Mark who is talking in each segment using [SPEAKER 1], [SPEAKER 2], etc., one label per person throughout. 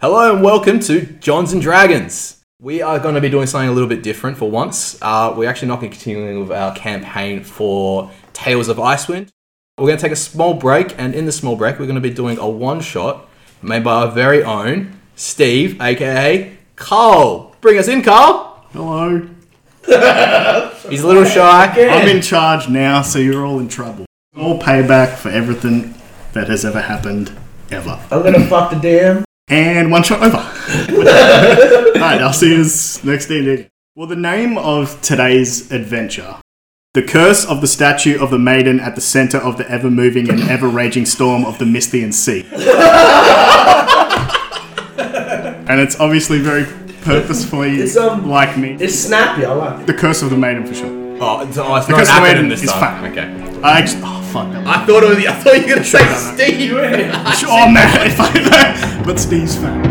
[SPEAKER 1] Hello and welcome to Johns and Dragons. We are going to be doing something a little bit different for once. Uh, we're actually not going to continue with our campaign for Tales of Icewind. We're going to take a small break, and in the small break, we're going to be doing a one shot made by our very own Steve, aka Carl. Bring us in, Carl.
[SPEAKER 2] Hello.
[SPEAKER 1] He's a little shy.
[SPEAKER 2] I'm in charge now, so you're all in trouble. All payback for everything that has ever happened, ever.
[SPEAKER 3] I'm gonna fuck the DM.
[SPEAKER 2] And one shot over. Alright, I'll see you next day. Well, the name of today's adventure The Curse of the Statue of the Maiden at the Center of the Ever Moving and Ever Raging Storm of the Misthian Sea. and it's obviously very purposefully
[SPEAKER 3] It's, um,
[SPEAKER 2] like me.
[SPEAKER 3] It's snappy. I like it.
[SPEAKER 2] the Curse of the Maiden for sure.
[SPEAKER 1] Oh, it's, oh, it's not
[SPEAKER 2] Because
[SPEAKER 1] an
[SPEAKER 2] the way
[SPEAKER 1] acronym this
[SPEAKER 2] it's
[SPEAKER 1] time.
[SPEAKER 2] fun.
[SPEAKER 1] Okay.
[SPEAKER 2] I actually. Oh, fuck. That
[SPEAKER 1] I thought, it was, I thought you were going to say
[SPEAKER 2] up.
[SPEAKER 1] Steve.
[SPEAKER 2] Oh man, if I but Steve's fan.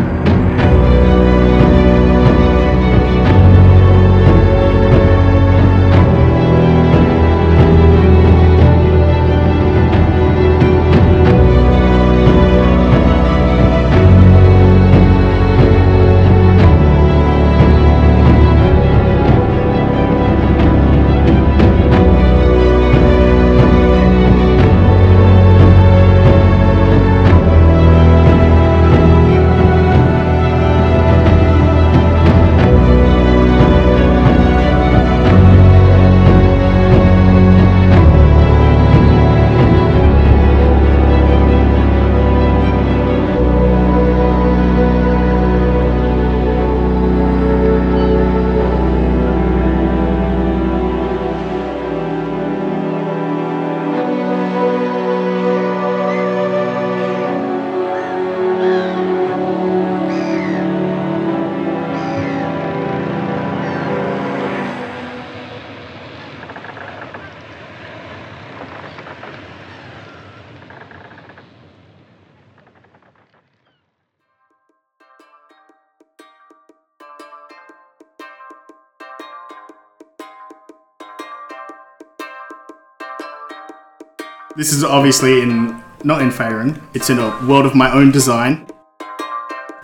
[SPEAKER 2] This is obviously in not in Faerun. It's in a world of my own design.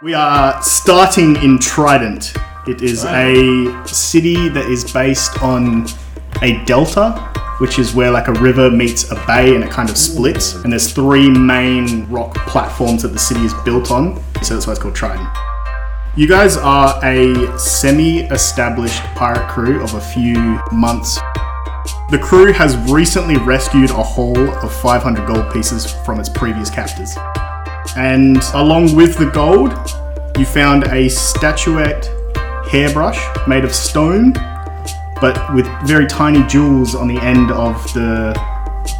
[SPEAKER 2] We are starting in Trident. It is a city that is based on a delta, which is where like a river meets a bay and it kind of splits. And there's three main rock platforms that the city is built on. So that's why it's called Trident. You guys are a semi-established pirate crew of a few months the crew has recently rescued a haul of 500 gold pieces from its previous captors. And along with the gold, you found a statuette hairbrush made of stone, but with very tiny jewels on the end of the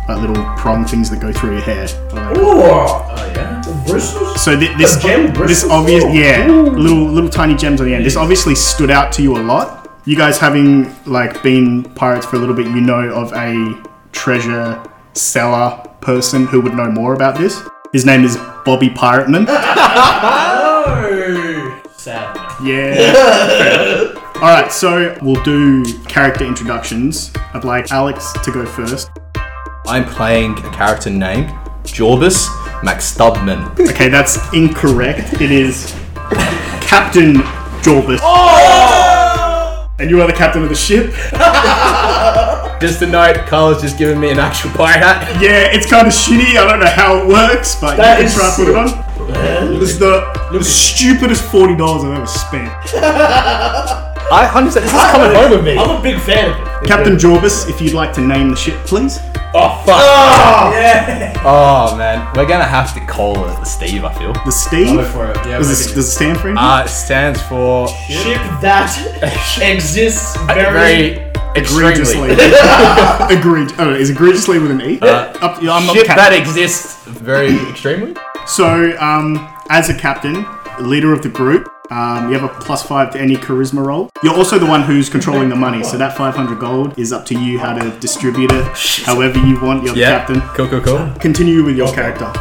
[SPEAKER 2] like, little prong things that go through your hair.
[SPEAKER 3] Ooh. Oh yeah. The bristles.
[SPEAKER 2] So thi- this
[SPEAKER 3] Gem
[SPEAKER 2] this
[SPEAKER 3] bristles?
[SPEAKER 2] obvious,
[SPEAKER 3] Ooh.
[SPEAKER 2] yeah, little little tiny gems on the end. This obviously stood out to you a lot. You guys having like been pirates for a little bit, you know of a treasure seller person who would know more about this. His name is Bobby Pirateman.
[SPEAKER 4] Sad.
[SPEAKER 2] Yeah. Fair. All right, so we'll do character introductions. I'd like Alex to go first.
[SPEAKER 1] I'm playing a character named Jorbus McStubman.
[SPEAKER 2] Okay, that's incorrect. It is Captain Jorbus. And you are the captain of the ship.
[SPEAKER 1] Just a note, Carl's just given me an actual pirate hat.
[SPEAKER 2] Yeah, it's kind of shitty. I don't know how it works, but
[SPEAKER 3] That
[SPEAKER 2] you
[SPEAKER 3] is
[SPEAKER 2] can try and put it on. It's the, the stupidest forty dollars I've ever spent.
[SPEAKER 1] I understand this is coming home with me.
[SPEAKER 4] I'm a big fan of it.
[SPEAKER 2] Captain Jorbus, if you'd like to name the ship, please.
[SPEAKER 4] Oh fuck.
[SPEAKER 2] Ah!
[SPEAKER 1] Oh man, we're gonna have to call it Steve, I feel.
[SPEAKER 2] The Steve.
[SPEAKER 4] for it. Yeah,
[SPEAKER 2] Does, this, does it stand for anything?
[SPEAKER 1] Uh, it stands for
[SPEAKER 4] Ship
[SPEAKER 3] that exists
[SPEAKER 1] very,
[SPEAKER 3] very.
[SPEAKER 1] extremely.
[SPEAKER 2] egregiously. Egregious. Oh, is egregiously with an e? Up to you, I'm not the
[SPEAKER 1] Ship that
[SPEAKER 2] captain.
[SPEAKER 1] exists very extremely.
[SPEAKER 2] So, um, as a captain, leader of the group, um, you have a plus five to any charisma roll. You're also the one who's controlling the money, so that 500 gold is up to you how to distribute it however you want. You're the captain.
[SPEAKER 1] Cool, cool, cool.
[SPEAKER 2] Continue with your character.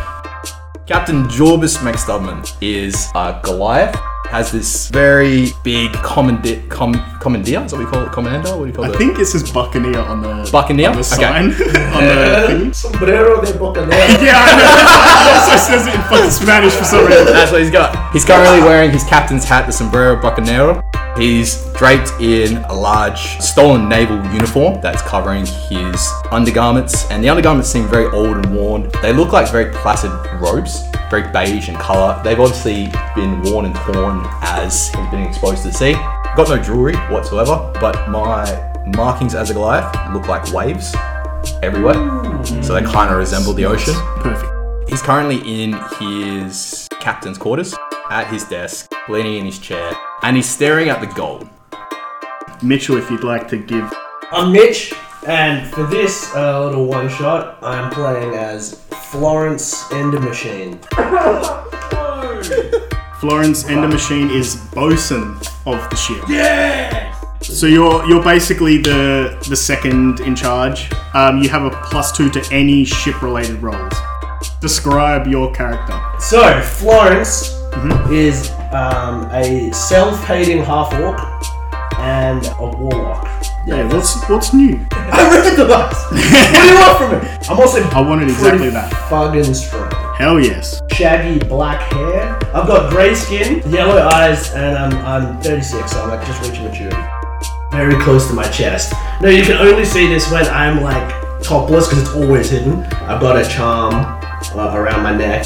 [SPEAKER 1] Captain Jorbus McStubman is a uh, Goliath. has this very big commandeer, com, commandeer, is that what you call it? Commander? What do you call
[SPEAKER 2] I
[SPEAKER 1] it?
[SPEAKER 2] think it says Buccaneer on the
[SPEAKER 1] Buccaneer?
[SPEAKER 2] on the
[SPEAKER 1] Okay.
[SPEAKER 2] sign on the thing.
[SPEAKER 3] Sombrero de Bocanero.
[SPEAKER 2] Yeah, I know. That's why it says it in fucking Spanish for some reason.
[SPEAKER 1] That's what he's got. He's currently wearing his captain's hat, the sombrero bucanero. He's draped in a large stolen naval uniform that's covering his undergarments, and the undergarments seem very old and worn. They look like very placid robes, very beige in color. They've obviously been worn and torn as he's been exposed to the sea. Got no jewelry whatsoever, but my markings as a Goliath look like waves everywhere, so they kind of resemble the ocean.
[SPEAKER 2] Perfect.
[SPEAKER 1] He's currently in his captain's quarters at his desk, leaning in his chair, and he's staring at the goal.
[SPEAKER 2] Mitchell, if you'd like to give
[SPEAKER 3] I'm Mitch, and for this uh, little one shot, I'm playing as Florence and the Machine.
[SPEAKER 2] Florence Ender Machine is bosun of the ship. Yeah. So you're you're basically the the second in charge. Um, you have a plus two to any ship related roles. Describe your character.
[SPEAKER 3] So, Florence is um, a self hating half orc and a warlock.
[SPEAKER 2] Yeah, what's what's new?
[SPEAKER 3] I read the books! what do you want from it? I'm also
[SPEAKER 2] I wanted exactly that.
[SPEAKER 3] fucking strong.
[SPEAKER 2] Hell yes.
[SPEAKER 3] Shaggy black hair. I've got grey skin, yellow eyes, and I'm, I'm 36, so I'm like just reaching maturity. Very close to my chest. No, you can only see this when I'm like topless because it's always hidden. I've got a charm uh, around my neck.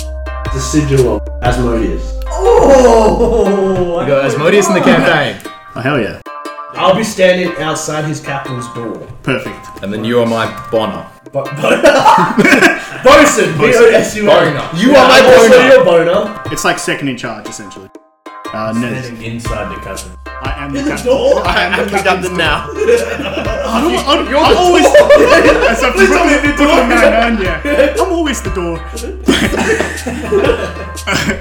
[SPEAKER 3] The sigil of Asmodeus. Oh!
[SPEAKER 1] You got Asmodeus in the campaign.
[SPEAKER 2] Oh hell yeah.
[SPEAKER 3] I'll be standing outside his captain's door.
[SPEAKER 2] Perfect.
[SPEAKER 1] And then you are my boner.
[SPEAKER 3] But, but Bosun, B O S U N.
[SPEAKER 1] Boner. You
[SPEAKER 3] Yeah,
[SPEAKER 1] are my
[SPEAKER 3] I'm also
[SPEAKER 1] boner.
[SPEAKER 3] your boner.
[SPEAKER 2] It's like second in charge essentially. Uh, no,
[SPEAKER 4] Standing inside the cousin.
[SPEAKER 2] I am the captain.
[SPEAKER 3] Door.
[SPEAKER 2] I am the captain
[SPEAKER 1] now.
[SPEAKER 2] I don't, I don't, I'm always. As I put on, put on my man, yeah. I'm always the door.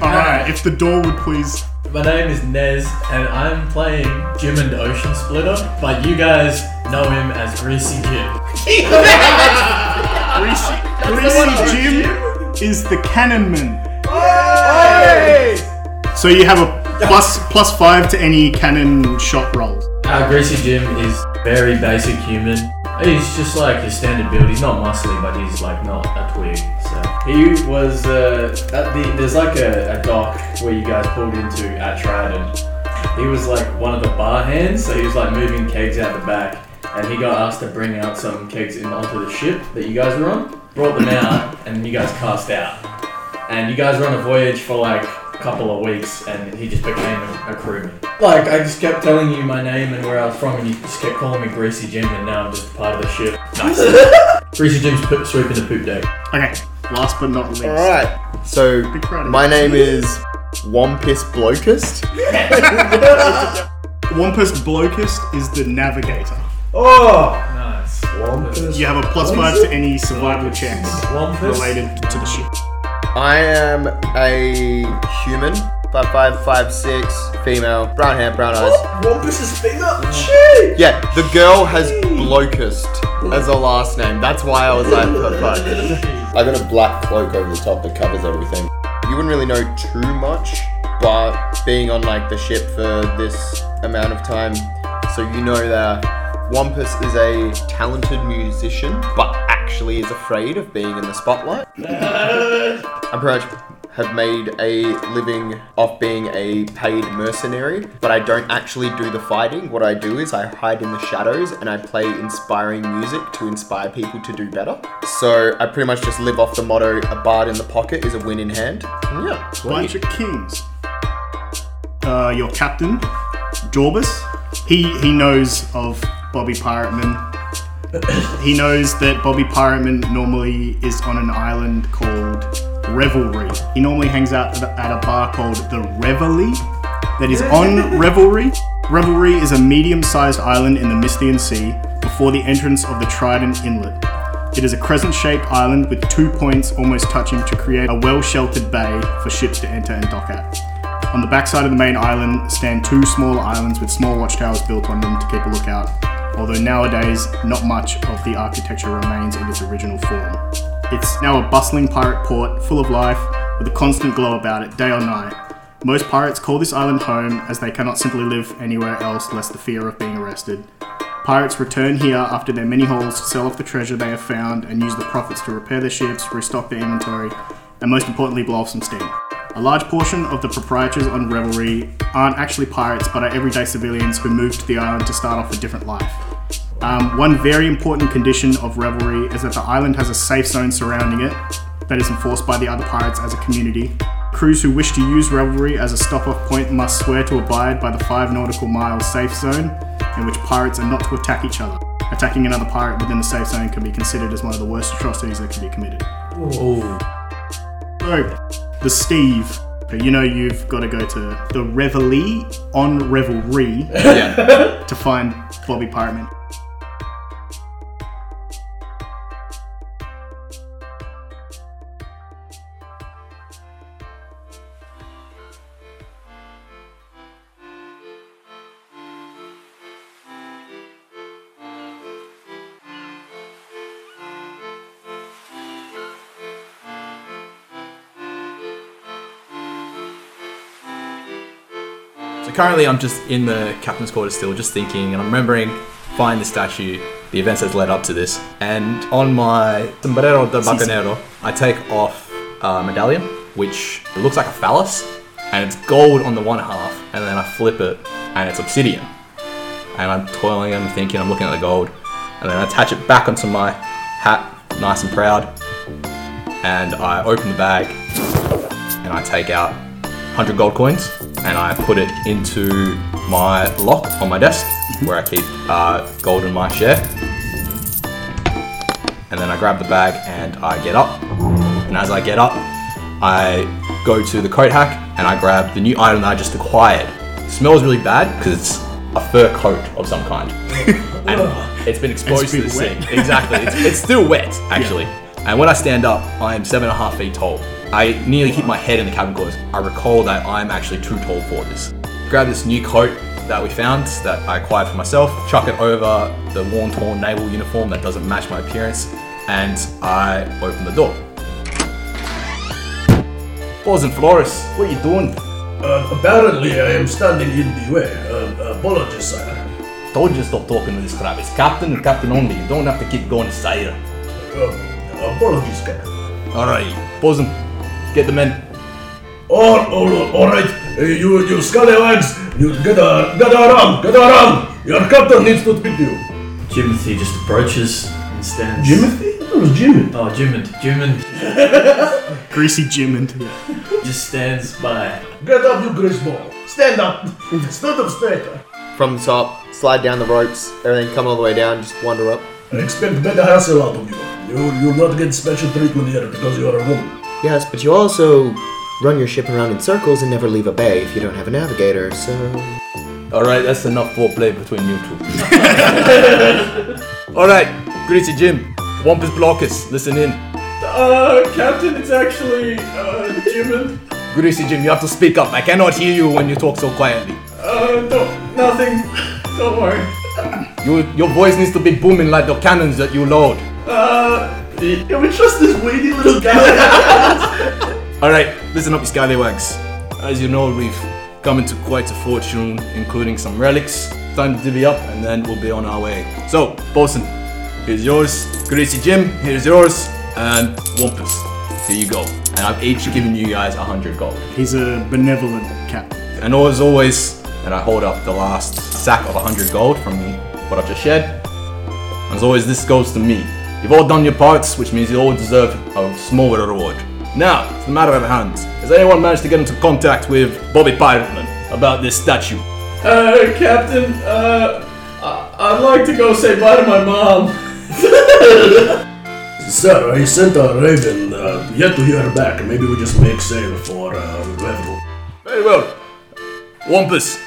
[SPEAKER 2] Alright, if the door would please.
[SPEAKER 4] My name is Nez, and I'm playing Jim and the Ocean Splitter, but you guys know him as Greasy Jim.
[SPEAKER 2] Greasy, Greasy Jim is the cannon man. So you have a plus plus five to any cannon shot rolls.
[SPEAKER 4] Our Greasy Jim is very basic human. He's just like your standard build. He's not muscly, but he's like not a twig. So he was uh, at the there's like a, a dock where you guys pulled into at Trident. He was like one of the bar hands, so he was like moving kegs out the back, and he got asked to bring out some kegs in onto the ship that you guys were on. Brought them out, and you guys cast out. And you guys were on a voyage for like a couple of weeks, and he just became a, a crewman. Like, I just kept telling you my name and where I was from, and you just kept calling me Greasy Jim, and now I'm just part of the ship. Nice. Greasy Jim's poop, sweeping the poop deck.
[SPEAKER 2] Okay, last but not least.
[SPEAKER 5] All right. So
[SPEAKER 2] proud of
[SPEAKER 5] my name is Wampus Blokist.
[SPEAKER 2] Wampus Blokist is the navigator.
[SPEAKER 3] Oh!
[SPEAKER 4] Nice.
[SPEAKER 2] You have a plus five to any survival checks
[SPEAKER 4] Wampus.
[SPEAKER 2] related to the ship.
[SPEAKER 5] I am a human, five five five six, female, brown hair, brown eyes.
[SPEAKER 3] Wampus's finger? Shit!
[SPEAKER 5] Yeah, the girl has Blokist as a last name. That's why I was like, "Oh, fuck." I got a black cloak over the top that covers everything. You wouldn't really know too much, but being on like the ship for this amount of time, so you know that Wampus is a talented musician, but actually is afraid of being in the spotlight. I'm proud have made a living off being a paid mercenary, but I don't actually do the fighting. What I do is I hide in the shadows and I play inspiring music to inspire people to do better. So I pretty much just live off the motto a bard in the pocket is a win in hand. And yeah,
[SPEAKER 2] bunch of kings. Uh, your captain, Jorbus, he he knows of Bobby Pirateman. he knows that Bobby Pirateman normally is on an island called Revelry. He normally hangs out at a- at a bar called the Revelry that is on Revelry. Revelry is a medium-sized island in the Mystian Sea before the entrance of the Trident Inlet. It is a crescent shaped island with two points almost touching to create a well sheltered bay for ships to enter and dock at. On the backside of the main island stand two small islands with small watchtowers built on them to keep a lookout, although nowadays not much of the architecture remains in its original form. It's now a bustling pirate port full of life with a constant glow about it day or night. Most pirates call this island home as they cannot simply live anywhere else lest the fear of being arrested. Pirates return here after their many hauls, sell off the treasure they have found, and use the profits to repair their ships, restock their inventory, and most importantly, blow off some steam. A large portion of the proprietors on Revelry aren't actually pirates but are everyday civilians who moved to the island to start off a different life. Um, one very important condition of Revelry is that the island has a safe zone surrounding it that is enforced by the other pirates as a community. Crews who wish to use Revelry as a stop off point must swear to abide by the 5 nautical mile safe zone, in which pirates are not to attack each other. Attacking another pirate within the safe zone can be considered as one of the worst atrocities that can be committed. So, the Steve. You know you've got to go to the Reveille on Revelry
[SPEAKER 5] Yeah.
[SPEAKER 2] to find Bobby Pirateman.
[SPEAKER 1] So currently, I'm just in the captain's quarters still, just thinking, and I'm remembering find the statue, the events that led up to this, and on my sombrero de bacanero, I take off a medallion, which looks like a phallus, and it's gold on the one half, and then I flip it, and it's obsidian. And I'm toiling, I'm thinking, I'm looking at the gold, and then I attach it back onto my hat, nice and proud, and I open the bag, and I take out 100 gold coins and I put it into my lock on my desk where I keep uh, gold in my share. And then I grab the bag and I get up. And as I get up, I go to the coat hack and I grab the new item that I just acquired. smells really bad because it's a fur coat of some kind. and it's been exposed
[SPEAKER 2] It's
[SPEAKER 1] to
[SPEAKER 2] been
[SPEAKER 1] the sea.
[SPEAKER 2] wet.
[SPEAKER 1] Exactly. It's, it's still wet, actually. And when I stand up, I am seven and a half feet tall. I nearly keep my head in the cabin clothes. I recall that I'm actually too tall for this. Grab this new coat that we found that I acquired for myself, chuck it over the worn, torn naval uniform that doesn't match my appearance, and I open the door. Boys and Flores, what are you doing?
[SPEAKER 3] Uh, apparently, I am standing in the way. Uh, apologies, sir.
[SPEAKER 1] Told you stop talking to this crap. It's captain and captain only. You don't have to keep going sire.
[SPEAKER 3] Uh, apologies, Captain.
[SPEAKER 1] Alright, bosun, get the men.
[SPEAKER 3] All, all, all right. Uh, you, you scallywags. You get a, get a rum, get a rum. Your captain needs to speak to you.
[SPEAKER 4] Jimothy just approaches and stands.
[SPEAKER 3] Jimothy? It was Jim.
[SPEAKER 4] Oh, Jimond. Jimond
[SPEAKER 2] Greasy Jim and
[SPEAKER 4] just stands by.
[SPEAKER 3] Get up, you grease ball. Stand up. Stand up straight.
[SPEAKER 5] From the top, slide down the ropes, everything come all the way down, just wander up.
[SPEAKER 3] I expect better hassle out of you. You, you'll not get special treatment here because you are a woman.
[SPEAKER 6] Yes, but you also run your ship around in circles and never leave a bay if you don't have a navigator, so.
[SPEAKER 1] Alright, that's enough foreplay between you two. Alright, Greasy Jim, Wampus Blockers, listen in.
[SPEAKER 4] Uh, Captain, it's actually uh, Jimond.
[SPEAKER 1] Greasy Jim, you have to speak up. I cannot hear you when you talk so quietly.
[SPEAKER 4] Uh, don't, nothing. Don't worry.
[SPEAKER 1] You, your voice needs to be booming like the cannons that you load.
[SPEAKER 4] Uh, can we trust this weedy little guy?
[SPEAKER 1] Alright, listen up, you scallywags. As you know, we've come into quite a fortune, including some relics. Time to divvy up, and then we'll be on our way. So, Bosun, here's yours. Greasy Jim, here's yours. And Wampus, here you go. And I've each given you guys 100 gold.
[SPEAKER 2] He's a benevolent captain.
[SPEAKER 1] And as always, and I hold up the last sack of 100 gold from what I've just shared. As always, this goes to me. You've all done your parts, which means you all deserve a small reward. Now, it's the matter of hand. Has anyone managed to get into contact with Bobby Pirateman about this statue?
[SPEAKER 4] Uh, Captain, uh, I- I'd like to go say bye to my mom.
[SPEAKER 3] Sir, I sent a raven. Uh, yet to hear back. Maybe we just make sail for uh, Revel.
[SPEAKER 1] Very well. Wampus,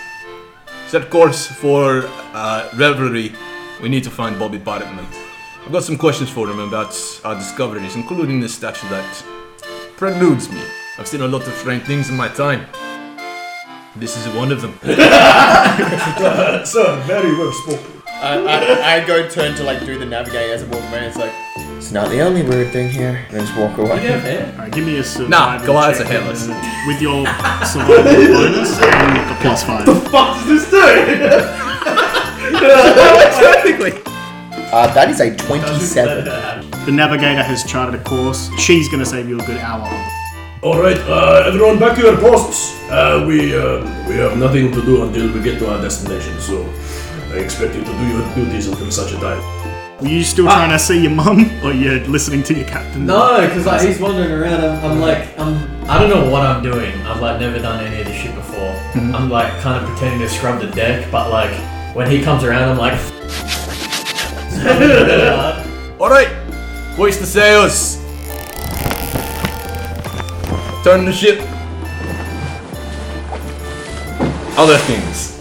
[SPEAKER 1] set course for uh, Revelry. We need to find Bobby Pirateman. I've got some questions for him about our discoveries, including this statue that preludes me. I've seen a lot of strange things in my time. This is one of them.
[SPEAKER 3] Sir, very well spoken.
[SPEAKER 5] I, I, I go turn to like do the navigate as a walk away, it's like, It's not the only weird thing here. And then just walk away.
[SPEAKER 4] You have hair?
[SPEAKER 2] Alright, give me a survival
[SPEAKER 1] Nah, Goliaths
[SPEAKER 2] check uh,
[SPEAKER 1] are hairless.
[SPEAKER 2] With your survival bonus and the plus five.
[SPEAKER 3] Fuck does this do?
[SPEAKER 1] Technically.
[SPEAKER 5] Uh, that is a 27.
[SPEAKER 2] The navigator has charted a course. She's gonna save you a good hour.
[SPEAKER 7] All right, uh, everyone, back to your posts. Uh, we uh, we have nothing to do until we get to our destination, so I expect you to do your duties until such a time. Ah.
[SPEAKER 2] Were you still trying to see your mum, or you're listening to your captain?
[SPEAKER 4] No, because like he's wandering around. I'm, I'm like, I'm, I don't know what I'm doing. I've like never done any of this shit before. I'm like kind of pretending to scrub the deck, but like when he comes around, I'm like,
[SPEAKER 1] Alright, hoist the sails. Turn the ship. Other things.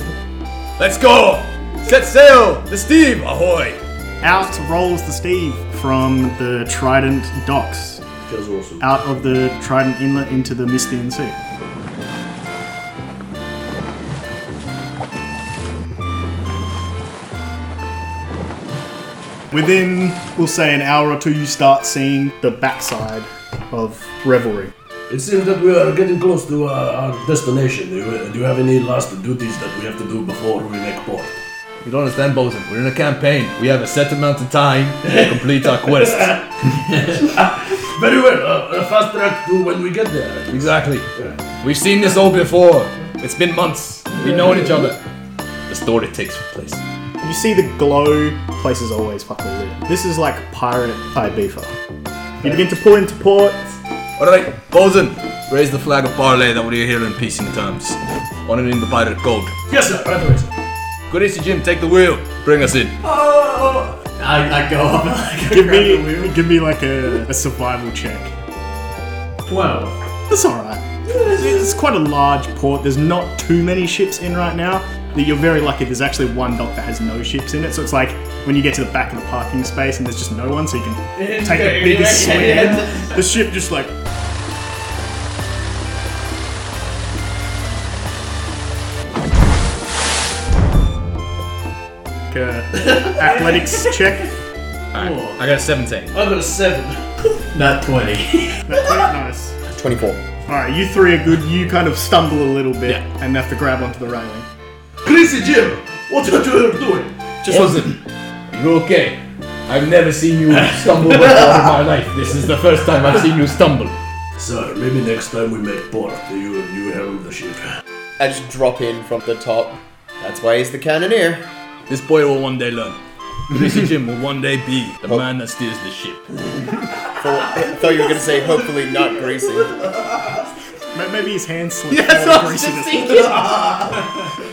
[SPEAKER 1] Let's go! Set sail! The steam! Ahoy!
[SPEAKER 2] Out rolls the Steve from the Trident docks,
[SPEAKER 7] Just awesome.
[SPEAKER 2] out of the Trident Inlet into the Mystian Sea. Within, we'll say, an hour or two, you start seeing the backside of Revelry.
[SPEAKER 7] It seems that we are getting close to uh, our destination. Do you, do you have any last duties that we have to do before we make port?
[SPEAKER 1] You don't understand, Bosun. We're in a campaign. We have a set amount of time to complete our quest.
[SPEAKER 7] Very well. Uh, a fast track to when we get there.
[SPEAKER 1] Exactly. We've seen this all before. It's been months. We've known each other. The story takes place.
[SPEAKER 2] You see the glow, place is always fucking lit. This is like pirate Ibiza. You begin to pull into port,
[SPEAKER 1] Alright, Bosun, raise the flag of parley that we're here in peace and terms. Honoring the pirate code.
[SPEAKER 7] Yes, sir. Right away. sir.
[SPEAKER 1] Good Jim, take the wheel. Bring us in.
[SPEAKER 4] Uh, I, I go up. and, Like,
[SPEAKER 2] give
[SPEAKER 4] grab the
[SPEAKER 2] me,
[SPEAKER 4] wheel.
[SPEAKER 2] give me like a, a survival check.
[SPEAKER 4] twelve.
[SPEAKER 2] That's alright. It's quite a large port. There's not too many ships in right now. You're very lucky there's actually one dock that has no ships in it. So it's like when you get to the back of the parking space and there's just no one, so you can take the biggest swing. The ship just like. Like a athletics check.
[SPEAKER 1] I got a 17.
[SPEAKER 3] I got a seven.
[SPEAKER 4] Not twenty.
[SPEAKER 2] That's quite nice.
[SPEAKER 5] 24.
[SPEAKER 2] All right, you three are good. You kind of stumble a little bit and have to grab onto the railing.
[SPEAKER 7] Greasy Jim, what are you doing?
[SPEAKER 1] Just Bosun, are you okay? I've never seen you stumble before in my life. This is the first time I've seen you stumble.
[SPEAKER 7] Sir, maybe next time we make port, you you helm the ship.
[SPEAKER 5] I just drop in from the top. That's why he's the cannoneer.
[SPEAKER 1] This boy will one day learn. Greasy Jim will one day be the man that steers the ship.
[SPEAKER 5] I thought you were going to say, hopefully not greasy.
[SPEAKER 2] Ma- Maybe his hand slipped. Yes, I was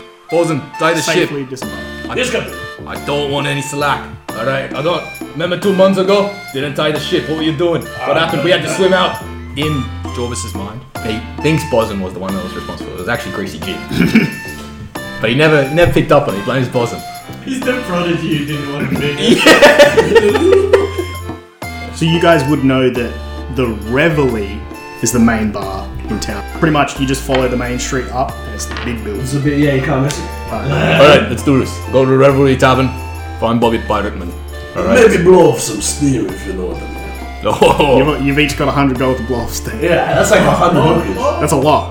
[SPEAKER 2] just
[SPEAKER 1] Bosun, tie the ship.
[SPEAKER 2] Safely dismount.
[SPEAKER 7] Yes, Captain.
[SPEAKER 1] I don't want any slack. All right, I don't. Remember two months ago? Didn't tie the ship. What were you doing? What happened? We had to swim out. In Jorvis's mind, he thinks Bosun was the one that was responsible. It was actually Greasy Jim. but he never, he never picked up on it. He blames Bosun.
[SPEAKER 4] He's the prodigy you didn't want to be.
[SPEAKER 2] So you guys would know that the Reveille is the main bar in town. Pretty much, you just follow the main street up, and it's the big building.
[SPEAKER 3] It's a bit, yeah, you can't miss it.
[SPEAKER 1] All right, let's do this. Go to the Revelry Tavern. Find Bobby Pirateman. All right.
[SPEAKER 7] Maybe blow off some steam if you know what I mean.
[SPEAKER 1] Oh,
[SPEAKER 2] You've, you've each got a hundred gold to blow off steam.
[SPEAKER 3] Yeah, that's like a hundred.
[SPEAKER 7] Okay.
[SPEAKER 2] That's a lot.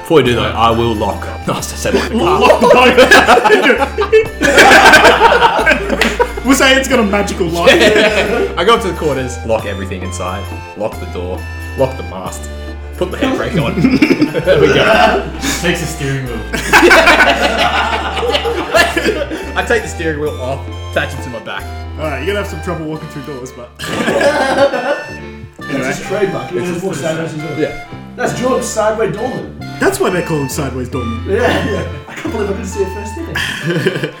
[SPEAKER 1] before you do that, I will lock. No, I said lock the car.
[SPEAKER 2] Lock the boat. we'll say it's got a magical lock.
[SPEAKER 1] I go up to the quarters, lock everything inside, lock the door, lock the mast, put the handbrake on. there we go.
[SPEAKER 4] Takes a steering wheel.
[SPEAKER 1] I take the steering wheel off, attach it to my back.
[SPEAKER 2] All right, you're gonna have some trouble walking through doors, but
[SPEAKER 7] oh,
[SPEAKER 3] That's his trademark. He always walks sideways and goes.
[SPEAKER 1] Yeah.
[SPEAKER 3] That's George Sideways Dorman.
[SPEAKER 2] that's why they call them sideways doorman.
[SPEAKER 3] Yeah, yeah. I can't believe I couldn't see it first, did I?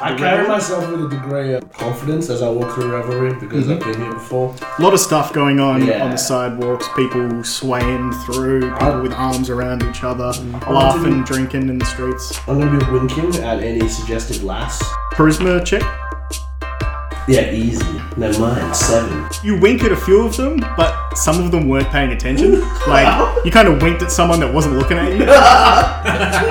[SPEAKER 3] I carry myself with a degree of confidence as I walk through Revelry because
[SPEAKER 7] Mhm.
[SPEAKER 3] I've been here before.
[SPEAKER 2] A lot of stuff going on
[SPEAKER 3] Yeah.
[SPEAKER 2] on the sidewalks, people swaying through, people with arms around each other, laughing, drinking in the streets.
[SPEAKER 3] I'm gonna be winking at any suggestive lass.
[SPEAKER 2] Charisma check.
[SPEAKER 3] Yeah, easy. Never mind. Seven.
[SPEAKER 2] You wink at a few of them, but some of them weren't paying attention. Like you kind of winked at someone that wasn't looking at you.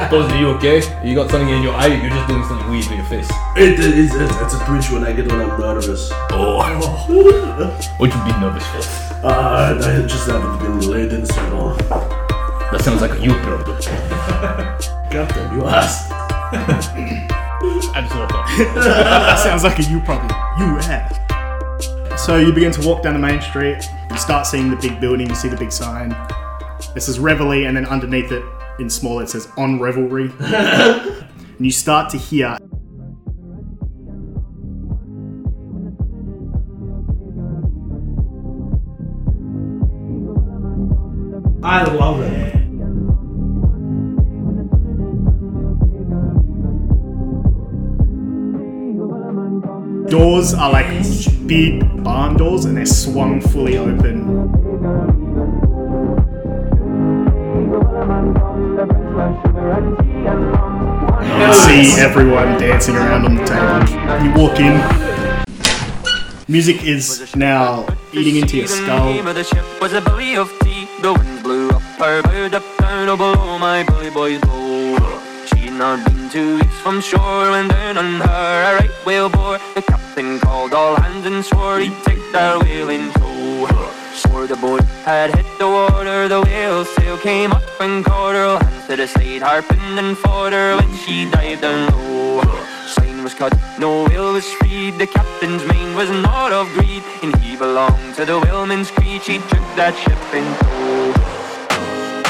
[SPEAKER 1] Those are you okay? You got something in your eye? You're just doing something weird with your face.
[SPEAKER 7] It, it, it, it's a twitch when I get when I'm nervous.
[SPEAKER 1] What you be nervous for?
[SPEAKER 7] Uh, I just haven't been laid in so long.
[SPEAKER 1] That sounds like a you problem.
[SPEAKER 7] Captain, you asked.
[SPEAKER 1] Absolutely.
[SPEAKER 2] That sounds like a you problem. You have. So you begin to walk down the main street. You start seeing the big building. You see the big sign. This is Reveille, and then underneath it, in small, it says "On Revelry." and you start to hear.
[SPEAKER 3] I love it.
[SPEAKER 2] Doors are like big barn doors, and they're swung fully open. You see everyone dancing around on the table. You walk in. Music is now eating into your skull.
[SPEAKER 8] name of the ship was a belly of tea. The wind blew up her bow up down oh, below my bully boy's bowl. She'd not been two weeks from shore when down on her a right whale bore. The captain called all hands and swore he'd take their whale in tow. Before the boat had hit the water, the whale sail came up and caught her. All hands to the side harping and fought her when she dived down low. Sign was cut, no will was freed. The captain's mind was not of greed, and he belonged to the whaleman's creed. She took that ship in tow.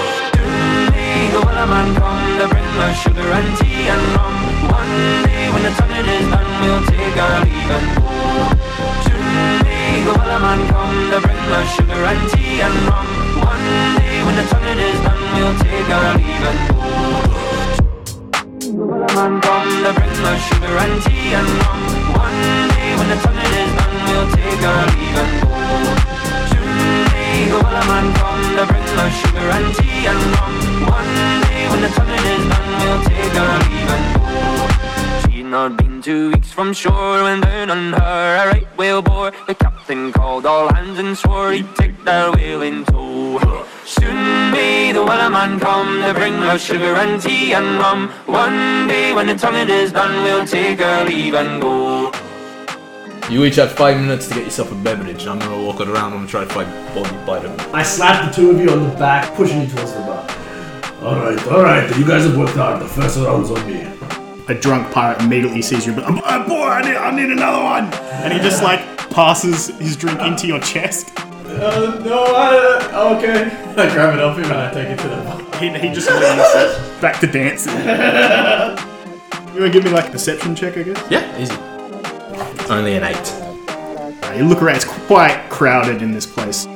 [SPEAKER 8] day the weller man come to bring us sugar and tea and rum. One day when the tonguing is done, we'll take our leave and go. Today the weller man come to bring us sugar and tea and rum. One day when the tonguing is done, we'll take our leave and go. The weller man come to bring us sugar and tea and rum. One day when the tonguing is done, we'll take our leave and go. Today the weller man come to bring us sugar and tea and rum. One day when the tonguing is done, we'll take our leave and go. She'd not been two weeks from shore when down on her a right whale bore. The captain called all hands and swore he'd take their whale in tow. Soon may the weller man come to bring us sugar and tea and rum. One day when the tonguing is done, we'll take our leave and go.
[SPEAKER 1] You each have five minutes to get yourself a beverage, and I'm gonna walk around and try to find Bobby Biden.
[SPEAKER 3] I slapped the two of you on the back, pushing you towards the bar.
[SPEAKER 7] Alright, alright, you guys have worked hard. The first round's on me.
[SPEAKER 2] A drunk pirate immediately sees you, but "Oh, boy, I need, I need another one, and he just like passes his drink into your chest.
[SPEAKER 3] Uh,
[SPEAKER 4] no, I, okay. I grab it off him and I take it to the bar.
[SPEAKER 2] He, he just leaves back to dancing. You wanna give me like a perception check, I guess?
[SPEAKER 1] Yeah, easy. Only an eight.
[SPEAKER 2] Uh, You look around, it's quite crowded in this place.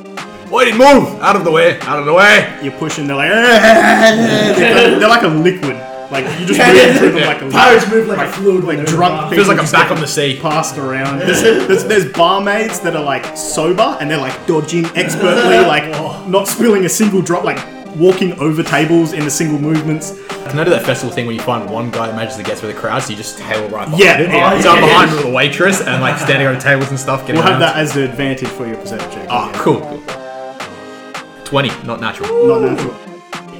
[SPEAKER 1] Wait, move! Out of the way! Out of the way!
[SPEAKER 2] You're pushing, they're like, they're like, they're like a liquid. Like, you just move through them like a liquid.
[SPEAKER 3] Pirates move like a fluid. when
[SPEAKER 2] Like
[SPEAKER 3] they're
[SPEAKER 2] drunk
[SPEAKER 3] in
[SPEAKER 2] people
[SPEAKER 1] Feels like I'm
[SPEAKER 2] just
[SPEAKER 1] back on the sea.
[SPEAKER 2] passed around. There's, there's, there's barmaids that are like sober and they're like dodging expertly, like not spilling a single drop, like walking over tables in a single movements.
[SPEAKER 1] Can I do that festival thing where you find one guy that manages to get through the crowd, so you just tail right behind
[SPEAKER 2] Yeah.
[SPEAKER 1] him?
[SPEAKER 2] Oh,
[SPEAKER 1] So I'm
[SPEAKER 2] yeah.
[SPEAKER 1] behind the waitress and like standing on tables and stuff. Getting
[SPEAKER 2] We'll have
[SPEAKER 1] around.
[SPEAKER 2] that as the advantage for your perception check.
[SPEAKER 1] Ah,
[SPEAKER 2] Yeah.
[SPEAKER 1] cool. Twenty, not natural.
[SPEAKER 2] Not natural.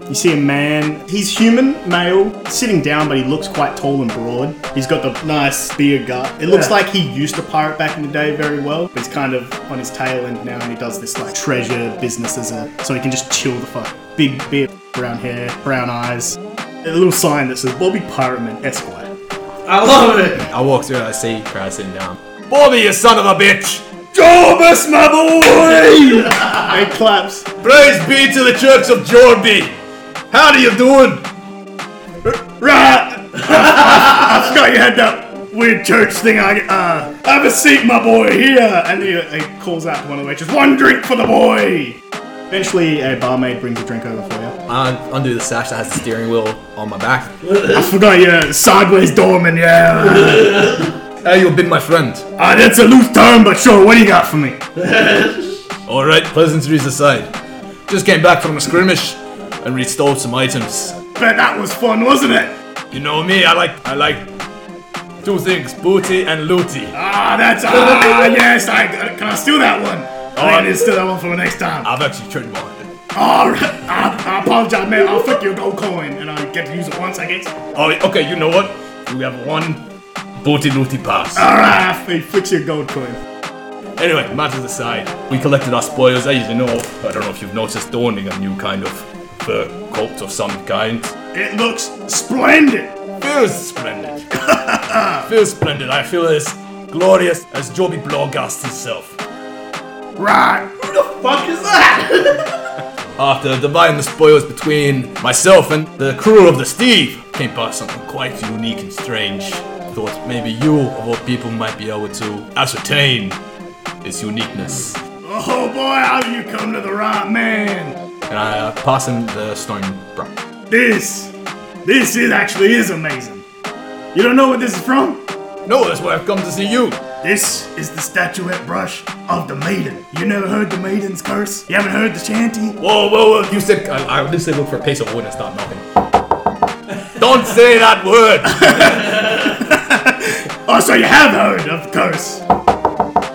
[SPEAKER 2] You see a man, he's human, male, sitting down, but he looks quite tall and broad. He's got the nice beer gut. It looks
[SPEAKER 3] Yeah.
[SPEAKER 2] like he used to pirate back in the day very well, but he's kind of on his tail end now and he does this like treasure business as a. so he can just chill the fuck. Big beard, brown hair, brown eyes. A little sign that says Bobby Pirateman Esquire.
[SPEAKER 3] I love it.
[SPEAKER 1] I walk through and I see crowd sitting down. Bobby, you son of a bitch!
[SPEAKER 7] Jobbus, my boy!
[SPEAKER 2] And he claps.
[SPEAKER 7] Praise be to the Church of Jordi! How do you doing?
[SPEAKER 2] Right! I forgot you had that weird church thing. I uh, have a seat, my boy, here. And he, he calls out to one of the waitresses, one drink for the boy. Eventually, a barmaid brings a drink over for you.
[SPEAKER 1] I undo the sash that has the steering wheel on my back.
[SPEAKER 2] I forgot your sideways doorman, yeah.
[SPEAKER 1] Hey, you've been my friend.
[SPEAKER 2] Ah, that's a loose term, but sure, what do you got for me?
[SPEAKER 1] All right, pleasantries aside. Just came back from a skirmish and we stole some items.
[SPEAKER 2] Bet that was fun, wasn't it?
[SPEAKER 1] You know me, I like I like two things, booty and looty.
[SPEAKER 2] Ah, that's ah yes. I can I steal that one. Oh, I need to steal that one for the next time.
[SPEAKER 1] I've actually trademarked it.
[SPEAKER 2] All right, I, I apologize, man. I'll flick you a gold coin, and I get to use it once, I guess. All
[SPEAKER 1] Oh, okay, you know what? We have one booty looty pass.
[SPEAKER 2] right, I flick- flick you a gold coin.
[SPEAKER 1] Anyway, matters aside, we collected our spoils. As you know, I don't know if you've noticed, dawning a new kind of fur coat of some kind.
[SPEAKER 2] It looks splendid.
[SPEAKER 1] Feels splendid. Feels splendid. I feel as glorious as Joby Blogast himself.
[SPEAKER 2] Right.
[SPEAKER 3] Fuck is that?
[SPEAKER 1] After dividing the spoils between myself and the crew of the Steve, came past something quite unique and strange. Thought maybe you, of all people, might be able to ascertain its uniqueness.
[SPEAKER 2] Oh boy, have you come to the right man?
[SPEAKER 1] And I uh, passed him the stone brick.
[SPEAKER 2] This, this is actually is amazing. You don't know what this is from?
[SPEAKER 1] No, that's why I've come to see you.
[SPEAKER 2] This is the statuette brush of the maiden. You never heard the maiden's curse? You haven't heard the chanty?
[SPEAKER 1] Whoa, whoa, whoa! You said I, I did say look for a piece of wood and start knocking. Don't say that word.
[SPEAKER 2] Oh, so you have heard of the curse?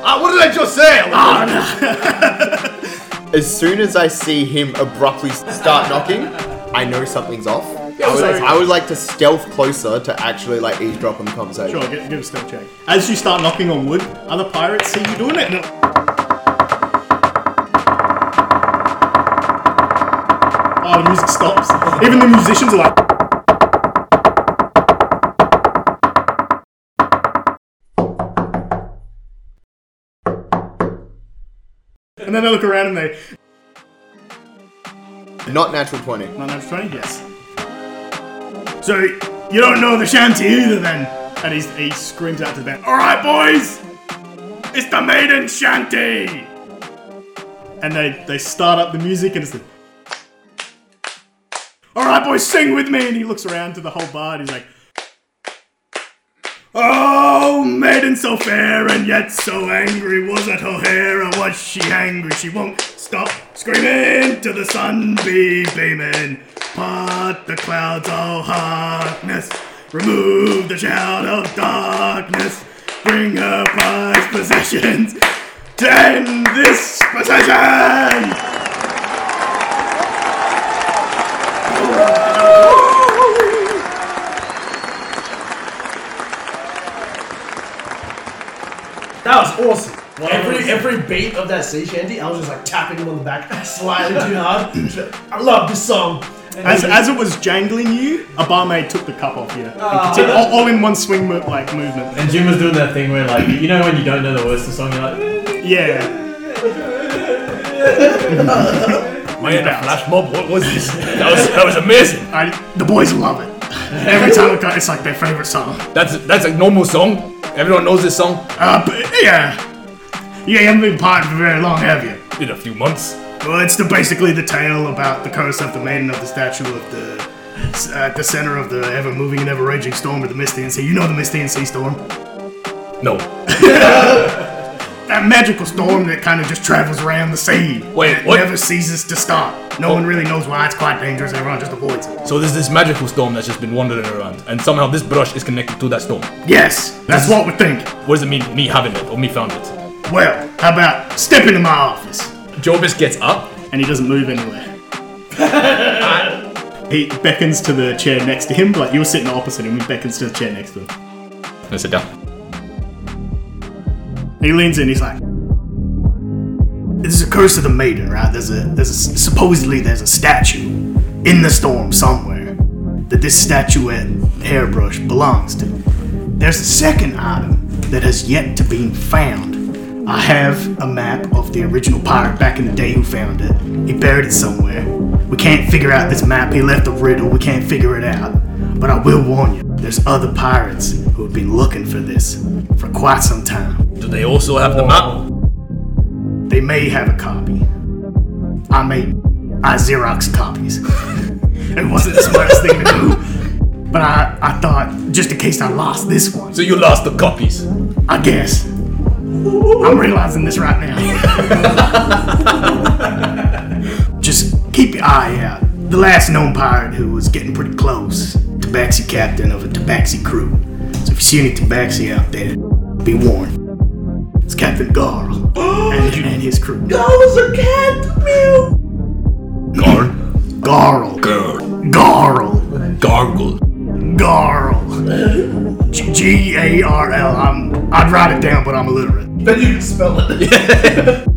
[SPEAKER 1] Ah, what did I just say?
[SPEAKER 2] Oh, no.
[SPEAKER 5] As soon as I see him abruptly start knocking, I know something's off. I would, I would like to stealth closer to actually like eavesdrop on the conversation.
[SPEAKER 2] Sure, give, give a stealth check. As you start knocking on wood, other pirates see you doing it. No. Oh, the music stops. Even the musicians are like, and then they look around and they,
[SPEAKER 5] Not natural 20.
[SPEAKER 2] Not natural 20? Yes. So, you don't know the shanty either then? And he's, he screams out to them, Alright, boys! It's the maiden shanty! And they, they start up the music and it's like, Alright, boys, sing with me! And he looks around to the whole bar and he's like, Oh, maiden so fair and yet so angry was at her hair, and was she angry? She won't stop screaming till the sun be beaming. Part the clouds of darkness, remove the shout of darkness, bring her prized possessions to end this possession!
[SPEAKER 3] That was awesome. every every beat of that sea shanty, I was just like tapping him on the back slightly too hard. Just like, I love this song. And
[SPEAKER 2] As,
[SPEAKER 3] then-
[SPEAKER 2] as it was jangling you, a barmaid took the cup off you. And continued- all, all in one swing mo- like movement.
[SPEAKER 4] And Jim was doing that thing where, like, you know, when you don't know the words to the song, you're like, "Eh,
[SPEAKER 2] Yeah.
[SPEAKER 1] Man, a flash mob. What was this? That was that was amazing.
[SPEAKER 2] I, the boys love it. Every time it got, it's like their favorite song.
[SPEAKER 1] That's that's a normal song. Everyone knows this song.
[SPEAKER 2] Uh, but yeah. You haven't been part for very long, have you?
[SPEAKER 1] Been a few months.
[SPEAKER 2] Well, it's the, basically the tale about the curse of the maiden of the statue of the. uh, At the center of the ever moving and ever raging storm of the Mist Sea. You know the Mist Sea storm?
[SPEAKER 1] No.
[SPEAKER 2] That magical storm that kind of just travels around the sea.
[SPEAKER 1] Wait,
[SPEAKER 2] It
[SPEAKER 1] what?
[SPEAKER 2] never ceases to stop. No one really knows why it's quite dangerous, everyone just avoids it.
[SPEAKER 1] So there's this magical storm that's just been wandering around, and somehow this brush is connected to that storm.
[SPEAKER 2] Yes, that's what we think.
[SPEAKER 1] What does it mean? Me having it or me found it?
[SPEAKER 2] Well, how about step into my office?
[SPEAKER 1] Jobis gets up.
[SPEAKER 2] and he doesn't move anywhere. he beckons to the chair next to him, like you were sitting opposite him, he beckons to the chair next to him.
[SPEAKER 1] I sit down.
[SPEAKER 2] He leans in, he's like, This is a curse of the maiden, right? There's a, there's a, supposedly there's a statue in the storm somewhere that this statuette hairbrush belongs to. There's a second item that has yet to be found. I have a map of the original pirate back in the day who found it. He buried it somewhere. We can't figure out this map. He left a riddle. We can't figure it out. But I will warn you, there's other pirates who have been looking for this for quite some time.
[SPEAKER 1] Do they also have the map?
[SPEAKER 2] They may have a copy. I made I Xerox copies. it wasn't the smartest thing to do. But I, I thought, just in case I lost this one,
[SPEAKER 3] So you lost the copies.
[SPEAKER 2] I guess. I'm realizing this right now. just keep your eye out. The last known pirate who was getting pretty close, Tabaxi captain of a Tabaxi crew. So if you see any Tabaxi out there, be warned. It's Captain Garl and, and his crew.
[SPEAKER 9] was a cat meal.
[SPEAKER 3] Gar-
[SPEAKER 2] Garl.
[SPEAKER 3] gar-
[SPEAKER 2] Garl.
[SPEAKER 3] gargle.
[SPEAKER 2] Garl. G- G A R L. I'm. I'd write it down, but I'm illiterate.
[SPEAKER 9] Then you can spell it.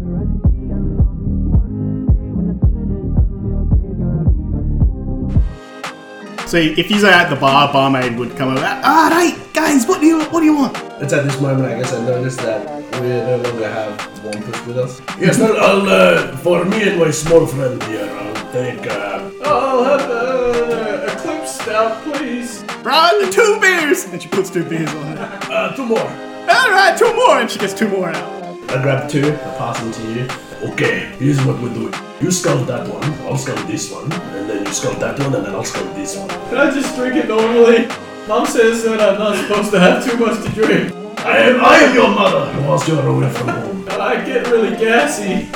[SPEAKER 2] So if he's at the bar, barmaid would come over. All right, guys, what do you what do you want?
[SPEAKER 9] It's at this moment, I guess, I noticed that we no longer have one push with us.
[SPEAKER 3] Yes, well, I'll, uh, for me and my small friend here, I'll take, uh,
[SPEAKER 4] I'll have a, a clip stout, please.
[SPEAKER 2] Right, two beers. And she puts two beers on it.
[SPEAKER 3] uh, two more.
[SPEAKER 2] All right, two more, and she gets two more out.
[SPEAKER 9] I grab two, I pass them to you.
[SPEAKER 3] Okay, here's what we do. You scout that one, I'll scout this one, and then you scout that one, and then I'll scout this one.
[SPEAKER 4] Can I just drink it normally? Mom says that I'm not supposed to have too much to drink.
[SPEAKER 3] I am, I am your mother, whilst you are away from home.
[SPEAKER 4] I get really gassy.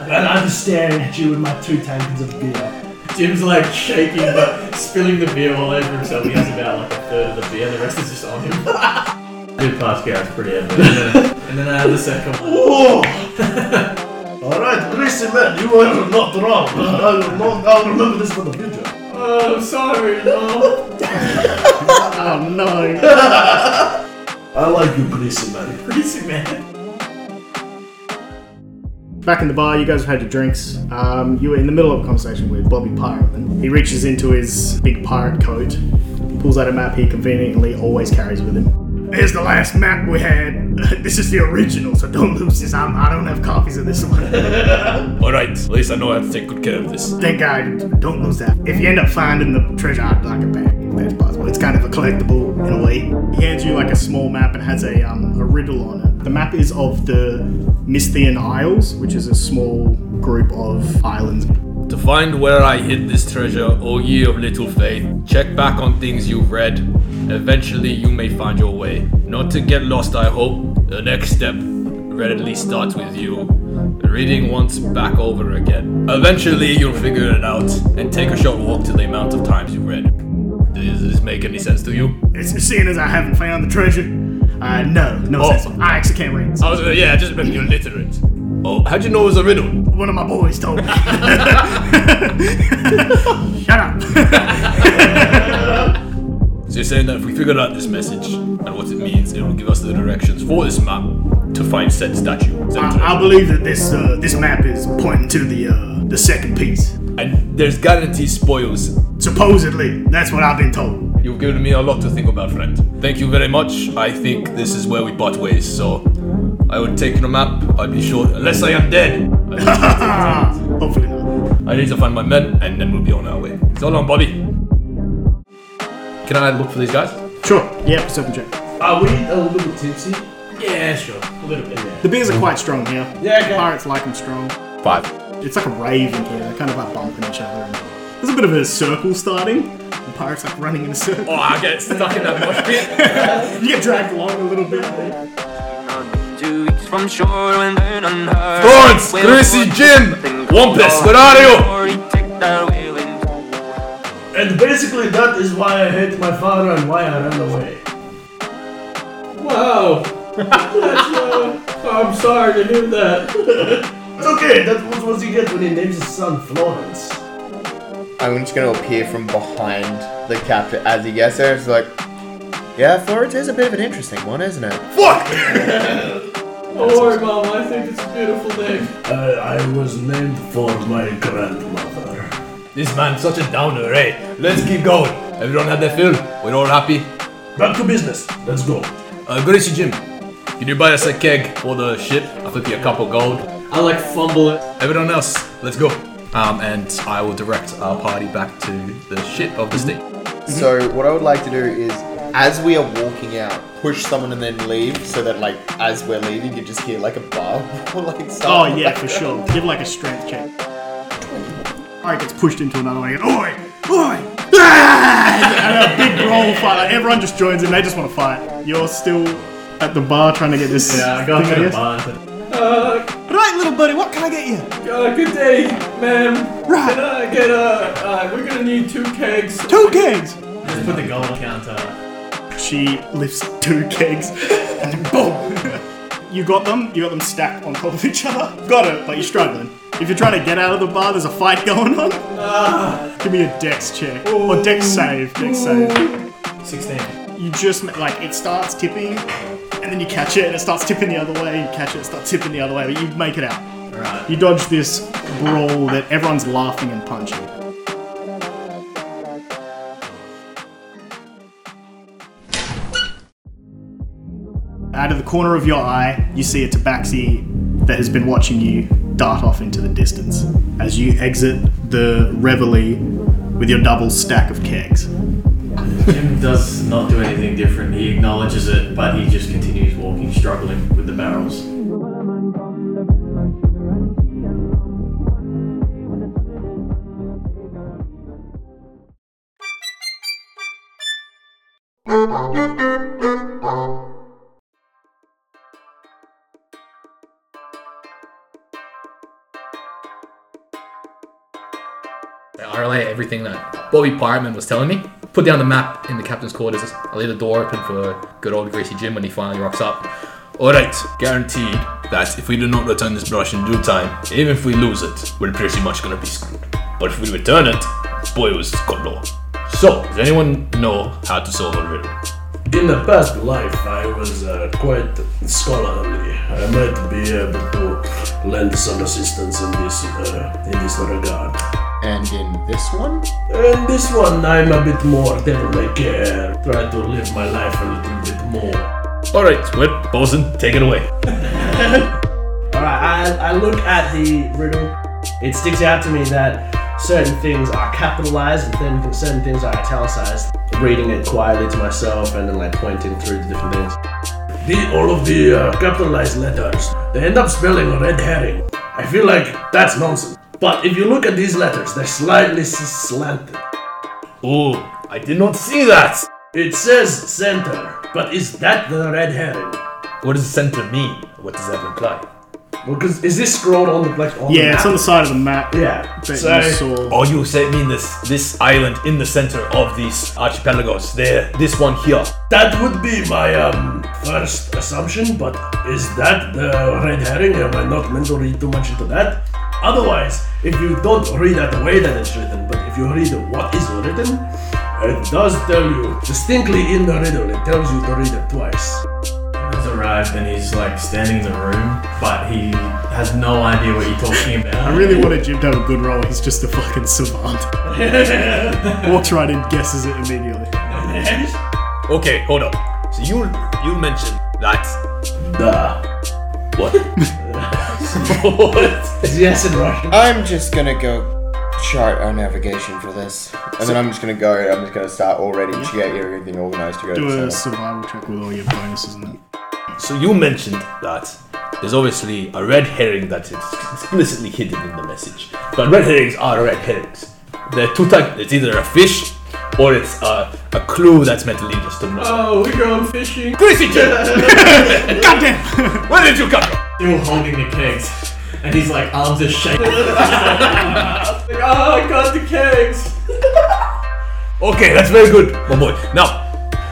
[SPEAKER 9] And I'm staring at you with my two tankards of beer.
[SPEAKER 4] Jim's like shaking, but spilling the beer all over himself. He has about like a third of the beer, the rest is just on him. Good pass, Garrett's pretty evident. And then I had the second one.
[SPEAKER 3] Oh! Alright, Gracie man, you are not wrong. I'll, no- I'll remember this for the future.
[SPEAKER 4] Oh, sorry, no.
[SPEAKER 2] Oh no!
[SPEAKER 3] I like you, Gracie man.
[SPEAKER 4] Crazy man.
[SPEAKER 2] Back in the bar, you guys had your drinks. Um, you were in the middle of a conversation with Bobby Pirateman. He reaches into his big pirate coat, pulls out a map he conveniently always carries with him. There's the last map we had. This is the original, so don't lose this. I'm, I don't have copies of this one.
[SPEAKER 3] Alright, at least I know how to take good care of this.
[SPEAKER 2] Thank God, don't lose that. If you end up finding the treasure, I'd like it back if that's possible. It's kind of a collectible in a way. He hands you like a small map and has a um, a riddle on it. The map is of the Misthian Isles, which is a small group of islands.
[SPEAKER 1] To find where I hid this treasure, O ye of little faith, check back on things you've read. Eventually, you may find your way. Not to get lost, I hope. The next step readily starts with you. Reading once back over again. Eventually, you'll figure it out and take a short walk to the amount of times you've read. Does this make any sense to you?
[SPEAKER 2] As seeing as I haven't found the treasure, uh, no, no
[SPEAKER 1] Oh.
[SPEAKER 2] sense. I actually can't read.
[SPEAKER 1] I was, uh, yeah, I just remember you're literate. Oh, how'd you know it was a riddle?
[SPEAKER 2] One of my boys told me. Shut up.
[SPEAKER 1] So you're saying that if we figure out this message and what it means, it will give us the directions for this map to find said statue. said treasure.
[SPEAKER 2] I, I believe that this uh, this map is pointing to the uh, the second piece.
[SPEAKER 1] And there's guaranteed spoils.
[SPEAKER 2] Supposedly, that's what I've been told.
[SPEAKER 1] You've given me a lot to think about, friend. Thank you very much. I think this is where we part ways, so I will take your map. I'll be sure, unless I am dead. I
[SPEAKER 2] Hopefully not.
[SPEAKER 1] need- I need to find my men, and then we'll be on our way. So long, Bobby. Can I look for these guys?
[SPEAKER 2] Sure. Yeah, perception check.
[SPEAKER 9] Are we a little bit tipsy?
[SPEAKER 4] Yeah, sure. A little bit.
[SPEAKER 2] The beers are quite strong here.
[SPEAKER 9] Yeah, okay.
[SPEAKER 2] Pirates like them strong.
[SPEAKER 1] Five.
[SPEAKER 2] It's like a rave in here. They're kind of like bumping each other. And there's a bit of a circle starting. The pirates like running in a circle.
[SPEAKER 1] Oh, I get stuck in that mosh pit.
[SPEAKER 2] You get dragged along a little bit.
[SPEAKER 8] Two weeks from shore when they're on her.
[SPEAKER 1] Thorns, Chrissy, Jim, Wampus, where are you?
[SPEAKER 3] And basically, that is why I hate my father and why I ran away.
[SPEAKER 4] Wow. That's, uh, I'm sorry to hear that.
[SPEAKER 3] It's okay, that's what what he gets when he names his son Florence.
[SPEAKER 5] I'm just gonna appear from behind the captain as he gets there. It's like, yeah, Florence is a bit of an interesting one, isn't
[SPEAKER 2] Mm-hmm.
[SPEAKER 5] it?
[SPEAKER 4] Don't worry, Mom. I think it's a beautiful thing.
[SPEAKER 3] Uh, I was named for my grandmother.
[SPEAKER 1] This man's such a downer, eh? Let's keep going. Everyone had their fill. We're all happy.
[SPEAKER 3] Back to business. Let's go.
[SPEAKER 1] Uh, Gracie Jim, can you buy us a keg for the ship? I'll flip you a couple gold.
[SPEAKER 4] I like fumble it.
[SPEAKER 1] Everyone else, let's go. Um, and I will direct our party back to the ship of the state.
[SPEAKER 5] So what I would like to do is, as we are walking out, push someone and then leave, so that like as we're leaving, you just hear like a bar or like
[SPEAKER 2] Oh
[SPEAKER 5] start-
[SPEAKER 2] yeah, for sure. Give like a strength check. Alright, gets pushed into another one. Oi! Oi! and a big brawl fight. Like, everyone just joins in. They just want to fight. You're still at the bar trying to get this.
[SPEAKER 4] Yeah, I got
[SPEAKER 2] thing,
[SPEAKER 4] to the
[SPEAKER 2] guess.
[SPEAKER 4] bar.
[SPEAKER 2] Right, little buddy. What can I get you?
[SPEAKER 4] Uh, good day, ma'am.
[SPEAKER 2] Right.
[SPEAKER 4] Can I get a? Uh, we're gonna need two kegs.
[SPEAKER 2] Two kegs.
[SPEAKER 4] Just put the gold counter.
[SPEAKER 2] She lifts two kegs, and then boom. You got them. You got them stacked on top of each other. Got it, but you're struggling. If you're trying to get out of the bar, there's a fight going on.
[SPEAKER 4] Ah.
[SPEAKER 2] Give me a dex check or dex save. Dex save.
[SPEAKER 4] Sixteen.
[SPEAKER 2] you just ma- like it starts tipping and then you catch it and it starts tipping the other way you catch it it starts tipping the other way but you make it out
[SPEAKER 4] Right.
[SPEAKER 2] you dodge this brawl that everyone's laughing and punching out of the corner of your eye you see a tabaxi that has been watching you dart off into the distance as you exit the reveille with your double stack of kegs
[SPEAKER 4] Jim does not do anything different. He acknowledges it, but he just continues walking, struggling with the barrels.
[SPEAKER 10] I relay everything that Bobby Pyreman was telling me. Put down the map in the captain's quarters. I leave the door open for good old greasy Jim when he finally rocks up.
[SPEAKER 1] Alright, guaranteed that if we do not return this brush in due time, even if we lose it, we're pretty much gonna be screwed. But if we return it, boy, it was got law. So, does anyone know how to solve a riddle?
[SPEAKER 3] In the past life, I was uh, quite scholarly. I might be able to lend some assistance in this uh, in this regard.
[SPEAKER 5] And in this one,
[SPEAKER 3] And this one, I'm a bit more devil may care. Try to live my life a little bit more.
[SPEAKER 1] Alright, well, Bosun, take it away.
[SPEAKER 11] Alright, I, I look at the riddle. It sticks out to me that certain things are capitalized and then certain things are italicized. Reading it quietly to myself and then like pointing through the different things.
[SPEAKER 3] The, all of the uh, capitalized letters, they end up spelling red herring. I feel like that's nonsense. But if you look at these letters, they're slightly s- slanted.
[SPEAKER 1] Oh, I did not see that!
[SPEAKER 3] It says center, but is that the red herring?
[SPEAKER 1] What does center mean? What does that imply?
[SPEAKER 3] Well, cause is this scrolled on the like on
[SPEAKER 2] yeah
[SPEAKER 3] the
[SPEAKER 2] it's on the side of the map
[SPEAKER 3] Yeah.
[SPEAKER 2] that
[SPEAKER 3] So
[SPEAKER 2] you saw
[SPEAKER 1] Oh, you say mean this this island in the center of this archipelagos? There, this one here.
[SPEAKER 3] that would be my um first assumption, but is that the red herring? Am I not meant to read too much into that? Otherwise, if you don't read at the way that it's written, but if you read what is written, it does tell you distinctly in the riddle. It tells you to read it twice.
[SPEAKER 4] Has arrived and he's like standing in the room, but he has no idea what you're talking about.
[SPEAKER 2] I really wanted Jim to have a good role. He's just a fucking savant. Walks right in, guesses it immediately.
[SPEAKER 1] Okay, hold up. So you you mentioned that.
[SPEAKER 3] Duh.
[SPEAKER 1] What? what?
[SPEAKER 11] It's yes in Russian.
[SPEAKER 5] I'm just gonna go chart our navigation for this, and then I'm just gonna go. I'm just gonna start already to get everything organized to go.
[SPEAKER 2] Do
[SPEAKER 5] to
[SPEAKER 2] a
[SPEAKER 5] the center.
[SPEAKER 2] survival check with all your bonuses and that.
[SPEAKER 1] So you mentioned that there's obviously a red herring that is explicitly hidden in the message. But red herrings are red herrings. They're two types. It's either a fish or it's a, a clue that's meant to lead us to know.
[SPEAKER 3] Uh,
[SPEAKER 4] Oh, we're going fishing.
[SPEAKER 1] Greasy Jim!
[SPEAKER 2] Goddamn!
[SPEAKER 1] Where did you come from?
[SPEAKER 4] Still holding the kegs, and he's like arms are shaking. like, oh, I got the kegs.
[SPEAKER 1] Okay, that's very good, my boy. Now,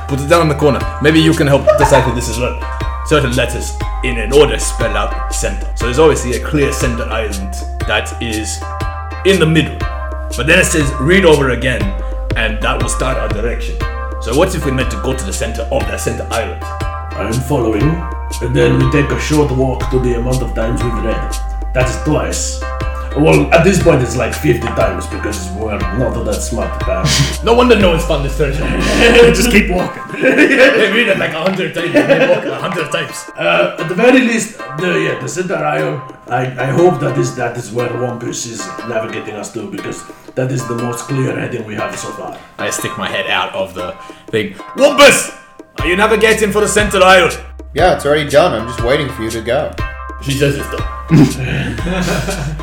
[SPEAKER 1] put it down in the corner. Maybe you can help decipher this as well. Certain letters in an order spell out center. So there's obviously a clear center island that is in the middle. But then it says read over again, and that will start our direction. So what if we meant to go to the center of that center island?
[SPEAKER 3] I'm following, and then we take a short walk to the amount of times we've read it. That is twice. Well, at this point, it's like 50 times because we're not that smart. apparently.
[SPEAKER 1] No wonder no one's found this treasure.
[SPEAKER 2] Just keep walking.
[SPEAKER 1] they read it like a hundred times. They walk a hundred times.
[SPEAKER 3] Uh, at the very least, the yeah, the center aisle. I, uh, I hope that is that is where One Piece is navigating us to because that is the most clear heading we have so far.
[SPEAKER 1] I stick my head out of the thing. Wampus, are you navigating for the center island?
[SPEAKER 5] Yeah, it's already done. I'm just waiting for you to go.
[SPEAKER 1] She says it's done.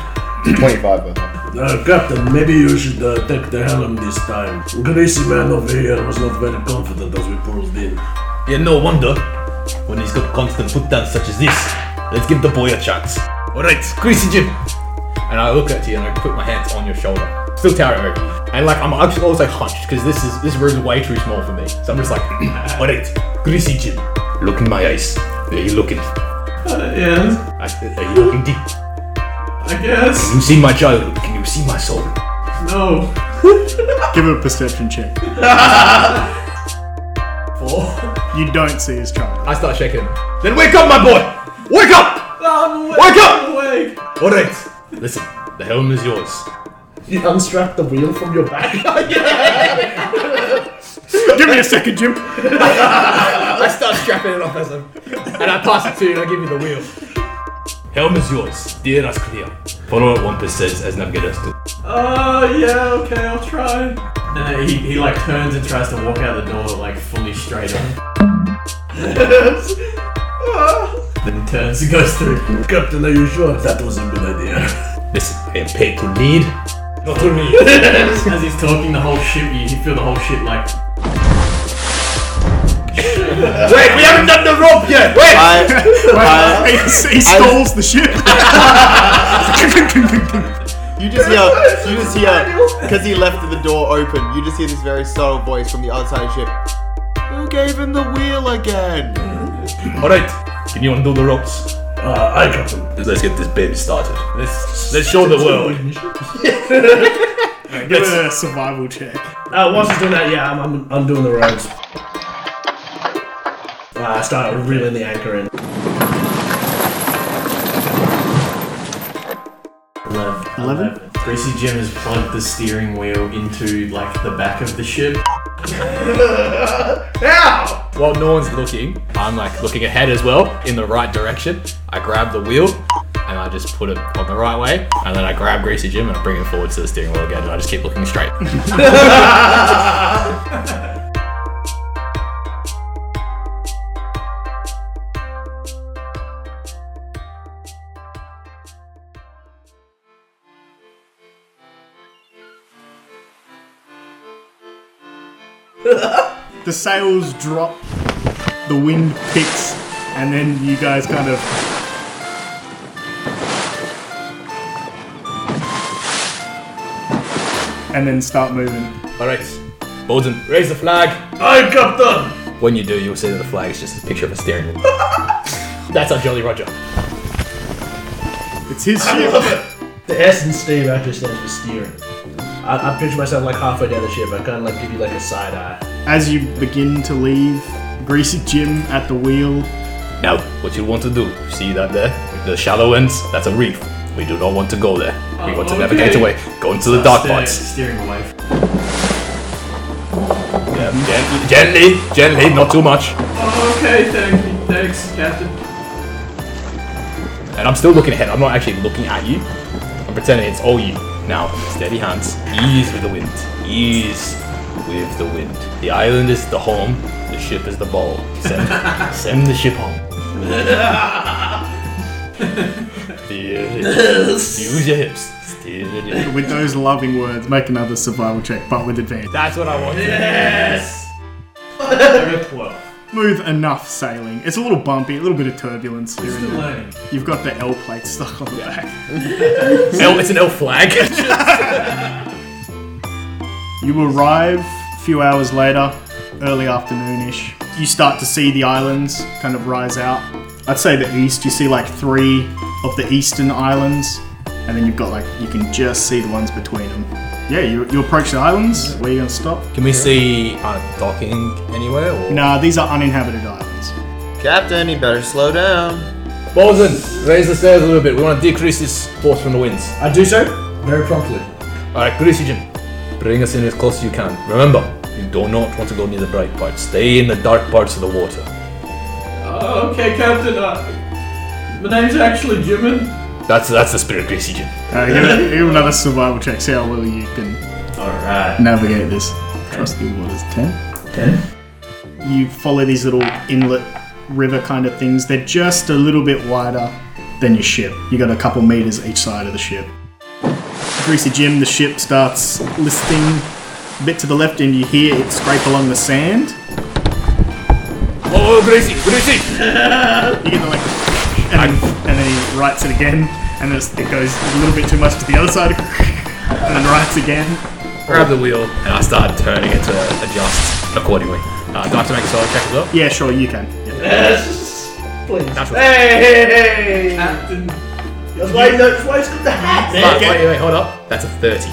[SPEAKER 5] Twenty-five. by the way.
[SPEAKER 7] Uh, Captain, maybe you should uh, take the helm this time. Greasy man over here was not very confident as we pulled in.
[SPEAKER 1] Yeah, no wonder. When he's got constant put downs such as this, let's give the boy a chance.
[SPEAKER 12] Alright, Greasy Jim. And I look at you and I put my hands on your shoulder. Still towering over you. And like I'm actually always like hunched because this is this room is way too small for me. So I'm just like
[SPEAKER 1] Alright, Greasy Jim, look in my eyes. Where you looking?
[SPEAKER 4] yeah,
[SPEAKER 1] I, are you looking deep?
[SPEAKER 4] I guess.
[SPEAKER 1] Can you see my childhood? Can you see my soul?
[SPEAKER 4] No.
[SPEAKER 2] Give him a perception check.
[SPEAKER 12] Four.
[SPEAKER 2] You don't see his child.
[SPEAKER 12] I start shaking.
[SPEAKER 1] Then wake up, my boy! Wake up! Wake up! Alright, listen, the helm is yours.
[SPEAKER 3] You unstrap the wheel from your back.
[SPEAKER 2] Give me a second, Jim.
[SPEAKER 12] I start strapping it off as I'm and I pass it to you and I give you the wheel.
[SPEAKER 1] Helm is yours, dear Asclear. Follow what Wampus says as navigators do.
[SPEAKER 4] Oh yeah, okay, I'll try. No, he, he like turns and tries to walk out the door like fully straight on. then he turns and goes through.
[SPEAKER 7] Captain, are you sure that was a good idea?
[SPEAKER 1] Listen, I am paid to lead, not to lead.
[SPEAKER 4] As he's talking, the whole ship you, you feel the whole ship like
[SPEAKER 1] Wait, we haven't done the rope yet! Wait!
[SPEAKER 5] I,
[SPEAKER 2] Right. he, he stalls the ship.
[SPEAKER 5] you just hear, you just hear, because he left the door open. You just hear this very subtle voice from the other side of the ship. Who gave him the wheel again?
[SPEAKER 1] Alright, can you undo the ropes?
[SPEAKER 7] Uh, I, Captain.
[SPEAKER 1] Let's get this baby started. Let's let's show the world.
[SPEAKER 2] Give it a survival check.
[SPEAKER 3] Uh, whilst he's doing that, yeah, I'm, I'm undoing the ropes. Uh, I start reeling the anchor in.
[SPEAKER 4] Eleven.
[SPEAKER 2] Eleven?
[SPEAKER 4] Greasy Jim has plugged the steering wheel into like the back of the ship.
[SPEAKER 12] While no one's looking, I'm like looking ahead as well in the right direction. I grab the wheel and I just put it on the right way, and then I grab Greasy Jim and I bring it forward to the steering wheel again, and I just keep looking straight.
[SPEAKER 2] The sails drop, the wind picks, and then you guys kind of. And then start moving.
[SPEAKER 12] Alright, Bolton, raise the flag.
[SPEAKER 7] I, Captain!
[SPEAKER 12] When you do, you'll see that the flag is just a picture of a steering wheel. That's our Jolly Roger.
[SPEAKER 2] It's his ship.
[SPEAKER 3] The S and Steve actually stands for steering. I, I picture myself like halfway down the ship. I kind of like give you like a side eye.
[SPEAKER 2] As you begin to leave, Greasy Jim at the wheel.
[SPEAKER 1] Now, what you want to do, see that there? The shallow ends, that's a reef. We do not want to go there. We want to navigate away. Go into the dark
[SPEAKER 4] Steer-
[SPEAKER 1] parts.
[SPEAKER 4] Steering away.
[SPEAKER 1] Gen- gently, gently, not too much.
[SPEAKER 4] Oh, Okay, thank you. Thanks, Captain.
[SPEAKER 1] And I'm still looking ahead. I'm not actually looking at you. I'm pretending it's all you. Now, steady hands. Ease with the wind. Ease with the wind. The island is the home. The ship is the ball. Send, send the ship home. Steer it. Use your hips. Steer it.
[SPEAKER 2] With those loving words, make another survival check, but with advantage.
[SPEAKER 1] That's what I want.
[SPEAKER 2] Smooth enough sailing. It's a little bumpy, a little bit of turbulence here and there.
[SPEAKER 4] Learning.
[SPEAKER 2] You've got the L plate stuck on the back.
[SPEAKER 1] L, it's an L flag.
[SPEAKER 2] You arrive a few hours later, early afternoonish. You start to see the islands kind of rise out. I'd say the east, you see like three of the eastern islands, and then you've got like, you can just see the ones between them. Yeah, you, you approach the islands. Where are you going to stop?
[SPEAKER 13] Can we see uh, docking anywhere? Or?
[SPEAKER 2] Nah, these are uninhabited islands.
[SPEAKER 5] Captain, you better slow down.
[SPEAKER 13] Bolton, raise the sails a little bit. We want to decrease this force from the winds.
[SPEAKER 3] I do so very promptly.
[SPEAKER 13] All right, Greasy Jim, bring us in as close as you can. Remember, you do not want to go near the bright parts. Stay in the dark parts of the water.
[SPEAKER 4] Uh, okay, Captain. Uh, my name's actually Jimin.
[SPEAKER 1] that's that's the spirit, Greasy Jim.
[SPEAKER 2] Uh, give, it, give it another survival check, see how well you can
[SPEAKER 4] Alright.
[SPEAKER 2] navigate this. Trusty waters, 10. 10. You follow these little inlet river kind of things. They're just a little bit wider than your ship. You got a couple meters each side of the ship. Greasy Jim, the ship starts listing a bit to the left, and you hear it scrape along the sand.
[SPEAKER 1] Oh, Gracie, Gracie!
[SPEAKER 2] you get the like, and, and then he writes it again, and then it's- it goes a little bit too much to the other side, and then writes again.
[SPEAKER 1] Grab the wheel and I start turning it to adjust accordingly. Uh, do I have to make a solo check as well?
[SPEAKER 2] Yeah, sure, you can.
[SPEAKER 3] Please.
[SPEAKER 1] Natural.
[SPEAKER 3] Hey! That's why, that's why it's got the hat!
[SPEAKER 1] But wait, wait, wait, hold up. That's a 30.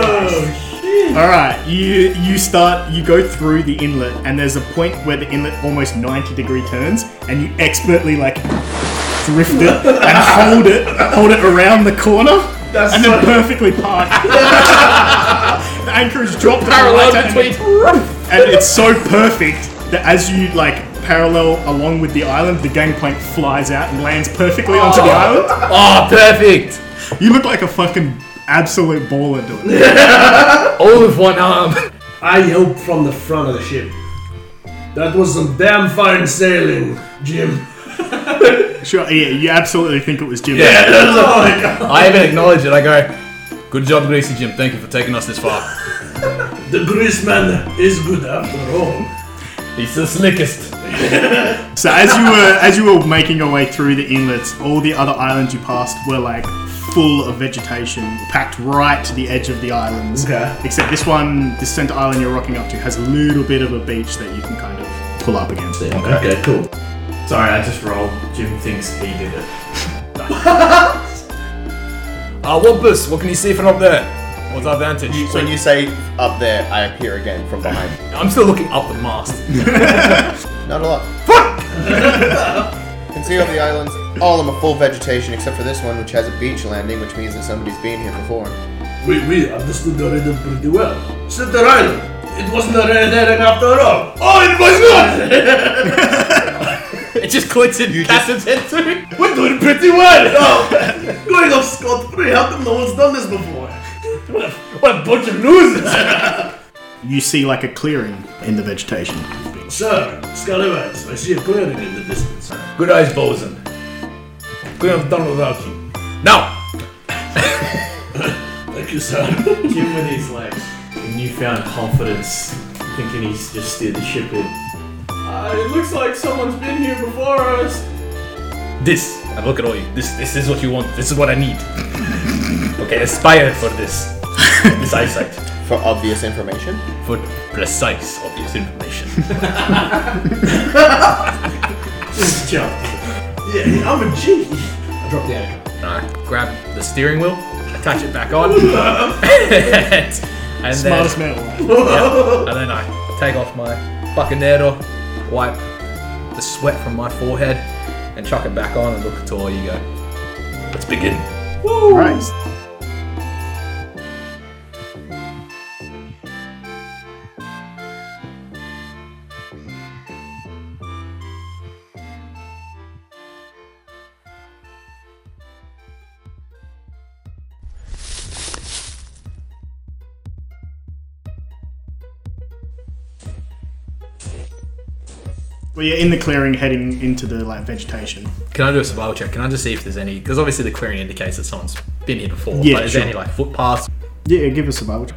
[SPEAKER 2] All right, you you start. You go through the inlet, and there's a point where the inlet almost 90 degree turns, and you expertly like drift it and hold it, hold it around the corner,
[SPEAKER 3] That's
[SPEAKER 2] and then perfectly park. the anchor is dropped at the
[SPEAKER 1] Parallel
[SPEAKER 2] right time,
[SPEAKER 1] between.
[SPEAKER 2] and it's so perfect that as you like parallel along with the island, the gangplank flies out and lands perfectly onto the island.
[SPEAKER 1] Oh, perfect!
[SPEAKER 2] You look like a fucking absolute baller doing it.
[SPEAKER 1] All with one arm.
[SPEAKER 7] I yelled from the front of the ship. That was some damn fine sailing, Jim.
[SPEAKER 2] Sure, yeah, you absolutely think it was Jim.
[SPEAKER 14] I even acknowledge it. I go, good job, Greasy Jim. Thank you for taking us this far.
[SPEAKER 7] The greaseman is good after all.
[SPEAKER 14] He's the slickest.
[SPEAKER 2] So as you were as you were making your way through the inlets, all the other islands you passed were like full of vegetation, packed right to the edge of the islands.
[SPEAKER 7] Okay.
[SPEAKER 2] Except this one, this center island you're rocking up to, has a little bit of a beach that you can kind of pull up against. It.
[SPEAKER 7] Okay, cool.
[SPEAKER 4] Sorry, I just rolled. Jim thinks he did it.
[SPEAKER 14] Ah, Wampus, what can you see from up there? What's our vantage?
[SPEAKER 5] When you say up there, I appear again from behind.
[SPEAKER 14] I'm still looking up the mast.
[SPEAKER 5] Not a lot. Can see all the islands, all of them are full vegetation except for this one, which has a beach landing, which means that somebody's been here before.
[SPEAKER 7] We, we understood the rhythm pretty well. Center Island. It wasn't a red herring after all. Oh, it was not!
[SPEAKER 14] It just clicks in Cass's head too.
[SPEAKER 7] We're doing pretty well. Oh, going off scot free. How come no one's done this before? What a, what a bunch of losers!
[SPEAKER 2] You see like a clearing in the vegetation.
[SPEAKER 7] Sir, Scallywags, Uh, I see a clearing in the distance.
[SPEAKER 14] Good eyes, bosun. Couldn't have done without you. Now,
[SPEAKER 7] Thank you, sir.
[SPEAKER 4] Jim with his like newfound confidence, thinking he's just steered the ship in. Uh, it looks like someone's been here before us.
[SPEAKER 1] This. I look at all you. This this is what you want. This is what I need. okay, aspire for this. This eyesight.
[SPEAKER 5] For obvious information.
[SPEAKER 1] For precise, obvious information.
[SPEAKER 7] Yeah, I'm a G. I dropped the anchor.
[SPEAKER 1] I grab the steering wheel, attach it back on, and, then,
[SPEAKER 2] Smartest man alive.
[SPEAKER 1] and then I take off my bucanero, wipe the sweat from my forehead, and chuck it back on and look to all you go. Let's begin.
[SPEAKER 2] Christ. Well, you're in the clearing, heading into the like vegetation.
[SPEAKER 1] Can I do a survival check? Can I just see if there's any? Because obviously the clearing indicates that someone's been here before.
[SPEAKER 2] Yeah,
[SPEAKER 1] but is
[SPEAKER 2] sure.
[SPEAKER 1] there any like footpaths?
[SPEAKER 2] Yeah, give us a moment.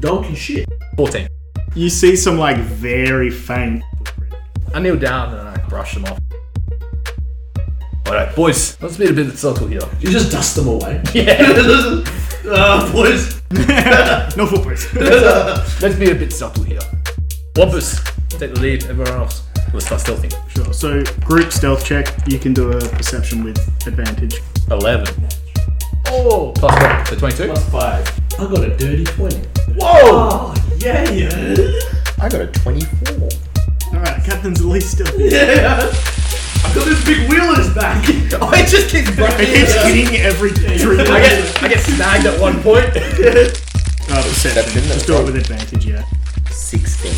[SPEAKER 7] Donkey shit.
[SPEAKER 1] 14.
[SPEAKER 2] You see some like very faint. footprint.
[SPEAKER 1] I kneel down and I brush them off. Alright, boys, let's build a bit of circle here.
[SPEAKER 7] You just dust them away.
[SPEAKER 1] Yeah.
[SPEAKER 7] uh, boys.
[SPEAKER 2] No footprints.
[SPEAKER 1] Let's be a bit subtle here. Wampus, take the lead, everyone else. Let's start stealthing.
[SPEAKER 2] Sure. So group stealth check. You can do a perception with advantage.
[SPEAKER 1] 11. Oh! Plus 1, so 22.
[SPEAKER 7] Plus five. I got a dirty 20. Whoa!
[SPEAKER 1] Oh.
[SPEAKER 7] yeah, yeah.
[SPEAKER 5] I got a 24.
[SPEAKER 2] All right, captain's at least stealthy.
[SPEAKER 7] Yeah. I got this big wheel in his back.
[SPEAKER 1] Oh, it just keeps
[SPEAKER 2] It keeps hitting every tree.
[SPEAKER 1] I get, I get snagged at one point.
[SPEAKER 2] Oh, perception.
[SPEAKER 5] Perception,
[SPEAKER 2] Just do it with advantage, yeah.
[SPEAKER 5] 16.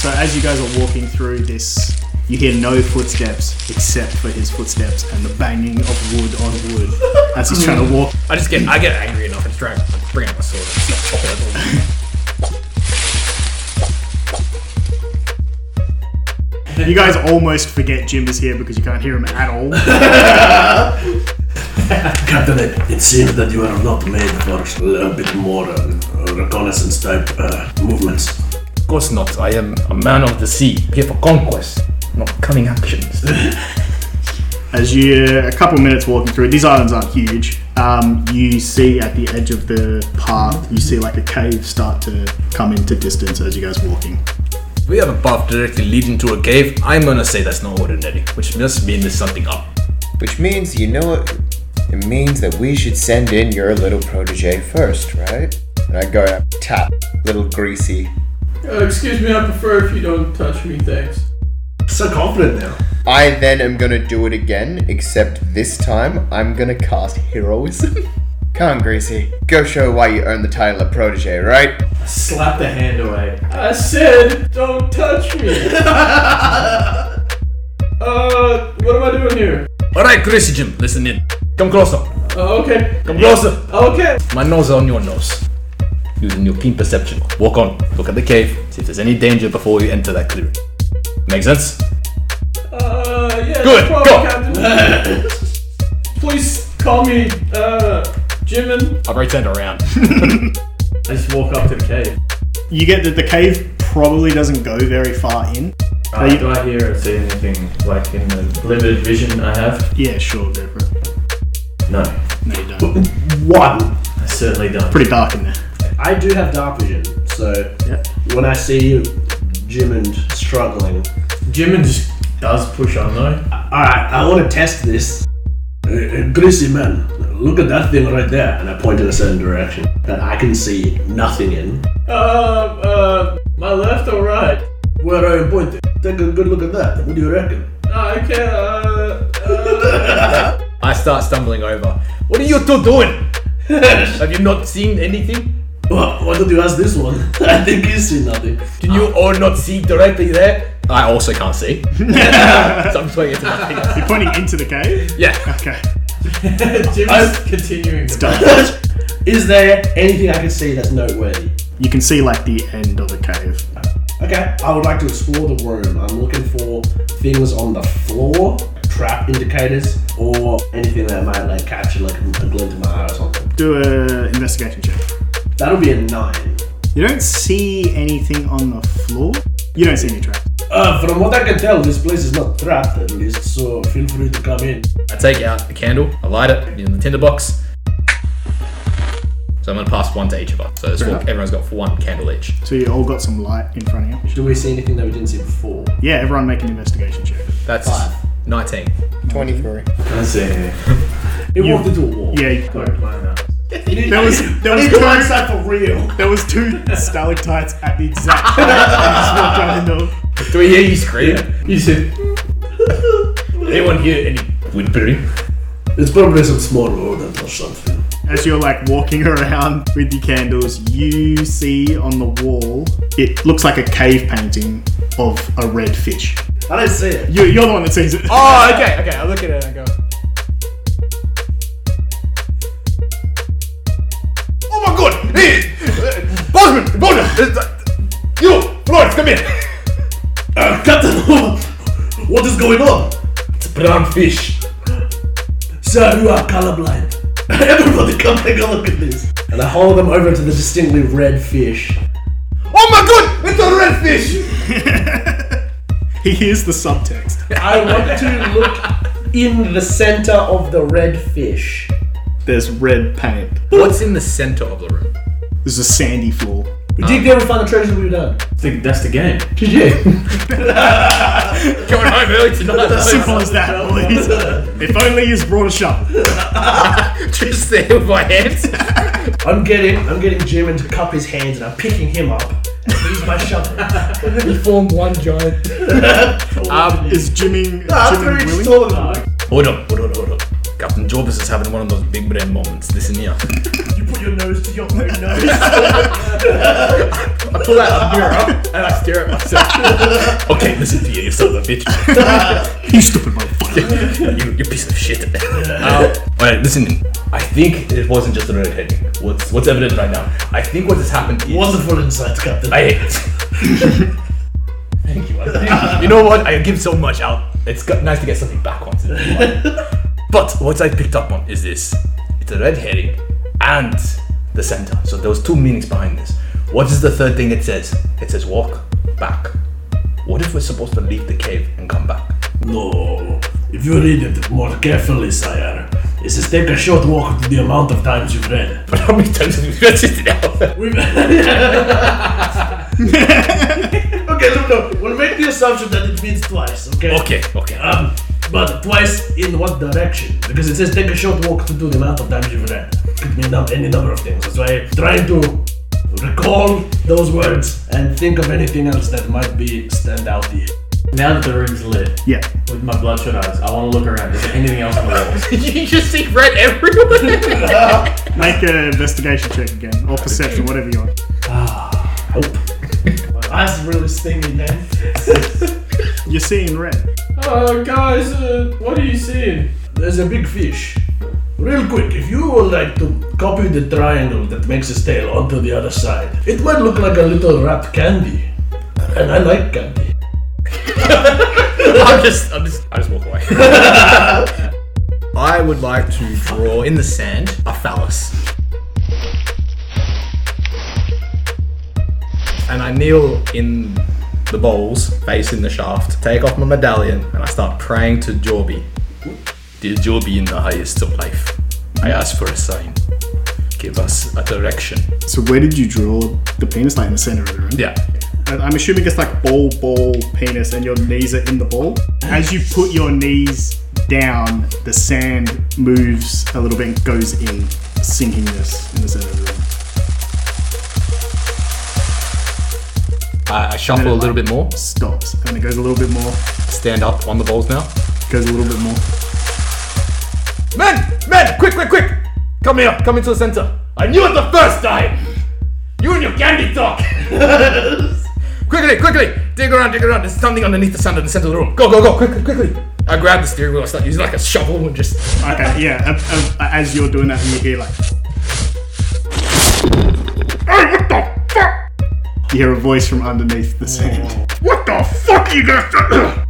[SPEAKER 2] So as you guys are walking through this, you hear no footsteps except for his footsteps and the banging of wood on wood as he's trying to walk.
[SPEAKER 1] I just get I get angry enough. I just try and bring out my sword. and start chopping at them.
[SPEAKER 2] You guys almost forget Jim is here because you can't hear him at all.
[SPEAKER 7] Captain, it seems that you are not made for a little bit more uh, reconnaissance type uh, movements.
[SPEAKER 1] Of course not. I am a man of the sea, here for conquest, not cunning actions.
[SPEAKER 2] As you're a couple minutes walking through, these islands aren't huge. Um, you see at the edge of the path, you see like a cave start to come into distance as you guys walking.
[SPEAKER 15] We have a path directly leading to a cave. I'm gonna say that's not ordinary, which must mean there's something up.
[SPEAKER 5] Which means, you know what? It means that we should send in your little protege first, right? And I go and I tap little greasy.
[SPEAKER 4] Uh, excuse me, I prefer if you don't touch me, thanks.
[SPEAKER 7] So confident now.
[SPEAKER 5] I then am gonna do it again, except this time I'm gonna cast heroism. Come on, Greasy. Go show why you earned the title of protege, right?
[SPEAKER 4] Slap the hand away. I said, don't touch me. uh, what am I doing here?
[SPEAKER 1] Alright, Chrissy Jim, listen in. Come closer.
[SPEAKER 4] Uh, okay,
[SPEAKER 1] Come closer.
[SPEAKER 4] okay.
[SPEAKER 1] My nose on your nose. Using your keen perception. Walk on. Look at the cave. See if there's any danger before you enter that clearing. Make sense?
[SPEAKER 4] Uh, yeah,
[SPEAKER 1] Good, go.
[SPEAKER 4] no problem, Captain. Please call me, uh, Jimin.
[SPEAKER 1] I'll pretend around.
[SPEAKER 4] I just walk up to the cave.
[SPEAKER 2] You get that the cave probably doesn't go very far in.
[SPEAKER 4] Uh, do I hear or see anything like in the limited vision I have?
[SPEAKER 2] Yeah, sure, go for it.
[SPEAKER 4] No,
[SPEAKER 2] No, you don't.
[SPEAKER 3] One.
[SPEAKER 4] I certainly don't.
[SPEAKER 2] Pretty dark in there.
[SPEAKER 3] I do have dark vision, so
[SPEAKER 2] Yep.
[SPEAKER 3] when I see you, Jim and struggling,
[SPEAKER 4] Jimin just does push on though.
[SPEAKER 3] all right, I want to test this.
[SPEAKER 7] Uh, uh, greasy man, look at that thing right there.
[SPEAKER 3] And I point in a certain direction that I can see nothing in.
[SPEAKER 4] Uh, uh, my left or right?
[SPEAKER 7] Where I am pointing. Take a good look at that. What do you reckon?
[SPEAKER 4] Uh, I can't, uh, uh.
[SPEAKER 1] I start stumbling over. What are you two doing?
[SPEAKER 4] uh.
[SPEAKER 1] Have you not seen anything?
[SPEAKER 7] Well, why don't you ask this one? I think he's seen nothing.
[SPEAKER 1] Did you all not see directly there? I also can't see. so I'm just waiting to nothing.
[SPEAKER 2] You're pointing into the cave?
[SPEAKER 1] Yeah.
[SPEAKER 2] Okay.
[SPEAKER 4] Jimin's continuing to
[SPEAKER 3] Is there anything I can see that's noteworthy?
[SPEAKER 2] You can see like the end of the cave.
[SPEAKER 3] Okay, I would like to explore the room. I'm looking for things on the floor, trap indicators, or anything that might like catch like a glint in my eye or something.
[SPEAKER 2] Do a investigation check.
[SPEAKER 3] That'll be a nine.
[SPEAKER 2] You don't see anything on the floor. You don't see any traps.
[SPEAKER 7] Uh, from what I can tell, this place is not trapped at least, so feel free to come in.
[SPEAKER 1] I take out the candle, I light it in the tinderbox. So I'm gonna pass one to each of us. So it's four, everyone's got one candle each.
[SPEAKER 2] So you all got some light in front of you.
[SPEAKER 3] Do we see anything that we didn't see before?
[SPEAKER 2] Yeah, everyone make an investigation check.
[SPEAKER 1] That's 19.
[SPEAKER 5] 23.
[SPEAKER 4] I see. It
[SPEAKER 7] He walked into a wall.
[SPEAKER 2] Yeah, you got it.
[SPEAKER 7] There
[SPEAKER 2] There was there was two,
[SPEAKER 7] for real.
[SPEAKER 2] there was two stalactites at the exact time. that you just walked right
[SPEAKER 1] Do we hear you scream?
[SPEAKER 4] You said,
[SPEAKER 1] Anyone hear any whimpering?
[SPEAKER 7] It's probably some small rodent or something.
[SPEAKER 2] in. As you're like walking around with your candles, you see on the wall it looks like a cave painting of a red fish.
[SPEAKER 3] I don't see it.
[SPEAKER 2] You, you're the one that sees it.
[SPEAKER 16] Oh, okay, okay. I look at it and I go,
[SPEAKER 1] Oh my god! Hey! Bosman! Bosman! You! Florence, come here!
[SPEAKER 7] Uh, Captain, what is going on?
[SPEAKER 4] it's a brown fish.
[SPEAKER 7] Sir, you are colorblind. Everybody, come take a look at this.
[SPEAKER 3] And I hold them over to the distinctly red fish.
[SPEAKER 1] Oh my god! It's a red fish!
[SPEAKER 2] He hears the subtext.
[SPEAKER 3] I want to look in the center of the red fish.
[SPEAKER 2] There's red paint.
[SPEAKER 1] What's in the center of the room?
[SPEAKER 2] There's a sandy floor.
[SPEAKER 3] Did you ever find the treasure we were done?
[SPEAKER 4] Ah. I think that's the game.
[SPEAKER 3] Did you?
[SPEAKER 1] Going home early tonight.
[SPEAKER 2] Simple as that, please. if only he's brought a shovel.
[SPEAKER 1] Just there with my hands.
[SPEAKER 3] I'm getting I'm getting Jimin to cup his hands and I'm picking him up. And he's my shovel.
[SPEAKER 1] We formed one giant. um,
[SPEAKER 2] Is Jimmy,
[SPEAKER 3] After
[SPEAKER 2] Jimmy
[SPEAKER 3] each
[SPEAKER 2] willing?
[SPEAKER 3] saw them,
[SPEAKER 1] hold up, hold up, hold up. Captain Jarvis is having one of those big brain moments. Listen here.
[SPEAKER 7] You put your nose to your own nose.
[SPEAKER 1] I pull out a mirror and I stare at myself. okay, listen to you, you son of a bitch.
[SPEAKER 2] You stupid motherfucker.
[SPEAKER 1] you, you piece of shit. um, Alright, listen. I think it wasn't just a red herring. What's what's evident right now? I think what has happened is
[SPEAKER 7] Wonderful insight, Captain.
[SPEAKER 1] I hate it. Thank you. I think- you know what? I give so much out. It's got, nice to get something back once in a while. But what I picked up on is this it's a red herring and the center. So there was two meanings behind this. What is the third thing it says? It says walk back. What if we're supposed to leave the cave and come back?
[SPEAKER 3] No. If you read it more carefully, sire, it says take a short walk to the amount of times you've read.
[SPEAKER 1] But how many times have we read it now?
[SPEAKER 3] We've- okay, look, no, we'll make the assumption that it means twice, okay?
[SPEAKER 1] Okay, okay.
[SPEAKER 3] Um, but twice in what direction? Because it says take a short walk to do the amount of times you've read. Could mean num- any number of things. That's why I'm trying to recall those words and think of anything else that might be stand out here.
[SPEAKER 17] Now that the room's lit,
[SPEAKER 2] Yeah.
[SPEAKER 17] with my bloodshot eyes, I want to look around. Is there anything else on the walls?
[SPEAKER 1] you just see red everywhere.
[SPEAKER 2] Make an investigation check again, or perception, whatever you want.
[SPEAKER 3] Hope. My eyes really stinging, man.
[SPEAKER 2] You're seeing red.
[SPEAKER 17] Oh, guys, uh, what are you seeing?
[SPEAKER 3] There's a big fish. Real quick, if you would like to copy the triangle that makes its tail onto the other side, it might look like a little rat candy. And I like candy.
[SPEAKER 1] I'm just, I'm just, I just walk away. I would like to draw in the sand a phallus. And I kneel in the bowls, face in the shaft, take off my medallion, and I start praying to Jorby. Dear Jorby in the highest of life, I ask for a sign. Give us a direction.
[SPEAKER 2] So where did you draw the penis? Like in the center of the room.
[SPEAKER 1] Yeah.
[SPEAKER 2] I- I'm assuming it's like ball, ball, penis, and your knees are in the ball. As you put your knees down, the sand moves a little bit and goes in, sinking this in the center of the room.
[SPEAKER 1] I, I shuffle a little bit more,
[SPEAKER 2] Stops, and it goes a little bit more,
[SPEAKER 1] stand up on the bowls now.
[SPEAKER 2] goes a little bit more.
[SPEAKER 1] Men! Men! Quick, quick, quick! Come here, come into the center. I knew it the first time! You and your candy talk! quickly, quickly! Dig around, dig around. There's something underneath the sand in the center of the room. Go, go, go, quickly, quickly! I grab the steering wheel, I start using like a shovel and just.
[SPEAKER 2] Okay, yeah. a- a- as you're doing that, and you hear like, "Hey, what the fuck?" You hear a voice from underneath the sand. What the fuck you guys?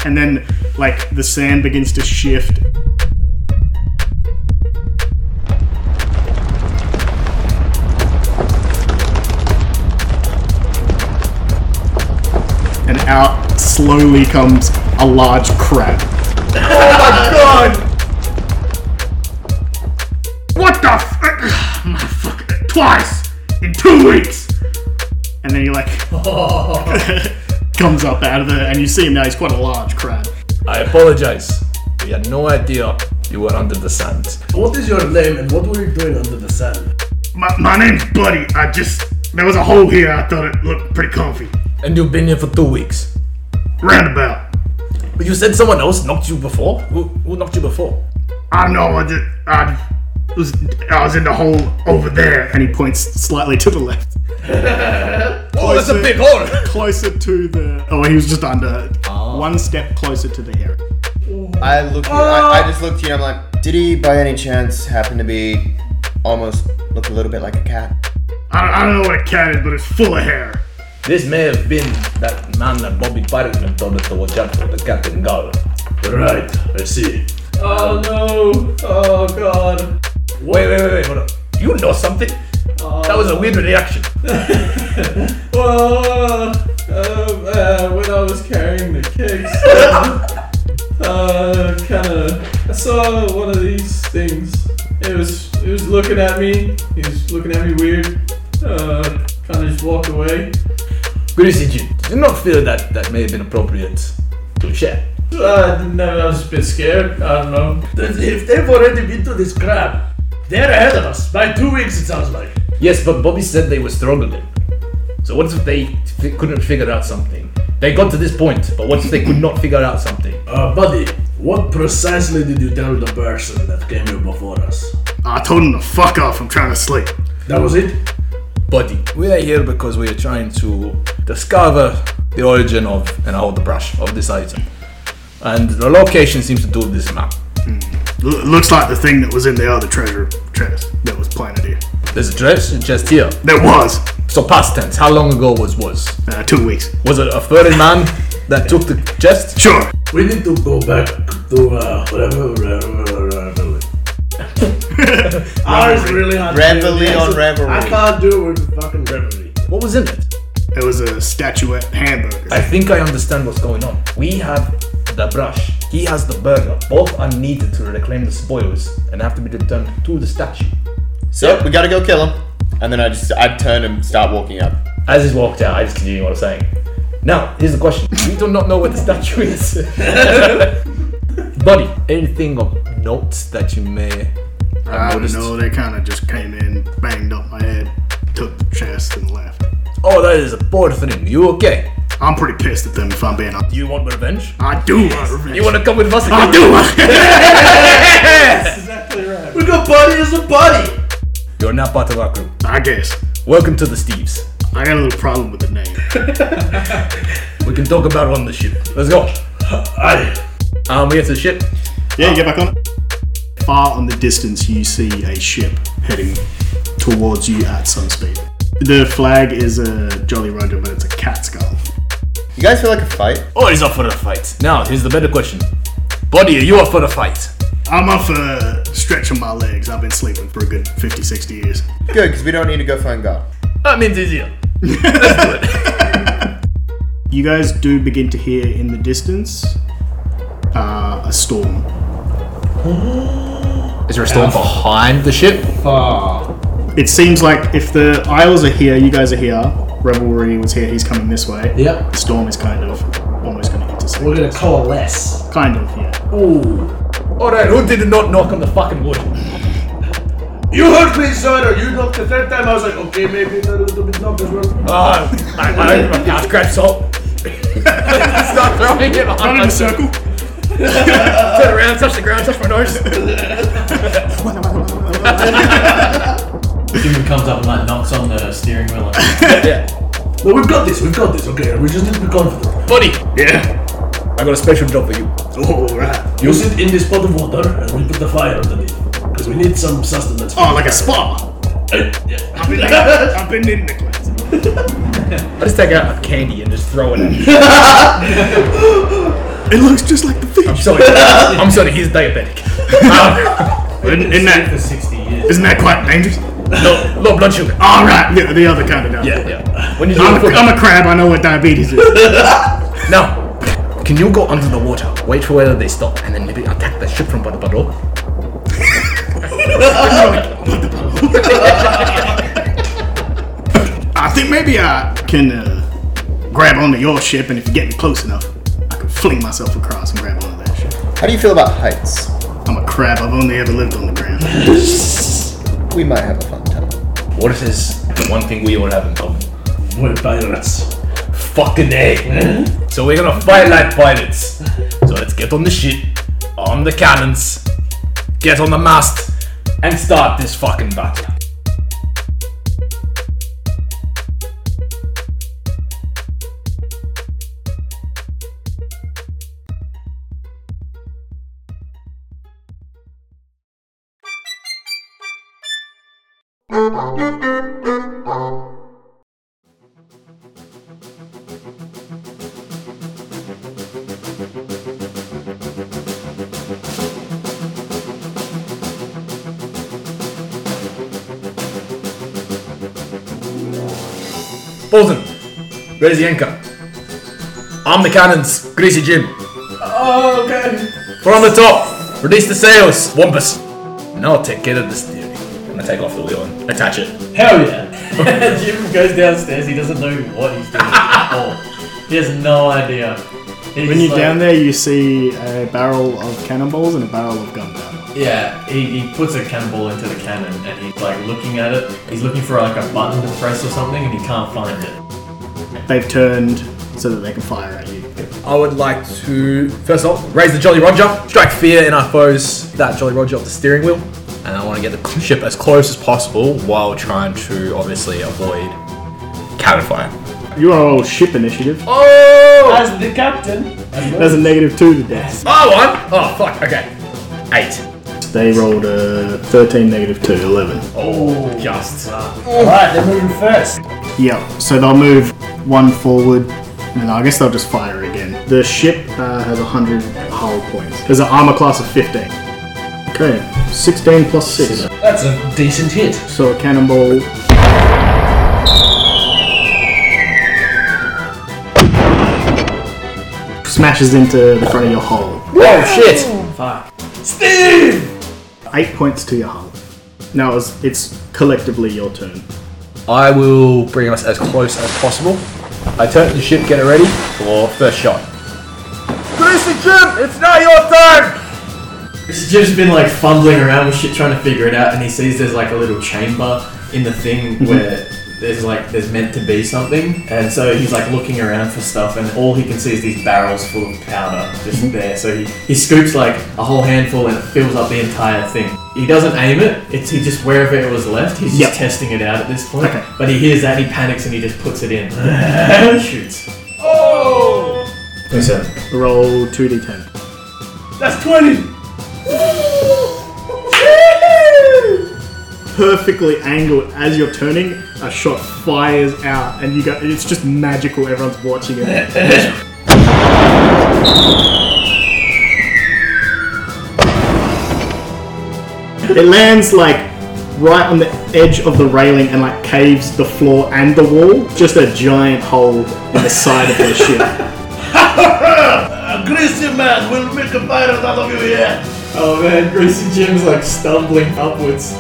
[SPEAKER 2] and then, like, the sand begins to shift. And out slowly comes a large crab. What the f- my fuck twice in two weeks, and then he like comes up out of there, and you see him now. He's quite a large crab.
[SPEAKER 1] I apologize. We had no idea you were under the sand.
[SPEAKER 3] What is your name and what were you doing under the sand?
[SPEAKER 2] My, my name's Buddy. I just there was a hole here. I thought it looked pretty comfy.
[SPEAKER 1] And you've been here for two weeks.
[SPEAKER 2] Roundabout.
[SPEAKER 1] But you said someone else knocked you before? Who, who knocked you before?
[SPEAKER 2] I know. I just I was I was in the hole over there, and he points slightly to the left,
[SPEAKER 1] Oh, that's a big hole!
[SPEAKER 2] closer to the. Oh, he was just under one step closer to the hair.
[SPEAKER 5] I look.
[SPEAKER 4] Ah!
[SPEAKER 5] I, I just looked here. I'm like, did he by any chance happen to be almost look a little bit like a cat?
[SPEAKER 2] I, I don't know what a cat is, but it's full of hair.
[SPEAKER 1] This may have been that man that Bobby Parrington told us to watch out for, the Captain Gull.
[SPEAKER 3] Right, I see.
[SPEAKER 17] Oh no! Oh god!
[SPEAKER 1] Wait, wait, wait, wait, hold on. You know something? that was a weird reaction.
[SPEAKER 17] Well, um, uh, when I was carrying the cakes, uh, kind of, I saw one of these things. It was, it was looking at me. He was looking at me weird. Uh, kind of just walked away.
[SPEAKER 1] Gracie, you did not feel that that may have been appropriate to share.
[SPEAKER 17] I didn't know. I was a bit scared. I don't know.
[SPEAKER 3] If they've already been to this crab, they're ahead of us. By two weeks, it sounds like.
[SPEAKER 1] Yes, but Bobby said they were struggling. So what if they fi- couldn't figure out something? They got to this point, but what if they could not figure out something?
[SPEAKER 3] Uh, buddy, what precisely did you tell the person that came here before us?
[SPEAKER 2] I told him to fuck off. I'm trying to sleep.
[SPEAKER 3] That was it?
[SPEAKER 1] Buddy, we are here because we are trying to discover the origin of, and I hold the brush, of this item. And the location seems to do this map.
[SPEAKER 2] L- looks like the thing that was in the other treasure chest that was planted here.
[SPEAKER 1] There's a dress just here.
[SPEAKER 2] There was
[SPEAKER 1] So past tense, how long ago was was?
[SPEAKER 2] uh, two weeks.
[SPEAKER 1] Was it a furry man that took the chest?
[SPEAKER 2] Sure.
[SPEAKER 3] We need to go back to uh, whatever. whatever, whatever, whatever. Ours is really hard. to do.
[SPEAKER 5] Reveille
[SPEAKER 3] Yeah,
[SPEAKER 5] on
[SPEAKER 3] so
[SPEAKER 5] revelry.
[SPEAKER 3] I can't do it with fucking revelry.
[SPEAKER 18] What was in it?
[SPEAKER 2] It was a statuette hamburger.
[SPEAKER 1] I think I understand what's going on. We have the brush. He has the burger. Both are needed to reclaim the spoils and have to be returned to the statue.
[SPEAKER 5] So we gotta go kill him. And then I just I turn and start walking up.
[SPEAKER 1] As he's walked out, I just continue what I'm saying. Now, here's the question. we do not know where the statue is. Buddy, anything of note that you may
[SPEAKER 2] I don't know, they kind of just came in, banged up my head, took the chest, and left.
[SPEAKER 18] Oh, that is a poor thing. You okay?
[SPEAKER 2] I'm pretty pissed at them if I'm being honest.
[SPEAKER 1] You want revenge?
[SPEAKER 2] I do want revenge.
[SPEAKER 1] You want to come with us
[SPEAKER 2] I
[SPEAKER 1] again?
[SPEAKER 2] do want
[SPEAKER 3] We got buddy as a buddy.
[SPEAKER 1] You're not part of our group.
[SPEAKER 2] I guess.
[SPEAKER 1] Welcome to the Steves.
[SPEAKER 2] I got a little problem with the name.
[SPEAKER 1] We can talk about it on the ship. Let's go.
[SPEAKER 7] Aye.
[SPEAKER 1] Um, we get to the ship.
[SPEAKER 2] Yeah, get back on it. Far on the distance, you see a ship heading towards you at some speed. The flag is a Jolly Roger, but it's a cat skull.
[SPEAKER 5] You guys feel like a fight?
[SPEAKER 1] Always up for a fight. Now, here's the better question. Buddy, are you up for a fight?
[SPEAKER 2] I'm off for stretching my legs. I've been sleeping for a good 50, 60 years.
[SPEAKER 5] Good, because we don't need to go find God.
[SPEAKER 1] That means easier.
[SPEAKER 2] You guys do begin to hear in the distance uh, a storm.
[SPEAKER 18] Is there a storm behind the ship?
[SPEAKER 2] It seems like if the Isles are here, you guys are here. Revelry was here. He's coming this way.
[SPEAKER 3] Yep.
[SPEAKER 2] The storm is kind of almost going to intersect.
[SPEAKER 3] We're gonna coalesce.
[SPEAKER 2] Kind of, yeah.
[SPEAKER 1] Alright, who did not knock on the fucking wood?
[SPEAKER 2] Oh,
[SPEAKER 7] You heard me, sir. You knocked the third time. I was like, okay, maybe it's a little bit knocked as well.
[SPEAKER 1] Ah, I, I, I, I grab salt. Start throwing it on.
[SPEAKER 2] Not in a circle.
[SPEAKER 1] Turn around, touch the ground, touch my nose.
[SPEAKER 4] Dude comes up and like knocks on the steering wheel. And,
[SPEAKER 7] No, we've got this. We've got
[SPEAKER 3] Oh,
[SPEAKER 7] this. Okay, we just need to be confident.
[SPEAKER 1] Buddy,
[SPEAKER 2] Yeah.
[SPEAKER 1] I got a special job for you.
[SPEAKER 2] All right.
[SPEAKER 7] You sit in this pot of water, and we put the fire underneath because we need some sustenance.
[SPEAKER 2] Oh, like a spa.
[SPEAKER 7] Eh, yeah.
[SPEAKER 2] I've been, I've been in the cleanser.
[SPEAKER 1] I just take out a candy and just throw it at him.
[SPEAKER 2] It looks just like the
[SPEAKER 1] I'm
[SPEAKER 2] fish.
[SPEAKER 1] sorry. I'm sorry, he's diabetic. Um,
[SPEAKER 2] Isn't, isn't
[SPEAKER 17] Oh,
[SPEAKER 4] for
[SPEAKER 2] that
[SPEAKER 4] 60 years.
[SPEAKER 2] isn't that quite dangerous?
[SPEAKER 1] no, low blood sugar.
[SPEAKER 2] All right. Yeah, the other kind of diabetes.
[SPEAKER 1] Yeah, yeah. When you do
[SPEAKER 2] I'm a,
[SPEAKER 1] it,
[SPEAKER 2] I'm a crab. I know what diabetes is.
[SPEAKER 1] Now, can you go under the water, wait for whether they stop, and then maybe attack the ship from Badabado?
[SPEAKER 2] I think maybe I can uh, grab onto your ship, and if you get me close enough, I can fling myself across and grab onto that ship.
[SPEAKER 5] How do you feel about heights?
[SPEAKER 2] I'm a crab. I've only ever lived on the ground.
[SPEAKER 5] We might have a fun time.
[SPEAKER 1] What if there's one thing we all have in common?
[SPEAKER 7] We're pirates.
[SPEAKER 1] Fucking A. so we're gonna fight like pirates. So let's get on the ship, on the cannons, get on the mast, and start this fucking battle. Bolton, raise the anchor. Arm the cannons, Greasy Jim.
[SPEAKER 3] Oh, okay.
[SPEAKER 1] From the top, release the sails, Wampus. Now take care of the steering. I'm gonna take off the wheel and attach it.
[SPEAKER 4] Hell yeah. Jim goes downstairs. He doesn't know what he's doing at all. He has no idea. He's
[SPEAKER 2] When you're
[SPEAKER 4] like-
[SPEAKER 2] down there, you see a barrel of cannonballs and a barrel of gunpowder.
[SPEAKER 4] Yeah, he, he puts a cannonball into the cannon and he's like looking at it. He's looking for like a button to press or something and he can't find it.
[SPEAKER 2] They've turned so that they can fire at you.
[SPEAKER 18] I would like to first off raise the Jolly Roger, strike fear in our foes. That Jolly Roger off the steering wheel, and I want to get the ship as close as possible while trying to obviously avoid cannon fire.
[SPEAKER 2] You are all ship initiative.
[SPEAKER 18] Oh,
[SPEAKER 3] As the captain,
[SPEAKER 2] That's a negative two to death.
[SPEAKER 1] Oh, one. Oh, fuck. Okay. Eight.
[SPEAKER 2] They rolled a 13, negative 2, 11.
[SPEAKER 1] Just.
[SPEAKER 3] alright, they're moving first.
[SPEAKER 2] Yep, so they'll move one forward, and I guess they'll just fire again. The ship uh, has 100 hull points. There's an armor class of 15. Okay, 16 plus 6.
[SPEAKER 3] That's a decent hit.
[SPEAKER 2] So a cannonball. Smashes into the front of your hull.
[SPEAKER 3] Oh,
[SPEAKER 1] Whoa, shit!
[SPEAKER 3] Fuck.
[SPEAKER 2] Eight points to your hull. Now it's, it's collectively your turn.
[SPEAKER 1] I will bring us as close as possible. I turn to the ship, get it ready for first shot.
[SPEAKER 4] He's just been like fumbling around with shit trying to figure it out, and he sees there's like a little chamber in the
[SPEAKER 2] Mhm.
[SPEAKER 4] thing where there's like there's meant to be something, and so he's like looking around for stuff, and all he can see is these barrels full of powder just
[SPEAKER 2] Mhm.
[SPEAKER 4] there. So he, he scoops like a whole handful and it fills up the entire thing. He doesn't aim it; it's he just wherever it was left. He's just
[SPEAKER 2] Yep.
[SPEAKER 4] testing it out at this point.
[SPEAKER 2] Okay.
[SPEAKER 4] But he hears that, he panics, and he just puts it in. Shoots. Oh. Twenty-seven.
[SPEAKER 2] Roll 2d10.
[SPEAKER 7] That's 20!
[SPEAKER 2] Perfectly angled as you're turning, a shot fires out and you go. It's just magical. Everyone's watching it. it lands like right on the edge of the railing and like caves the floor and the wall. Just a giant hole in the side of their ship.
[SPEAKER 7] A greasy man will make a pirate out of you here!
[SPEAKER 4] Oh man, Greasy Jim's like stumbling upwards.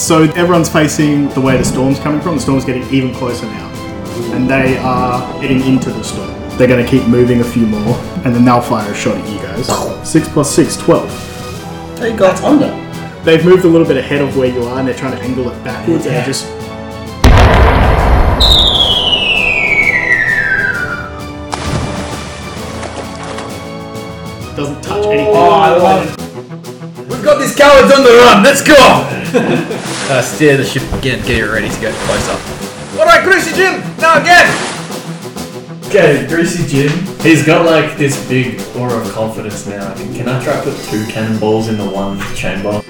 [SPEAKER 2] So everyone's facing the way the storm's coming from. The storm's getting even closer now, and they are heading into the storm. They're going to keep moving a few more, and then they'll fire a shot at you guys. Six plus six, twelve.
[SPEAKER 3] Hey, got under.
[SPEAKER 2] They've moved a little bit ahead of where you are, and they're trying to angle it backwards, and it just doesn't touch anything.
[SPEAKER 19] We've got these cowards on the run. Let's go. uh, steer the ship again. Get it ready to get closer. All right, Greasy Jim. Now again.
[SPEAKER 4] Okay, Greasy Jim. He's got like this big aura of confidence now. I think, Can I try to put two cannonballs in the one chamber?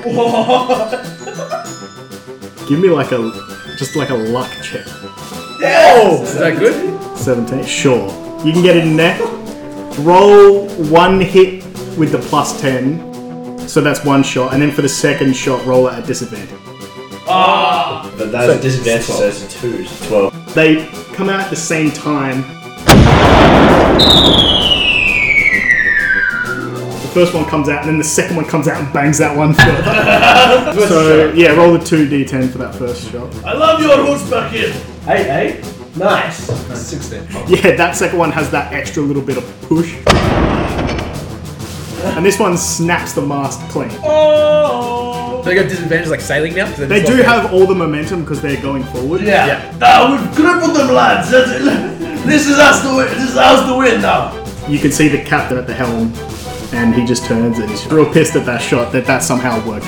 [SPEAKER 2] Give me like a just like a luck check.
[SPEAKER 19] Oh! Is that good?
[SPEAKER 2] 17. Sure. You can get it in there. Roll one hit with the plus 10. So that's one shot. And then for the second shot, roll it at disadvantage.
[SPEAKER 3] But that's a disadvantage, so it's twos. Twelve.
[SPEAKER 2] They come out at the same time. The first one comes out, and then the second one comes out and bangs that one further. so, yeah, roll the 2d10 for that first shot.
[SPEAKER 7] I love your roots back here!
[SPEAKER 3] Eight, eight. Nice.
[SPEAKER 2] Yeah, that second one has that extra little bit of push. And this one snaps the mast clean.
[SPEAKER 19] They got disadvantage like sailing now. 'Cause
[SPEAKER 2] They
[SPEAKER 19] just
[SPEAKER 2] do
[SPEAKER 19] like-
[SPEAKER 2] have all the momentum because they're going forward.
[SPEAKER 7] Yeah. Now we've crippled them, lads! That's it. This is us to win! This is us to win now!
[SPEAKER 2] You can see the captain at the helm, and he just turns and he's real pissed at that shot that that somehow worked.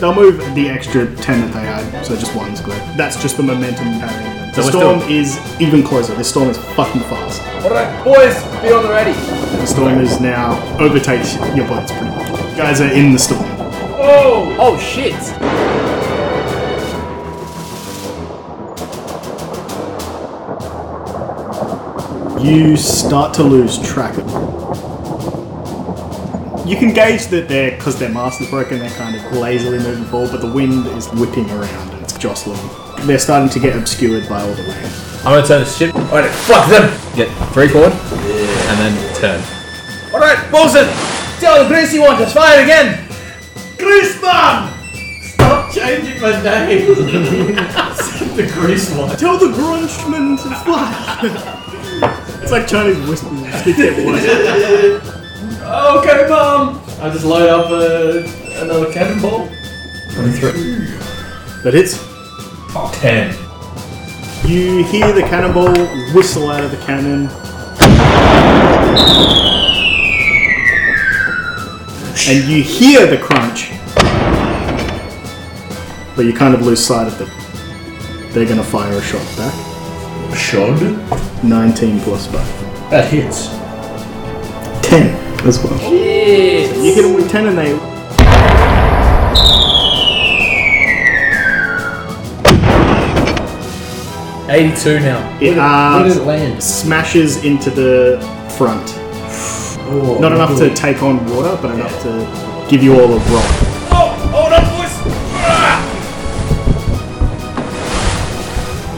[SPEAKER 2] They'll move the extra 10 that they had, so just one's good. That's just the momentum carrying them. The
[SPEAKER 19] we're
[SPEAKER 2] storm is even closer. The storm is fucking fast.
[SPEAKER 1] Alright, boys, be on the ready.
[SPEAKER 2] The storm is now overtakes your boats pretty much. You guys are in the storm.
[SPEAKER 1] Oh shit!
[SPEAKER 2] You start to lose track of You can gauge that they're, because their mast is broken, they're kind of lazily moving forward, but the wind is whipping around and it's jostling. They're starting to get obscured by all the wind.
[SPEAKER 19] I'm gonna turn the ship. All right, fuck them. Get three forward, and then turn. All right, Bolson. Tell the Greasy one to fire again.
[SPEAKER 7] Grease man!
[SPEAKER 4] Stop changing my name! the Grease one.
[SPEAKER 2] Tell the grunchman to fly! it's like Chinese whispers. you speak their words.
[SPEAKER 4] Okay, mum! I just load up uh, another cannonball. 23.
[SPEAKER 2] That hits.
[SPEAKER 4] 10.
[SPEAKER 2] You hear the cannonball whistle out of the cannon. And you hear the crunch. But you kind of lose sight of them. They're gonna fire a shot back.
[SPEAKER 3] Shod.
[SPEAKER 2] 19 plus both.
[SPEAKER 3] That hits.
[SPEAKER 2] 10 as well. So you hit them with 10 and they.
[SPEAKER 19] Eighty-two now.
[SPEAKER 2] It
[SPEAKER 3] Where
[SPEAKER 2] uh,
[SPEAKER 3] does it land?
[SPEAKER 2] smashes into the front.
[SPEAKER 3] Oh,
[SPEAKER 2] Not enough to take on water, but enough to give you all a roll.
[SPEAKER 20] Oh, hold on, boys!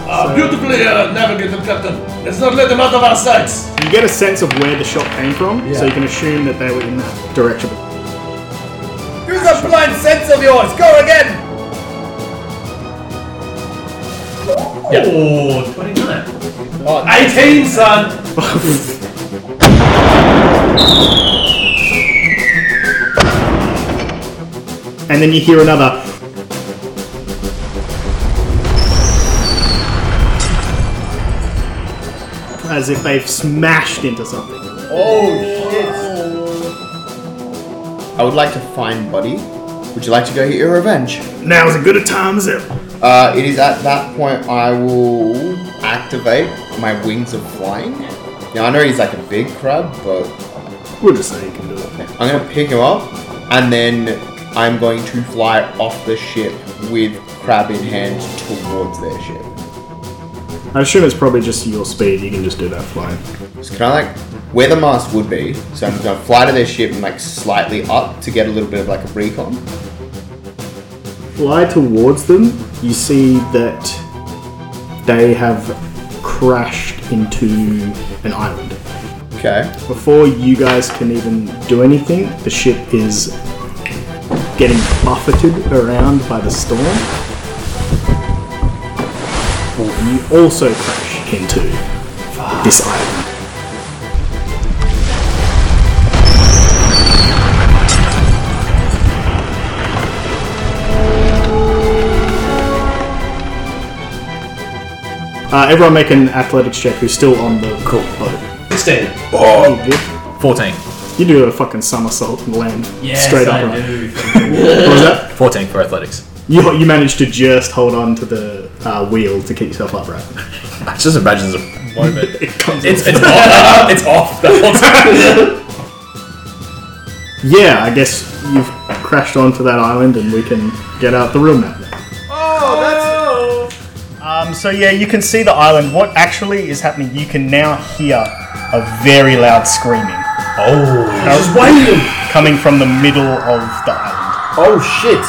[SPEAKER 20] Ah, beautifully uh, navigated, Captain. Let's not let them out of our sights.
[SPEAKER 2] You get a sense of where the shot came from, so you can assume that they were in that direction.
[SPEAKER 5] Use that blind sense of yours. Go again.
[SPEAKER 20] Oh, 29. 18, son!
[SPEAKER 2] And then you hear another. As if they've smashed into something.
[SPEAKER 5] Oh shit. I would like to find Buddy. Would you like to go get your revenge?
[SPEAKER 2] Now's as good a time as ever.
[SPEAKER 5] Uh, it is at that point I will activate my wings of flying. Now I know he's like a big crab, but
[SPEAKER 2] We'll just say you can do it.
[SPEAKER 5] I'm gonna pick him up and then I'm going to fly off the ship with crab in hand towards their ship.
[SPEAKER 2] I assume it's probably just your speed. You can just do that flying.
[SPEAKER 5] So can I like where the mast would be? So I'm gonna fly to their ship and like slightly up to get a little bit of like a recon.
[SPEAKER 2] Fly towards them. You see that they have crashed into an island.
[SPEAKER 5] Okay.
[SPEAKER 2] Before you guys can even do anything, the ship is getting buffeted around by the storm. You also crash into this island. Uh, everyone make an athletics check who's still on the cool boat.
[SPEAKER 3] 16.
[SPEAKER 2] You do-
[SPEAKER 1] 14.
[SPEAKER 2] You do a fucking somersault and land
[SPEAKER 4] Yes,
[SPEAKER 2] straight
[SPEAKER 4] I
[SPEAKER 2] upright.
[SPEAKER 4] do.
[SPEAKER 2] What was that?
[SPEAKER 1] 14 for athletics.
[SPEAKER 2] You, you managed to just hold on to the uh, wheel to keep yourself upright.
[SPEAKER 1] I just imagine it's a moment.
[SPEAKER 2] comes
[SPEAKER 1] it's, it's off. It's off the whole time.
[SPEAKER 2] Yeah, I guess you've crashed onto that island and we can get out the real map now. Um, so yeah, you can see the island. What actually is happening, you can now hear a very loud screaming. Oh. Coming from the middle of the island.
[SPEAKER 5] Oh shit!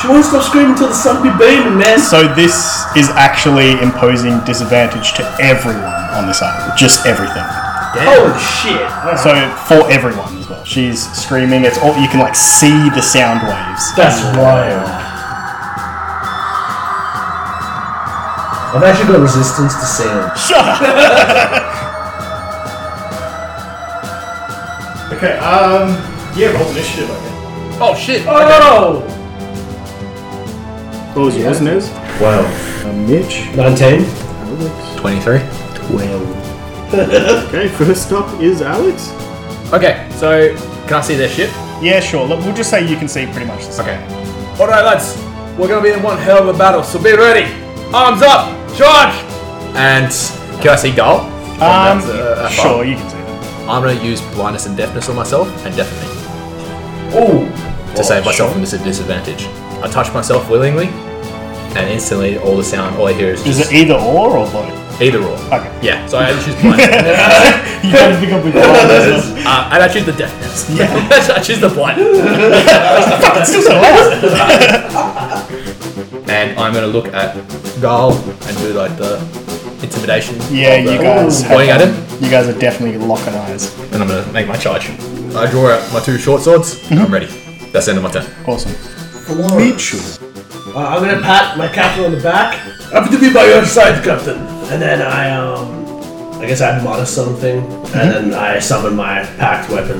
[SPEAKER 3] She won't stop screaming until the sun be beaming, man.
[SPEAKER 2] So this is actually imposing disadvantage to everyone on this island. Just everything.
[SPEAKER 3] Holy shit. Alright.
[SPEAKER 2] So for everyone as well. She's screaming. It's all you can like see the sound waves.
[SPEAKER 3] That's wild. I've actually got resistance to sound.
[SPEAKER 2] Shut up. okay. Um. Yeah. Roll initiative. Okay.
[SPEAKER 1] oh shit.
[SPEAKER 3] Oh!
[SPEAKER 2] What was yours, Nose?
[SPEAKER 3] Wow.
[SPEAKER 2] Uh, Mitch.
[SPEAKER 3] 19.
[SPEAKER 1] 23.
[SPEAKER 2] Twelve. okay. First up is Alex.
[SPEAKER 1] Okay, so can I see their ship?
[SPEAKER 2] Yeah, sure. Look, we'll just say you can see pretty much the same.
[SPEAKER 1] Okay. Alright, lads. We're gonna be in one hell of a battle, so be ready. Arms up. Charge. And can I see Gull?
[SPEAKER 2] Um.
[SPEAKER 1] That's, uh, a
[SPEAKER 2] sure, you can see that.
[SPEAKER 1] I'm gonna use blindness and deafness on myself and deafening
[SPEAKER 3] Oh!
[SPEAKER 1] to save myself from this disadvantage. I touch myself willingly, and instantly all the sound, all I hear is
[SPEAKER 2] Is
[SPEAKER 1] just
[SPEAKER 2] it either or or both?
[SPEAKER 1] either or.
[SPEAKER 2] Okay.
[SPEAKER 1] Yeah, so I Uh, choose blindness.
[SPEAKER 2] you gotta pick up with one.
[SPEAKER 1] uh, and I choose the deafness. Yeah. I choose the blindness.
[SPEAKER 2] That's still so loud.
[SPEAKER 1] And I'm gonna look at Gull and do like the intimidation.
[SPEAKER 2] Yeah,
[SPEAKER 1] of the-
[SPEAKER 2] you guys. have
[SPEAKER 1] Pointing at
[SPEAKER 2] done-
[SPEAKER 1] him.
[SPEAKER 2] You guys are definitely locking eyes.
[SPEAKER 1] and I'm gonna make my charge. I draw out my two short swords.
[SPEAKER 2] Mm-hmm.
[SPEAKER 1] I'm ready. That's the end of my turn.
[SPEAKER 2] Awesome.
[SPEAKER 3] Uh, I'm gonna pat my captain on the back.
[SPEAKER 20] Happy to be by your side, Captain.
[SPEAKER 3] And then I, um, I guess I modest something,
[SPEAKER 20] Hmm?
[SPEAKER 3] and then I summon my packed weapon,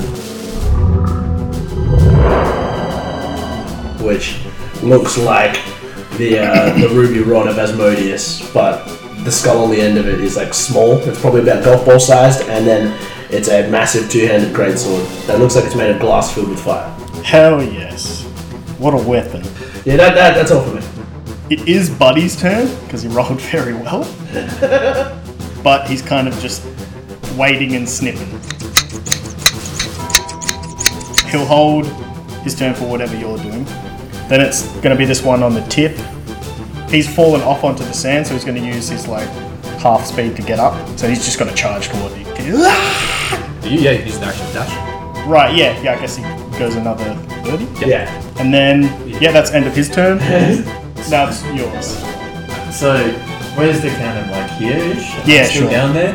[SPEAKER 3] which looks like the uh, the ruby rod of Asmodeus, but the skull on the end of it is like small. It's probably about golf ball sized, and then it's a massive two-handed greatsword that looks like it's made of glass filled with fire.
[SPEAKER 2] Hell yes. What a weapon.
[SPEAKER 3] Yeah, that, that that's all for me.
[SPEAKER 2] It is Buddy's turn, because he rolled very well. but he's kind of just waiting and snipping. He'll hold his turn for whatever you're doing. Then it's going to be this one on the tip. He's fallen off onto the sand, so he's going to use his like half speed to get up. So he's just going to charge toward you.
[SPEAKER 1] Do you? Yeah, use an action dash.
[SPEAKER 2] Right, yeah, yeah, I guess he goes another 30.
[SPEAKER 3] Yeah.
[SPEAKER 2] And then, yeah, that's end of his turn. now it's yours.
[SPEAKER 4] So, where's the cannon? Like here-ish? Am I
[SPEAKER 2] Yeah,
[SPEAKER 4] still
[SPEAKER 2] sure.
[SPEAKER 4] down there.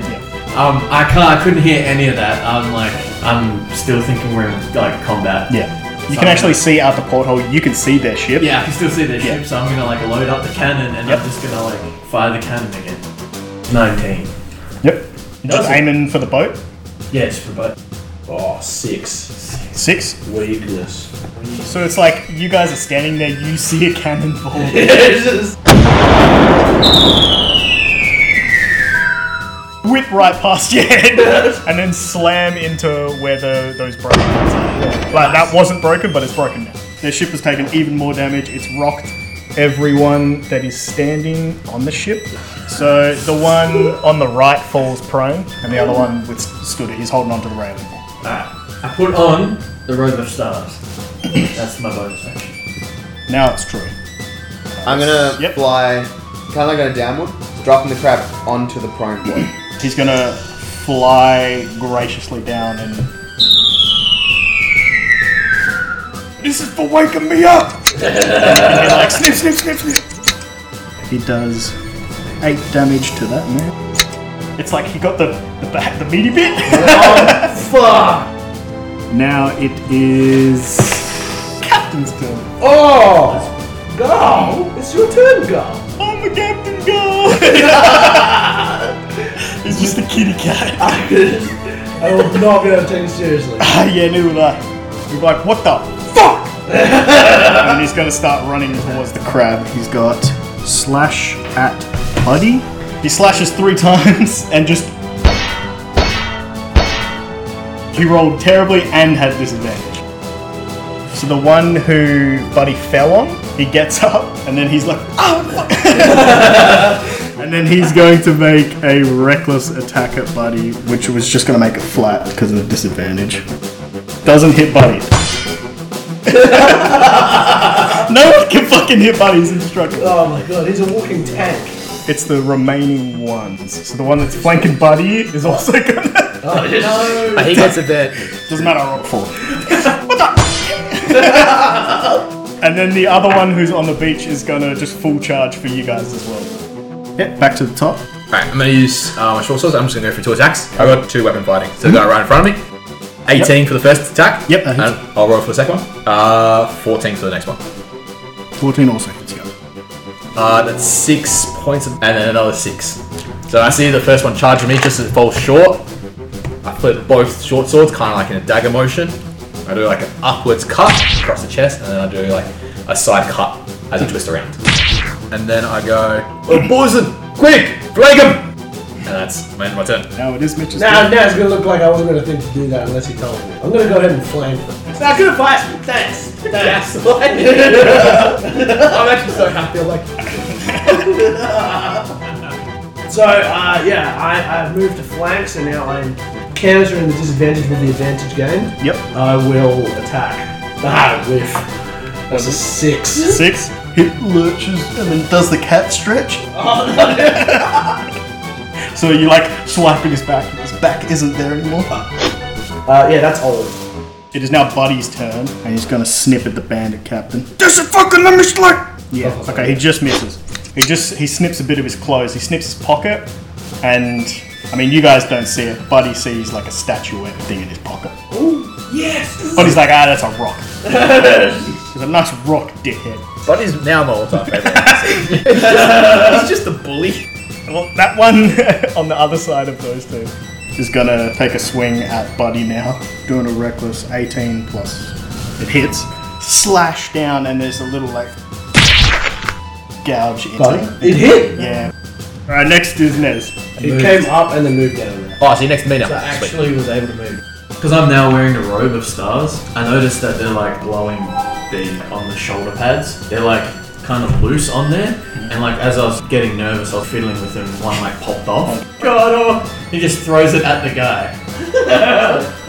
[SPEAKER 4] Um, I can't. I couldn't hear any of that. I'm like, I'm still thinking we're in like combat.
[SPEAKER 2] Yeah. You can
[SPEAKER 4] Sorry.
[SPEAKER 2] actually see out the porthole, you can see their ship.
[SPEAKER 4] Yeah, I can still see their
[SPEAKER 2] Yeah.
[SPEAKER 4] ship, so I'm gonna like load up the cannon and I'm just gonna like fire the cannon again. 19.
[SPEAKER 2] Yep. You're just
[SPEAKER 4] Doesn't-
[SPEAKER 2] aiming for the boat.
[SPEAKER 4] Yes, for both.
[SPEAKER 7] Oh, six.
[SPEAKER 2] Six.
[SPEAKER 7] Weakness.
[SPEAKER 2] So it's like you guys are standing there, you see a cannonball.
[SPEAKER 7] It's just-
[SPEAKER 2] whip right past your head and then slam into where the, those broken ones are. Like, that wasn't broken, but it's broken now. Their ship has taken even more damage. It's rocked everyone that is standing on the ship. So the one on the right falls prone, and the other one withstood it. He's holding onto the railing.
[SPEAKER 4] I put on the robe of stars. That's my bonus action.
[SPEAKER 2] Now it's true.
[SPEAKER 5] I'm gonna
[SPEAKER 2] Yep.
[SPEAKER 5] fly. Can I go downward? Dropping the crab onto the prone boy.
[SPEAKER 2] He's gonna fly graciously down and. This is for waking me up! And he like snip, snip, snip, snip. He does eight damage to that man. It's like he got the the, back, the meaty bit. Oh,
[SPEAKER 4] Fuck!
[SPEAKER 2] now it is Captain's turn.
[SPEAKER 3] Oh, go! It's your turn, go.
[SPEAKER 2] I'm the captain, go! it's just a kitty cat.
[SPEAKER 3] I will not be able to take it seriously.
[SPEAKER 2] Ah, yeah, neither would I. He'd be like, what the fuck? and he's gonna start running towards the crab. He's got slash at Buddy. He slashes three times and just. He rolled terribly and had disadvantage. So the one who Buddy fell on, he gets up and then he's like, oh, fuck." And then he's going to make a reckless attack at Buddy, which was just going to make it flat because of the disadvantage. Doesn't hit Buddy. no one can fucking hit Buddy, he's indestructible.
[SPEAKER 3] Oh my god, he's a walking tank.
[SPEAKER 2] It's the remaining ones. So the one that's flanking Buddy is also gonna.
[SPEAKER 1] He gets a bit.
[SPEAKER 2] Doesn't matter, I roll four. What the- and then the other one who's on the beach is gonna just full charge for you guys as well. Yep, back to the top.
[SPEAKER 1] Alright, I'm gonna use uh, my short swords. I'm just gonna go for two attacks. I got two weapon fighting, so the guy right in front of me. 18 for the first attack.
[SPEAKER 2] Yep, that
[SPEAKER 1] And
[SPEAKER 2] hits.
[SPEAKER 1] I'll roll for the second one. Uh, 14 for the next one.
[SPEAKER 2] 14 also hits you.
[SPEAKER 1] Uh, that's six points, of- and then another six. So I see the first one charge me just as it falls short. I flip both short swords, kind of like in a dagger motion. I do like an upwards cut across the chest, and then I do like a side cut as I twist around. And then I go, oh, Bosun, quick, flank him! And that's my end of my turn.
[SPEAKER 2] Now it is Mitch's
[SPEAKER 3] Now,
[SPEAKER 2] turn.
[SPEAKER 3] now it's gonna look like I wasn't gonna think to do that unless he told me. I'm gonna go ahead and flank him. It's not gonna fight. Thanks. Thanks. I'm actually so happy. I'm like. so uh, yeah, I I've moved to flanks and now I'm countering the disadvantage with the advantage gained.
[SPEAKER 2] Yep.
[SPEAKER 3] I will attack. Ah, whiff. That's a six.
[SPEAKER 2] Six. He lurches and then does the cat stretch. so you like slapping his back, and his back isn't there anymore.
[SPEAKER 3] Uh, yeah, that's old.
[SPEAKER 2] It is now Buddy's turn, and he's gonna snip at the bandit captain. Yeah. Okay, he just misses. He just he snips a bit of his clothes. He snips his pocket, and I mean you guys don't see it. Buddy sees like a statuette thing in his pocket.
[SPEAKER 3] Yes.
[SPEAKER 2] Buddy's like, ah, that's a rock. he's a nice rock, dickhead.
[SPEAKER 1] Buddy's now my all-time favorite. He's just a bully.
[SPEAKER 2] Well, that one on the other side of those two is gonna take a swing at Buddy now, doing a reckless 18 plus. It hits, slash down, and there's a little like gouge into it.
[SPEAKER 3] It hit.
[SPEAKER 2] Yeah. All right, next is Nez.
[SPEAKER 3] It came up and then moved down. there.
[SPEAKER 1] Oh, see you next meetup.
[SPEAKER 4] I
[SPEAKER 1] Sweet.
[SPEAKER 4] actually was able to move. Because I'm now wearing a robe of stars, I noticed that they're like blowing the on the shoulder pads. They're like kind of loose on there. And like as I was getting nervous, I was fiddling with them, one like popped off. God, oh. He just throws it at the guy.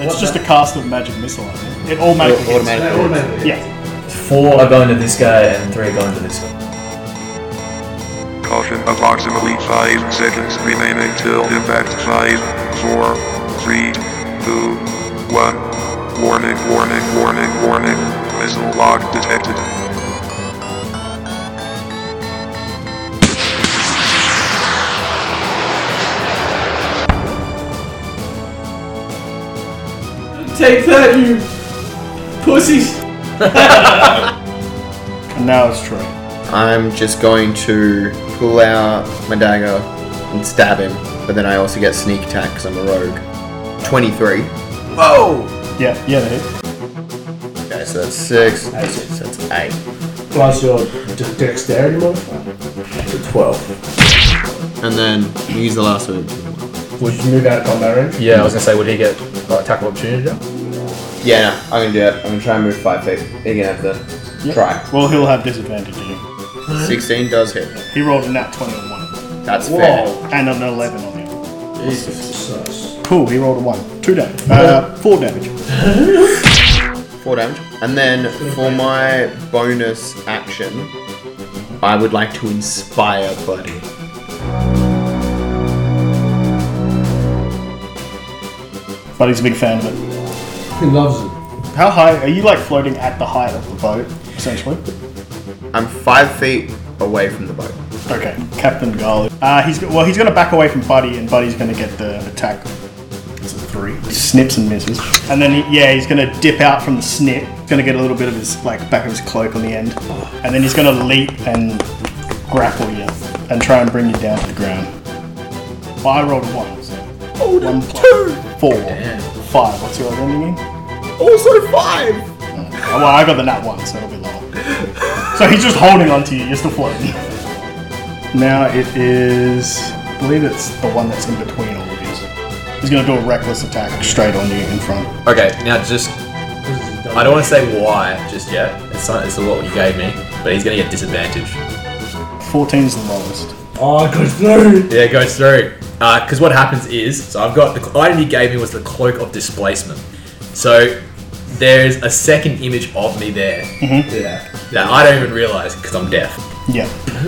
[SPEAKER 2] It's just a cast of magic missile. I think. It automatically. hits.
[SPEAKER 5] Automatic.
[SPEAKER 3] Automatically.
[SPEAKER 2] Yeah.
[SPEAKER 4] Four are going to this guy and three are going to this guy.
[SPEAKER 17] Caution approximately 5 seconds remaining till impact Five, four, three, two, one.
[SPEAKER 8] Warning, warning, warning, warning. Missile log detected.
[SPEAKER 21] Take that, you pussies.
[SPEAKER 2] And now it's Troy.
[SPEAKER 5] I'm just going to pull out my dagger and stab him, but then I also get sneak attack because I'm a rogue. 23.
[SPEAKER 2] Whoa! Yeah, yeah, that hit.
[SPEAKER 5] Okay, so that's 6, so that's 8.
[SPEAKER 3] Plus your de- dexterity modifier. To 12.
[SPEAKER 5] And then use the last one.
[SPEAKER 3] Would you move out of combat range?
[SPEAKER 1] Yeah, I was gonna say, would he get uh, attack of opportunity?
[SPEAKER 5] Yeah, no, I'm gonna do it. I'm gonna try and move 5 feet. You're gonna have to try.
[SPEAKER 2] Well, he'll have disadvantage. anyway.
[SPEAKER 5] 16 does hit.
[SPEAKER 2] He rolled a nat 20 on one of them,
[SPEAKER 5] That's fair.
[SPEAKER 2] and an 11 on the other. Cool, he rolled a 1. 2 damage. Uh, 4 damage.
[SPEAKER 5] 4 damage. And then for my bonus action, I would like to inspire Buddy.
[SPEAKER 2] But he's a big fan of it.
[SPEAKER 3] He loves it.
[SPEAKER 2] How high? Are you like floating at the height of the boat, essentially?
[SPEAKER 5] I'm 5 feet away from the boat.
[SPEAKER 2] Okay, Captain Garlic. Uh, he's go- well. He's going to back away from Buddy, and Buddy's going to get the attack. It's a three. Snips and misses, and then he, yeah, he's going to dip out from the snip. He's going to get a little bit of his like back of his cloak on the end, and then he's going to leap and grapple you and try and bring you down to the ground. Well, I rolled a one. So one plus four, five. What's your other ending? in?
[SPEAKER 3] Oh,
[SPEAKER 5] Also 5!
[SPEAKER 2] Oh, well, I got the nat one, so it'll be lower. so he's just holding on to you. You're still floating. Now it is. I believe it's the one that's in between all of these. He's gonna do a reckless attack straight on you in front.
[SPEAKER 1] Okay, now just. I don't want to say why just yet. It's not, it's what you gave me, but he's gonna get disadvantage.
[SPEAKER 2] 14's the lowest.
[SPEAKER 3] Oh, good through.
[SPEAKER 1] Yeah, it goes through. Because what happens is, so I've got the cl- item he gave me was the cloak of displacement. So there is a second image of me there
[SPEAKER 3] Mm-hmm. Yeah.
[SPEAKER 1] that I don't even realize because I'm deaf.
[SPEAKER 2] Yeah.
[SPEAKER 3] So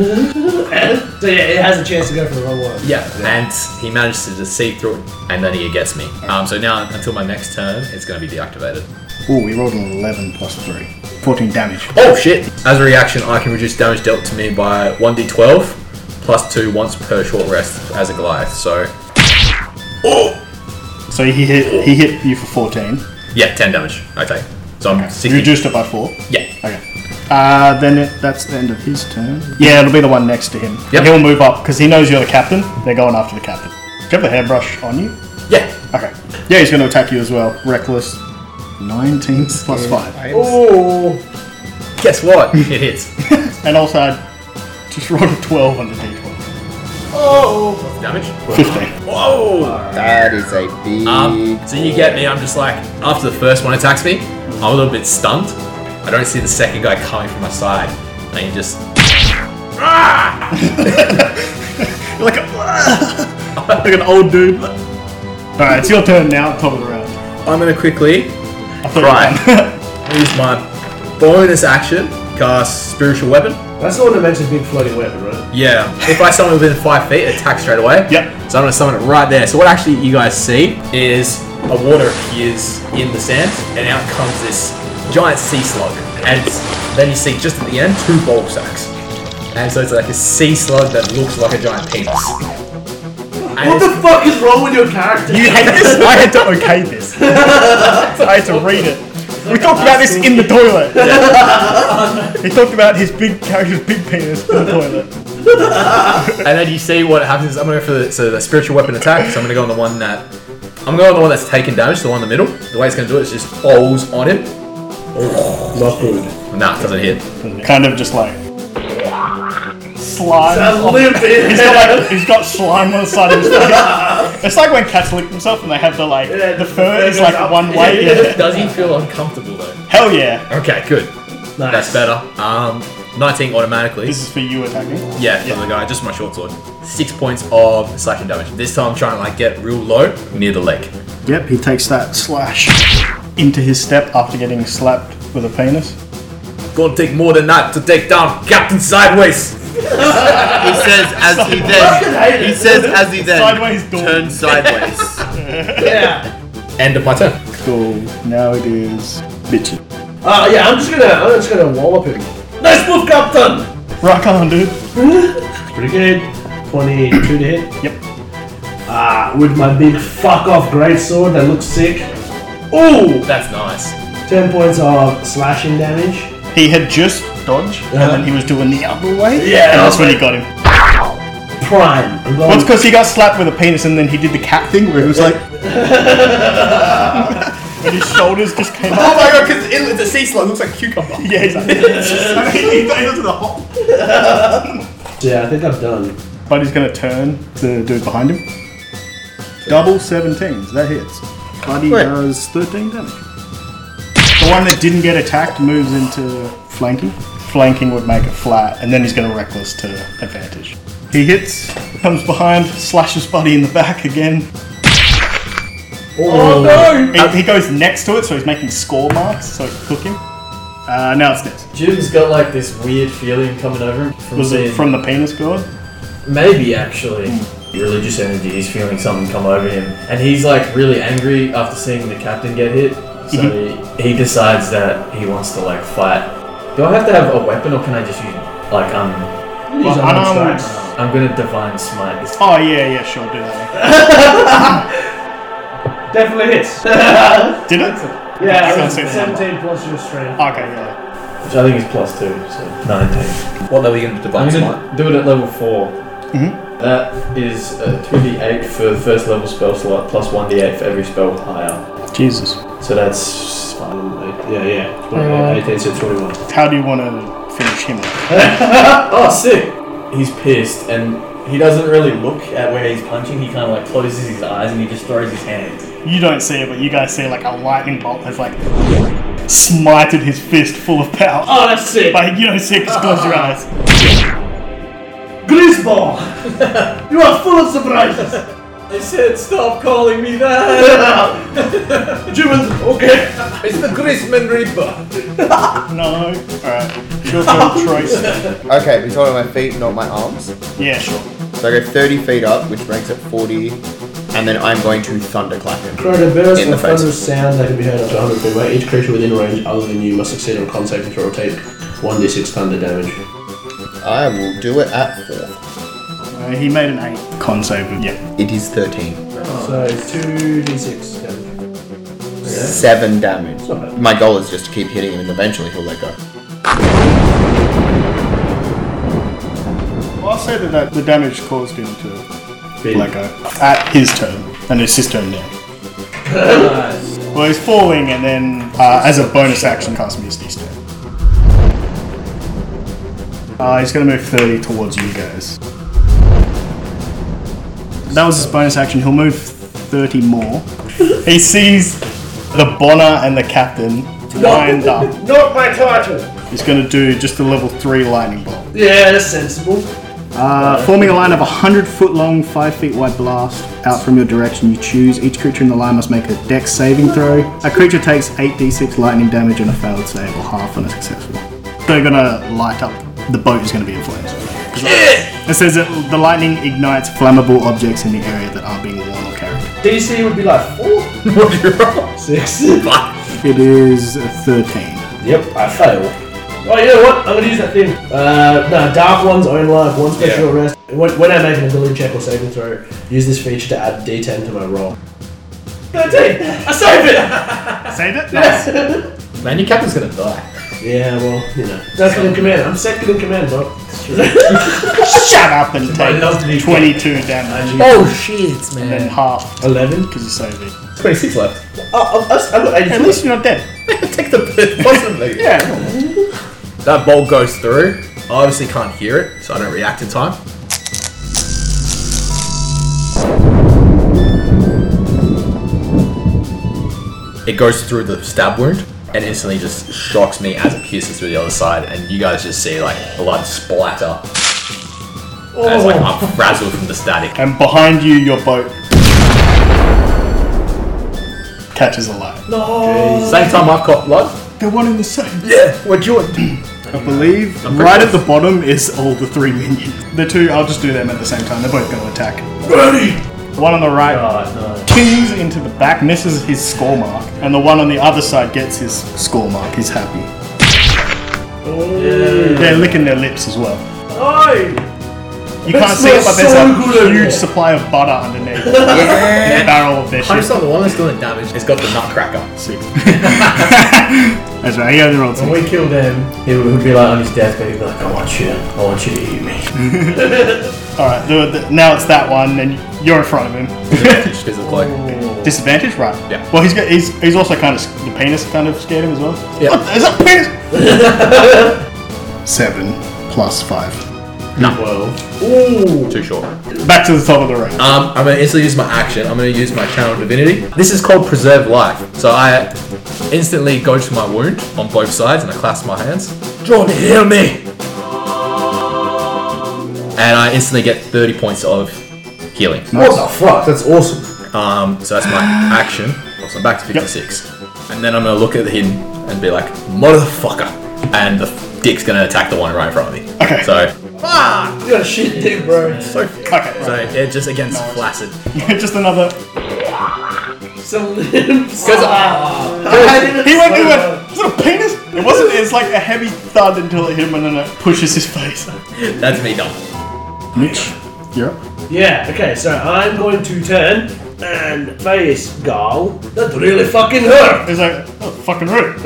[SPEAKER 3] yeah, it has a chance to go for the wrong one.
[SPEAKER 1] Yeah, and he manages to just see through it, and then he gets me. Um, so now until my next turn, it's going to be deactivated.
[SPEAKER 2] Ooh, we rolled an 11 plus 3. 14 damage.
[SPEAKER 1] Oh shit! As a reaction, I can reduce damage dealt to me by 1d12 plus 2 once per short rest as a Goliath. So,
[SPEAKER 2] So he hit he hit you for 14.
[SPEAKER 1] yeah, 10 damage I take. So I'm 60.
[SPEAKER 2] You reduced it by 4.
[SPEAKER 1] yeah.
[SPEAKER 2] Okay. Uh, then it, that's the end of his turn. Yeah, it'll be the one next to him.
[SPEAKER 1] Yep.
[SPEAKER 2] He'll move up because he knows you're the captain. They're going after the captain. Do you have the hairbrush on you?
[SPEAKER 1] Yeah.
[SPEAKER 2] Okay. Yeah, he's going to attack you as well. Reckless. 19 plus 5.
[SPEAKER 3] Oh,
[SPEAKER 1] Guess what? it hits.
[SPEAKER 2] And also, I just rolled a 12 on the d12.
[SPEAKER 1] Oh. Damage.
[SPEAKER 2] 15.
[SPEAKER 1] Whoa!
[SPEAKER 5] That is a big.
[SPEAKER 1] Um, so you get me, I'm just like, after the first one attacks me, I'm a little bit stunned. I don't see the second guy coming from my side. And he just.
[SPEAKER 2] You're like a. like an old dude. Alright, it's your turn now. Top of the round.
[SPEAKER 1] I'm going to quickly
[SPEAKER 2] I thought
[SPEAKER 1] Right.
[SPEAKER 2] you
[SPEAKER 1] use my bonus action, cast Spiritual Weapon.
[SPEAKER 3] That's the one that makes a big floating weapon, right?
[SPEAKER 1] Yeah. If I summon within five feet, attack straight away.
[SPEAKER 2] Yep.
[SPEAKER 1] So I'm gonna summon it right there. So what actually you guys see is a water appears in the sand, and out comes this giant sea slug. And then you see just at the end two bulb sacks. And so it's like a sea slug that looks like a giant penis. And
[SPEAKER 3] What
[SPEAKER 1] it's-
[SPEAKER 3] the fuck is wrong with your character?
[SPEAKER 2] You hate this? I had to okay this. I had to read it. We talked about this in the toilet. he talked about his big character's big penis in the toilet.
[SPEAKER 1] And then you see what happens. is I'm gonna go for the, so the spiritual weapon attack. So I'm gonna go on the one that I'm gonna go on the one that's taken damage, the one in the middle. The way it's gonna do it is just falls on him.
[SPEAKER 5] Oh,
[SPEAKER 3] Not good.
[SPEAKER 1] Nah, doesn't hit.
[SPEAKER 2] Kind of just like slime.
[SPEAKER 3] That's
[SPEAKER 2] on-
[SPEAKER 3] limpid.
[SPEAKER 2] He's got like he's got slime on the side of his face. It's like when cats lick themselves and they have the like
[SPEAKER 3] Yeah,
[SPEAKER 2] the
[SPEAKER 3] the
[SPEAKER 2] fur
[SPEAKER 3] fur
[SPEAKER 2] is
[SPEAKER 3] goes
[SPEAKER 2] like
[SPEAKER 3] up.
[SPEAKER 2] one way. Yeah.
[SPEAKER 1] Does he feel uncomfortable though?
[SPEAKER 2] Hell yeah!
[SPEAKER 1] Okay, good. That's better. Um, 19 automatically.
[SPEAKER 2] This is for you attacking.
[SPEAKER 1] Yeah, for the guy, just my short sword. Six points of slashing damage. This time I'm trying to like get real low near the leg.
[SPEAKER 2] Yep, he takes that slash into his step after getting slapped with a penis.
[SPEAKER 1] Gonna take more than that to take down Captain Sideways.
[SPEAKER 5] He says as he then. He says as he then
[SPEAKER 2] Sideways door.
[SPEAKER 5] turns sideways.
[SPEAKER 3] Yeah.
[SPEAKER 1] End of my turn.
[SPEAKER 2] school. Now it is bitchin'.
[SPEAKER 3] Uh, yeah, I'm just gonna, I'm just gonna wallop him. Nice move, Captain!
[SPEAKER 2] Rock on, dude.
[SPEAKER 3] Pretty good. 22 to hit.
[SPEAKER 2] Yep.
[SPEAKER 3] Uh, with my big fuck off greatsword that looks sick. Ooh!
[SPEAKER 19] That's nice.
[SPEAKER 3] 10 points of slashing damage.
[SPEAKER 2] He had just dodged, and then he was doing the other way.
[SPEAKER 3] Uh-huh. Yeah,
[SPEAKER 2] and that's
[SPEAKER 3] okay.
[SPEAKER 2] when he got him.
[SPEAKER 3] Prime. I'm
[SPEAKER 2] Well,
[SPEAKER 3] going
[SPEAKER 2] it's because he got slapped with a penis, and then he did the cat thing where he was like, and his shoulders just came
[SPEAKER 5] Oh
[SPEAKER 2] up.
[SPEAKER 5] my god, because it's a sea slug, looks like a cucumber.
[SPEAKER 2] Yeah, he's like, and he, he goes to the hop.
[SPEAKER 3] Yeah, I think I'm done.
[SPEAKER 2] But he's going to turn to do it behind him. Double 17s, that hits. Buddy does 13 damage. The one that didn't get attacked moves into flanking. Flanking would make it flat, and then he's going to reckless to advantage. He hits, comes behind, slashes Buddy in the back again.
[SPEAKER 3] Oh, no!
[SPEAKER 2] He, he goes next to it, so he's making score marks, so it took him. Uh, now it's next.
[SPEAKER 4] Jim's got like this weird feeling coming over him from
[SPEAKER 2] Was
[SPEAKER 4] seeing
[SPEAKER 2] it from the penis god?
[SPEAKER 4] Maybe actually. Religious energy, he's feeling something come over him. And he's like really angry after seeing the captain get hit. So
[SPEAKER 1] Mm-hmm.
[SPEAKER 4] he, he decides that he wants to like fight. Do I have to have a weapon or can I just use like um
[SPEAKER 3] He's on
[SPEAKER 2] unarmed.
[SPEAKER 3] strike.
[SPEAKER 4] I'm gonna divine smite this
[SPEAKER 2] um, Oh, yeah, yeah, sure, do that.
[SPEAKER 3] Definitely hits.
[SPEAKER 2] Did it?
[SPEAKER 3] Yeah,
[SPEAKER 2] I can't see it.
[SPEAKER 3] 17 plus your strength.
[SPEAKER 2] Okay, yeah.
[SPEAKER 4] which I think is plus two, so nineteen.
[SPEAKER 1] What level are you going to divine
[SPEAKER 4] I'm
[SPEAKER 1] smite? Mm-hmm.
[SPEAKER 4] gonna do it at level 4 That is a two D eight for the first level spell slot plus one D eight for every spell higher.
[SPEAKER 2] Jesus.
[SPEAKER 4] So that's
[SPEAKER 3] Yeah, yeah. 21. 18, so 21.
[SPEAKER 2] How do you want to finish him?
[SPEAKER 4] Oh, sick! He's pissed and he doesn't really look at where he's punching. He kind of like closes his eyes and he just throws his hand.
[SPEAKER 2] You don't see it, but you guys see like a lightning bolt has like smited his fist full of power.
[SPEAKER 3] Oh, that's sick.
[SPEAKER 2] But you don't see it because close your eyes.
[SPEAKER 3] Grisball! you are full of surprises!
[SPEAKER 4] They said, "Stop calling me that."
[SPEAKER 3] Jubin, okay.
[SPEAKER 1] It's the Grisman Reaper.
[SPEAKER 2] No. Alright. Sure, sure, Troy's.
[SPEAKER 5] Okay, we talking about my feet, not my arms.
[SPEAKER 2] Yeah, sure.
[SPEAKER 5] So I go 30 feet up, which makes it 40, and then I'm going to thunderclap him.
[SPEAKER 3] Throwing a burst
[SPEAKER 5] In the
[SPEAKER 3] of thunderous
[SPEAKER 5] face.
[SPEAKER 3] sound that can be heard up to 100 feet away. Each creature within range other than you must succeed on a con saving throw or take 1d6 thunder damage.
[SPEAKER 5] I will do it at 4.
[SPEAKER 2] Uh, he made an 8 con save. with- Yeah.
[SPEAKER 5] It is 13.
[SPEAKER 3] So it's 2d6 damage.
[SPEAKER 5] 7 damage.
[SPEAKER 3] not bad.
[SPEAKER 5] My goal is just to keep hitting him, and eventually he'll let go.
[SPEAKER 2] Well, I'll say that, that the damage caused him to let go at his turn, and it's his turn now. Well, he's falling, and then uh, as a bonus action, cast Misty Step. Uh, he's going to move 30 towards you guys. That was his bonus action. He'll move 30 more. he sees the Bonner and the Captain lined up.
[SPEAKER 3] Not my title!
[SPEAKER 2] He's going to do just a level 3 lightning bolt.
[SPEAKER 3] Yeah, that's sensible.
[SPEAKER 2] Uh, forming a line of 100 foot long, 5 feet wide blast out from your direction you choose. Each creature in the line must make a dex saving throw. A creature takes 8d6 lightning damage on a failed save or half on a successful. They're gonna light up. The boat is gonna be in flames. 'Cause It says that the lightning ignites flammable objects in the area that are being worn or carried.
[SPEAKER 3] DC would be like 4? Six.
[SPEAKER 2] It is a 13.
[SPEAKER 3] Yep, I fail. Oh, you know what? I'm gonna use that thing. Uh, no, Dark One's own life, one special arrest. When, when I make an ability check or saving throw, use this feature to add D10 to my roll. 13! I saved it!
[SPEAKER 2] Saved it? Nice.
[SPEAKER 19] Man, your captain's gonna die.
[SPEAKER 3] Yeah, well, you know. Second in command. I'm second in command, bro.
[SPEAKER 2] Shut up and take 22 damage.
[SPEAKER 19] Oh shit,
[SPEAKER 2] And then
[SPEAKER 19] man.
[SPEAKER 2] half
[SPEAKER 3] 11?
[SPEAKER 2] because you saved it.
[SPEAKER 19] 26 left.
[SPEAKER 3] Oh, I've, I've got 82.
[SPEAKER 2] At least you're not dead.
[SPEAKER 1] Take the pit, possibly.
[SPEAKER 2] Yeah.
[SPEAKER 1] That bolt goes through. I obviously can't hear it, so I don't react in time. It goes through the stab wound and instantly just shocks me as it pierces through the other side, and you guys just see like blood splatter. As like I'm frazzled from the static.
[SPEAKER 2] And behind you, your boat catches a light.
[SPEAKER 1] Same time I've caught blood.
[SPEAKER 2] They're one and the same.
[SPEAKER 1] Yeah, what you want?
[SPEAKER 2] I believe right at the bottom is all the three minions. The two, I'll just do them at the same time. They're both going to attack. The one on the right pings into the back, misses his score mark, and the one on the other side gets his score mark. He's happy. They're licking their lips as well.
[SPEAKER 3] Oi!
[SPEAKER 2] You
[SPEAKER 3] It
[SPEAKER 2] can't see it, but
[SPEAKER 3] smells
[SPEAKER 2] there's
[SPEAKER 3] so good
[SPEAKER 2] a
[SPEAKER 3] in
[SPEAKER 2] huge
[SPEAKER 3] there.
[SPEAKER 2] supply of butter underneath
[SPEAKER 1] Yeah.
[SPEAKER 2] the barrel of their
[SPEAKER 1] I just
[SPEAKER 2] ship.
[SPEAKER 1] saw the one that's doing damage. It's got the nutcracker.
[SPEAKER 2] Six. That's right. He only rolled six.
[SPEAKER 4] When we kill them, he would be like on his deathbed, he'd be like, I want you, I want you to eat me.
[SPEAKER 2] All right. The, the, now it's that one, and you're in front of him.
[SPEAKER 1] Disadvantage, 'cause it's like-
[SPEAKER 2] Disadvantage, right?
[SPEAKER 1] Yeah.
[SPEAKER 2] Well, he's got, he's he's also kind of the penis kind of scared him as well.
[SPEAKER 1] Yeah.
[SPEAKER 2] What the- is that penis? Seven plus five.
[SPEAKER 1] No.
[SPEAKER 3] Ooh!
[SPEAKER 1] Too short.
[SPEAKER 2] Back to the top of the range.
[SPEAKER 1] Um, I'm gonna instantly use my action. I'm gonna use my channel divinity. This is called preserve life. So I instantly go to my wound on both sides and I clasp my hands. John, heal me! And I instantly get 30 points of healing.
[SPEAKER 2] Nice.
[SPEAKER 3] What the fuck? That's awesome.
[SPEAKER 1] Um, so that's my action. So I'm back to 56. And then I'm gonna look at him and be like, motherfucker. And the f- dick's gonna attack the one right in front of me.
[SPEAKER 2] Okay.
[SPEAKER 1] So,
[SPEAKER 3] You got a shit dick, bro.
[SPEAKER 1] so,
[SPEAKER 2] Okay.
[SPEAKER 1] so yeah, just against flaccid.
[SPEAKER 2] right. Just another.
[SPEAKER 3] Some limbs.
[SPEAKER 2] He went. He went. Is it a penis? It wasn't. It's like a heavy thud until it hit him, and then it pushes his face.
[SPEAKER 1] That's me done.
[SPEAKER 2] Mitch, you're up.
[SPEAKER 3] Yeah, okay, so I'm going to turn and face Gal. That really fucking hurt!
[SPEAKER 2] He's like, oh, fucking rude.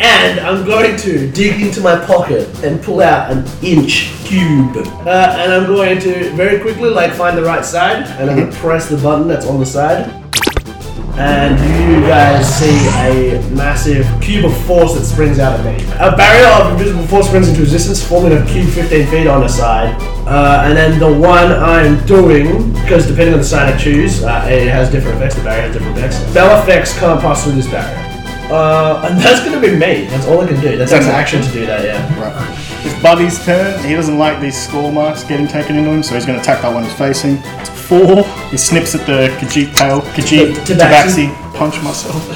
[SPEAKER 3] And I'm going to dig into my pocket and pull out an inch cube. Uh, and I'm going to very quickly, like, find the right side, and I'm gonna press the button that's on the side. And you guys see a massive cube of force that springs out of me. A barrier of invisible force springs into existence, forming a cube 15 feet on a side. Uh, and then the one I'm doing, because depending on the side I choose, uh, it has different effects. The barrier has different effects. Bell effects can't pass through this barrier. Uh, and that's gonna be me. That's all I can do. That's,
[SPEAKER 2] That's
[SPEAKER 3] an
[SPEAKER 2] an
[SPEAKER 3] action to do that. Yeah.
[SPEAKER 2] Right. It's Buddy's turn. He doesn't like these score marks getting taken into him, so he's going to attack that one he's facing. It's four. He snips at the Khajiit tail. Khajiit
[SPEAKER 3] The Tabaxi.
[SPEAKER 2] Tabaxi. Punch myself.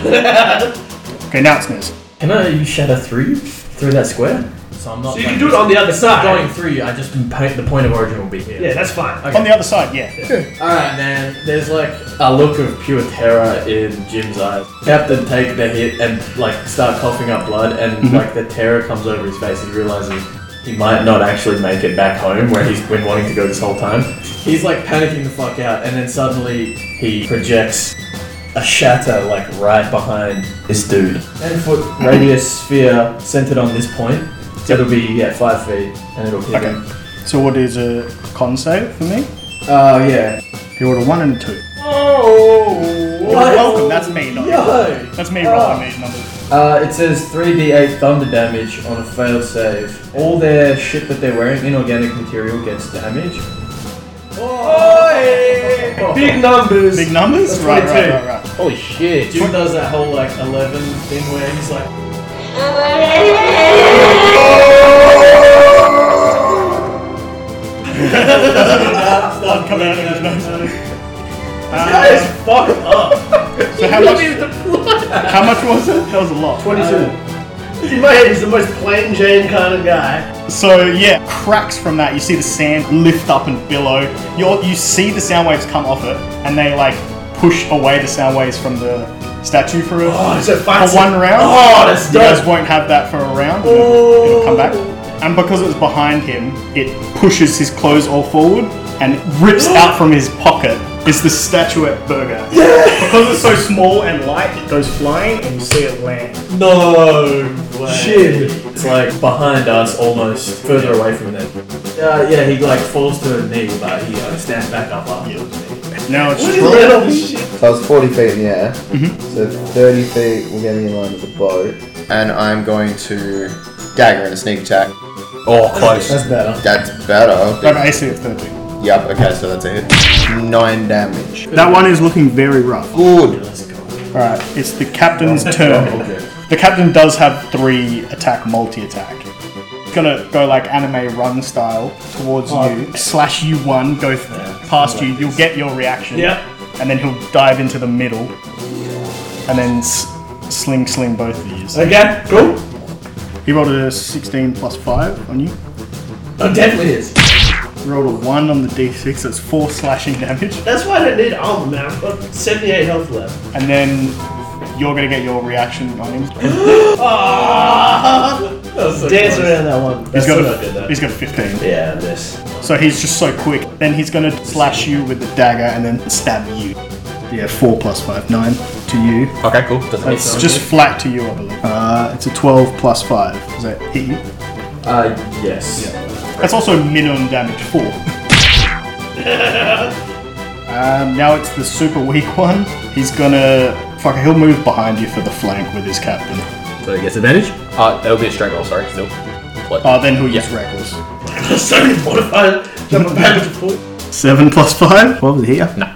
[SPEAKER 2] okay, now it's Miz.
[SPEAKER 4] Can I use shatter through through that square? So I'm not
[SPEAKER 3] So you can do it on the other side.
[SPEAKER 4] going through. I just the point of origin will be here.
[SPEAKER 3] Yeah, that's fine.
[SPEAKER 2] On the other side, yeah.
[SPEAKER 4] Alright, man. There's like a look of pure terror in Jim's eyes. Captain take the hit and like start coughing up blood, and like the terror comes over his face. He realizes he might not actually make it back home where he's been wanting to go this whole time. He's like panicking the fuck out, and then suddenly he projects a shatter like right behind this dude. 10 foot radius sphere centered on this point. So it'll be yeah five feet, and it'll hit him.
[SPEAKER 2] So what is a con save for me?
[SPEAKER 4] Oh yeah.
[SPEAKER 2] He rolled a one and a two.
[SPEAKER 4] Oh.
[SPEAKER 2] You're welcome. That's me. Not
[SPEAKER 4] Yo.
[SPEAKER 2] That's me rolling these numbers.
[SPEAKER 4] Uh, it says 3d8 thunder damage on a failed save. All their shit that they're wearing, inorganic material, gets damage.
[SPEAKER 3] Big numbers.
[SPEAKER 2] Big numbers? Right, right, right, right.
[SPEAKER 22] Holy shit.
[SPEAKER 4] Jim does that whole like 11 thing where he's like,
[SPEAKER 2] Blood come out of his nose.
[SPEAKER 3] That is fucked up.
[SPEAKER 2] Uh, So how much? How much was it? That was a lot.
[SPEAKER 3] Twenty-two. In my head, he's the most plain Jane kind of guy.
[SPEAKER 2] So yeah, cracks from that. You see the sand lift up and billow. You you see the sound waves come off it, and they like push away the sound waves from the statue for a,
[SPEAKER 3] Oh, it's a
[SPEAKER 2] for
[SPEAKER 3] fancy.
[SPEAKER 2] one round.
[SPEAKER 3] Oh, that's
[SPEAKER 2] you guys
[SPEAKER 3] dope. Oh.
[SPEAKER 2] won't have that for a round. It'll, it'll come back. And because it was behind him, it pushes his clothes all forward and rips out from his pocket. It's the statuette burger. Because it's so small and light, it goes flying and you see it land.
[SPEAKER 4] no way. Shit. It's like behind us almost, further away from them. Uh, yeah, he like falls to a knee, but he uh, stands back up afterwards.
[SPEAKER 2] Now it's just
[SPEAKER 3] Little shit.
[SPEAKER 5] So I was 40 feet in the air. So 30 feet will get me in line with the boat. Mm-hmm. And I'm going to dagger in a sneak attack.
[SPEAKER 1] Oh, close.
[SPEAKER 4] That's better.
[SPEAKER 5] That's better.
[SPEAKER 2] I have an AC of 13.
[SPEAKER 5] Yep, okay, so that's a hit. Nine damage.
[SPEAKER 2] That one is looking very rough.
[SPEAKER 5] Good.
[SPEAKER 2] Alright, Uh, it's the captain's turn. The captain does have three attack multi attack. Gonna go like anime run style towards
[SPEAKER 3] Oh,
[SPEAKER 2] you, slash you one, go th- past you, you'll get your reaction.
[SPEAKER 3] Yep.
[SPEAKER 2] And then he'll dive into the middle and then s- sling sling both of you.
[SPEAKER 3] Okay, cool.
[SPEAKER 2] He rolled a 16 plus 5 on you.
[SPEAKER 3] Oh, definitely is.
[SPEAKER 2] Rolled a one on the d6. That's four slashing damage.
[SPEAKER 3] That's why I don't need armor, man. I've got 78 health left.
[SPEAKER 2] And then you're gonna get your reaction on him.
[SPEAKER 3] Dance around that one. That's
[SPEAKER 2] He's got,
[SPEAKER 3] still
[SPEAKER 2] a,
[SPEAKER 3] not good, though.
[SPEAKER 2] he's got a 15.
[SPEAKER 3] Yeah, miss.
[SPEAKER 2] So he's just so quick. Then he's gonna slash you with the dagger and then stab you. Yeah, 4 plus 5, 9 to you.
[SPEAKER 19] Okay, cool. Doesn't make
[SPEAKER 2] It's just flat to you, I believe. Uh, it's a 12 plus 5. Does that hit you?
[SPEAKER 4] Uh, yes.
[SPEAKER 2] That's also minimum damage 4. um, now it's the super weak one. He's gonna. Fuck, he'll move behind you for the flank with his captain.
[SPEAKER 19] So it gets advantage. Uh, that'll be a straight
[SPEAKER 5] Oh,
[SPEAKER 19] roll. Sorry, still. What?
[SPEAKER 2] Oh, then he'll use Reckless.
[SPEAKER 3] so modified. Jump back to full.
[SPEAKER 2] 7 plus 5. What was it here? No.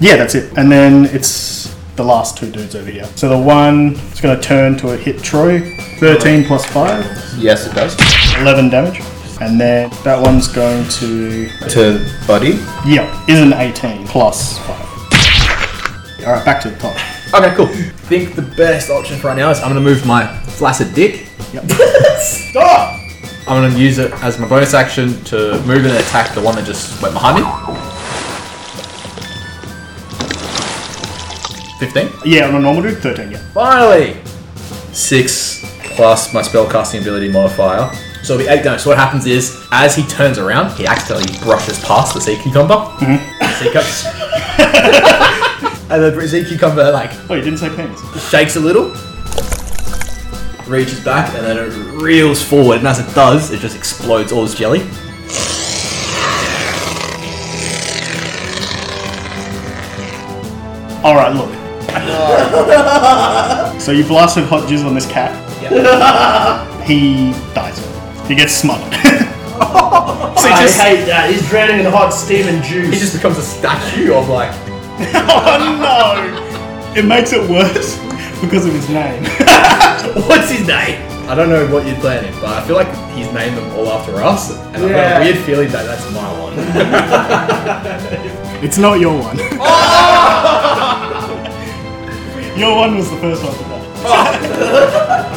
[SPEAKER 2] Yeah, that's it. And then it's the last two dudes over here. So the one is going to turn to hit Troy. 13 plus 5.
[SPEAKER 5] Yes, it does.
[SPEAKER 2] 11 damage. And then that one's going to.
[SPEAKER 5] To Buddy.
[SPEAKER 2] Yeah, is an 18 plus 5. Alright, back to the top.
[SPEAKER 1] Okay, cool. think the best option for right now is I'm gonna move my flaccid dick.
[SPEAKER 2] Yep.
[SPEAKER 3] Stop!
[SPEAKER 1] I'm gonna use it as my bonus action to move and attack the one that just went behind me. Fifteen.
[SPEAKER 2] Yeah, on a normal dude, 13, yeah.
[SPEAKER 1] Finally! Six plus my spellcasting ability modifier. So it'll be eight damage. So what happens is, as he turns around, he accidentally brushes past the sea cucumber. Sea cucumber. and the sea cucumber like
[SPEAKER 2] Oh, you didn't say penis.
[SPEAKER 1] shakes a little, reaches back, and then it reels forward. And as it does, it just explodes all its jelly.
[SPEAKER 2] Alright, look. so you blasted hot jizz on this cat. he dies. He gets smothered. so he
[SPEAKER 3] I
[SPEAKER 2] just
[SPEAKER 3] hate that. He's drowning in hot steam and juice.
[SPEAKER 1] He just becomes a statue of like
[SPEAKER 2] Oh no! It makes it worse because of his name.
[SPEAKER 1] What's his name? I don't know what you're planning, but I feel like he's named them all after us, and I've got
[SPEAKER 3] Yeah.
[SPEAKER 1] a weird feeling that that's my one.
[SPEAKER 2] it's not your one. your one was the first one to die.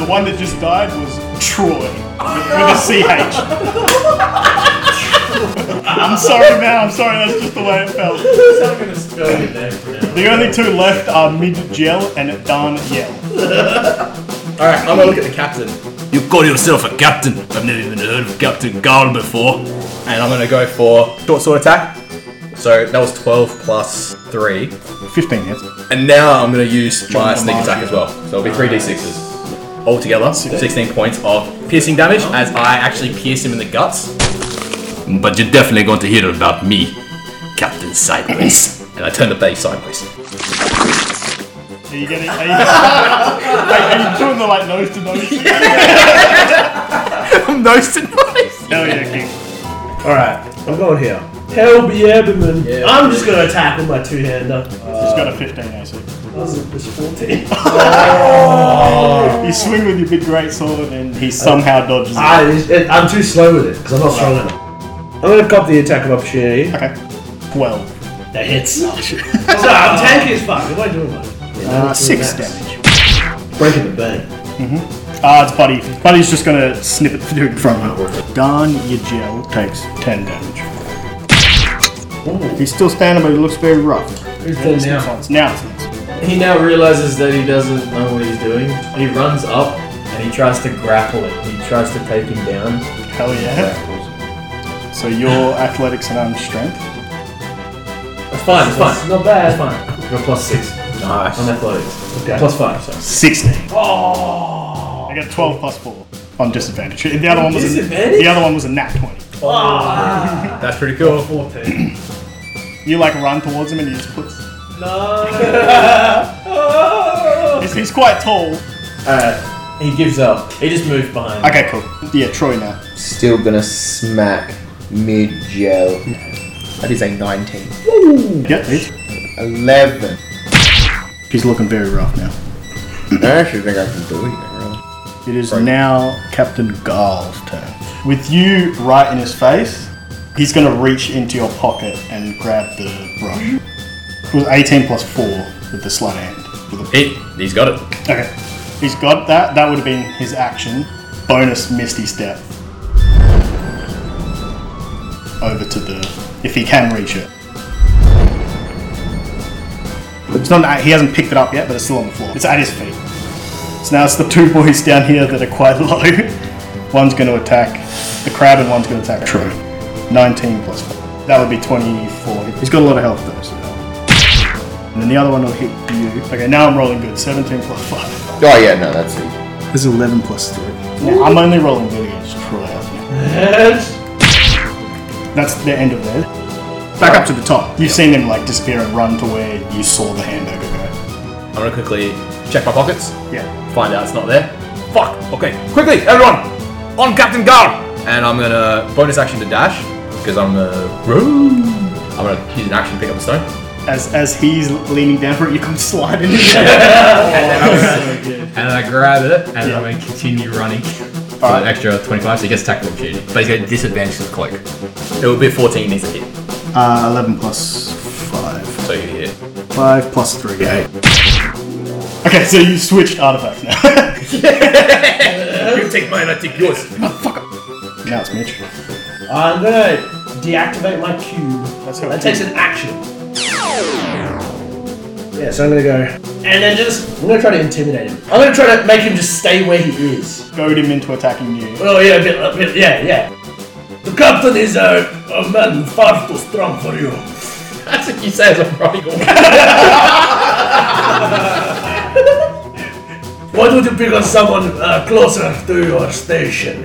[SPEAKER 2] the one that just died was Troy with, with a CH. I'm sorry, man. I'm sorry. That's just the way it felt. The only two left are Mid Gel and Darn Yell.
[SPEAKER 1] all right, I'm gonna look at the captain,
[SPEAKER 23] You call yourself a captain? I've never even heard of Captain Garl before.
[SPEAKER 1] and I'm gonna go for short sword attack. So that was 12 plus three,
[SPEAKER 2] 15 hits.
[SPEAKER 1] and now I'm gonna use my sneak
[SPEAKER 2] Mark.
[SPEAKER 1] attack as well. So it'll be three d6s altogether, 16 points of piercing damage as I actually pierce him in the guts.
[SPEAKER 23] But you're definitely going to hear about me, Captain Sideways.
[SPEAKER 1] And I turn the base sideways.
[SPEAKER 2] Are you getting? Are you, are you doing the like nose to nose?
[SPEAKER 1] Nose to nose.
[SPEAKER 2] Hell yeah, King.
[SPEAKER 3] Alright, I'm going here. Hell be abdomen. I'm just gonna attack with my two hander.
[SPEAKER 2] He's got a 15 AC.
[SPEAKER 3] That was a- was 14.
[SPEAKER 2] You swing with your big great sword and Ah, he somehow dodges it.
[SPEAKER 3] I, it, I'm too slow with it because I'm not strong enough. I'm gonna cop the attack of opportunity.
[SPEAKER 2] Okay. 12.
[SPEAKER 3] That hits. so I'm tanky as fuck. What am I doing? man?
[SPEAKER 2] Uh, 6 damage.
[SPEAKER 3] Breaking the bank.
[SPEAKER 2] Ah, it's Buddy. Buddy's just gonna snip it through in front of him. Darn, your gel takes 10 damage. He's still standing, but he looks very rough.
[SPEAKER 4] Who's dead now?
[SPEAKER 2] Now it's next.
[SPEAKER 4] He now realizes that he doesn't know what he's doing. He runs up and he tries to grapple it. He tries to take him down.
[SPEAKER 2] Hell yeah. So your athletics and arm strength.
[SPEAKER 4] It's fine. It's fine.
[SPEAKER 3] Not bad.
[SPEAKER 4] It's fine. You're plus six
[SPEAKER 1] Nice.
[SPEAKER 4] on athletics. Plus five. So.
[SPEAKER 2] 16. Oh! I got 12 plus 4 on disadvantage. The other one was A, the other one was a nat 20.
[SPEAKER 1] That's pretty cool.
[SPEAKER 2] You like run towards him and he just puts. No. he's, he's quite tall.
[SPEAKER 4] Uh, he gives up. He just moves behind.
[SPEAKER 2] Okay, cool. Yeah, Troy now.
[SPEAKER 5] Still gonna smack mid gel. That is a 19.
[SPEAKER 2] Yep. he's-
[SPEAKER 5] 11.
[SPEAKER 2] He's looking very rough now.
[SPEAKER 5] I actually think I can do it now.
[SPEAKER 2] It is now Captain Garl's turn. With you right in his face, he's gonna reach into your pocket and grab the brush. It was 18 plus 4 with the slut hand. With the-
[SPEAKER 19] He, he's got it.
[SPEAKER 2] okay. He's got that. That would have been his action. Bonus Misty Step. over to the if he can reach it. It's not. He hasn't picked it up yet, but it's still on the floor. It's at his feet. So now it's the two boys down here that are quite low. one's going to attack the crab, and one's going to attack True. Nineteen plus four. That would be twenty-four. He's got a lot of health though. So. And then the other one will hit you. Okay, now I'm rolling good. Seventeen plus five.
[SPEAKER 5] Oh yeah, no, that's it.
[SPEAKER 2] There's 11 plus 3. Yeah, I'm only rolling good against Troy, I think. That's the end of that. Back up to the top. You've seen him like disappear and run to where you saw the hamburger go.
[SPEAKER 1] I'm gonna quickly check my pockets.
[SPEAKER 2] Yeah.
[SPEAKER 1] Find out it's not there. Fuck. Okay. Quickly, everyone, on Captain Gar. And I'm gonna bonus action to dash because I'm a. I'm gonna use an action to pick up the stone.
[SPEAKER 2] As as he's leaning down for it, you come sliding in. Oh,
[SPEAKER 1] And then I grab it, and I'm gonna continue running. For an extra 25, so he gets attack of opportunity. But he's got a disadvantage to the cloak. It would be 14 needs to hit.
[SPEAKER 2] Uh, 11 plus 5.
[SPEAKER 1] So you hit.
[SPEAKER 2] 5 plus 3, yeah. Okay, so you switched artifacts now.
[SPEAKER 1] You take mine, I take yours.
[SPEAKER 2] now it's Mitch.
[SPEAKER 3] I'm gonna deactivate my cube. that takes an action. Yeah, so I'm gonna go. And then just. I'm gonna try to intimidate him. I'm gonna try to make him just stay where he is.
[SPEAKER 2] Goad him into attacking you.
[SPEAKER 3] Oh, yeah, a bit, a bit yeah, yeah.
[SPEAKER 7] The captain is a,
[SPEAKER 3] uh,
[SPEAKER 7] a man far too strong for you.
[SPEAKER 1] That's what you say as a prodigal.
[SPEAKER 7] Why don't you pick on someone uh, closer to your station?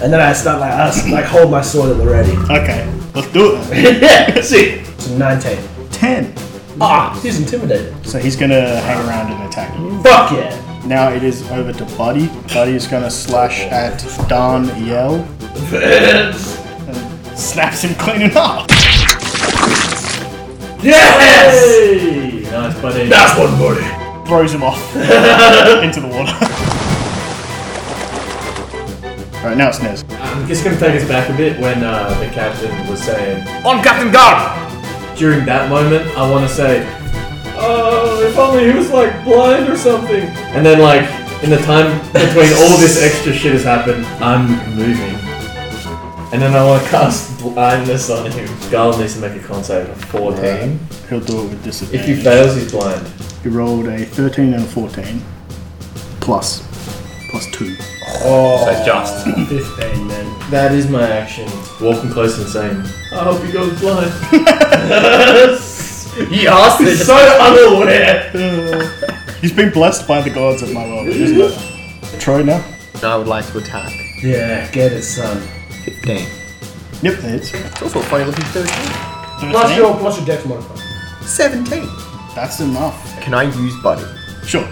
[SPEAKER 3] And then I start like, I s- like hold my sword at the ready.
[SPEAKER 2] Okay, let's do it.
[SPEAKER 3] yeah, see. It's a 19.
[SPEAKER 2] 10.
[SPEAKER 3] Ah, he's intimidated.
[SPEAKER 2] So he's gonna hang around and attack you.
[SPEAKER 3] Fuck yeah.
[SPEAKER 2] Now it is over to Buddy. Buddy is gonna slash at Don Yell. And snaps him clean enough.
[SPEAKER 7] Yes!
[SPEAKER 4] Nice, buddy.
[SPEAKER 7] That's one buddy.
[SPEAKER 2] Throws him off into the water. Alright, now it's Nez.
[SPEAKER 4] I'm just gonna take us back a bit when uh, the captain was saying.
[SPEAKER 1] on Captain Gar!
[SPEAKER 4] During that moment, I want to say, "Oh, if only he was like blind or something." And then, like in the time between all this extra shit has happened, I'm moving, and then I want to cast blindness on him. Garl needs to make a con save of 14.
[SPEAKER 2] He'll do it with disadvantage.
[SPEAKER 4] If he fails, he's blind.
[SPEAKER 2] He rolled a 13 and a 14. Plus. Plus 2.
[SPEAKER 1] So it's just.
[SPEAKER 3] 15 then.
[SPEAKER 4] That is my action. Walking close and saying, "I hope he goes blind."
[SPEAKER 1] He asked this.
[SPEAKER 7] So unaware.
[SPEAKER 2] He's been blessed by the gods of my world, isn't it? Troy now?
[SPEAKER 5] I would like to attack.
[SPEAKER 3] Yeah, get it, son.
[SPEAKER 24] 15.
[SPEAKER 2] Yep, that hits.
[SPEAKER 5] It's also a funny looking 13.
[SPEAKER 2] 13.
[SPEAKER 3] Plus your, plus your dex modifier.
[SPEAKER 5] 17.
[SPEAKER 2] That's enough.
[SPEAKER 5] Can I use Buddy?
[SPEAKER 2] Sure.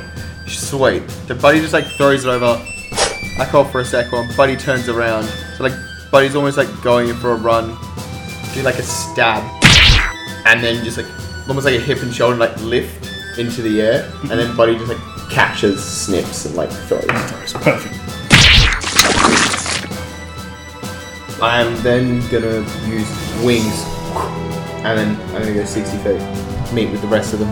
[SPEAKER 5] Sweet. So Buddy just like throws it over. I call for a sec one. Buddy turns around. So like Buddy's almost like going in for a run. Do like a stab. And then just like almost like a hip and shoulder like lift into the air. And then Buddy just like catches, snips, and like throws.
[SPEAKER 2] That's perfect.
[SPEAKER 5] I'm then gonna use wings. And then I'm gonna go 60 feet. Meet with the rest of them.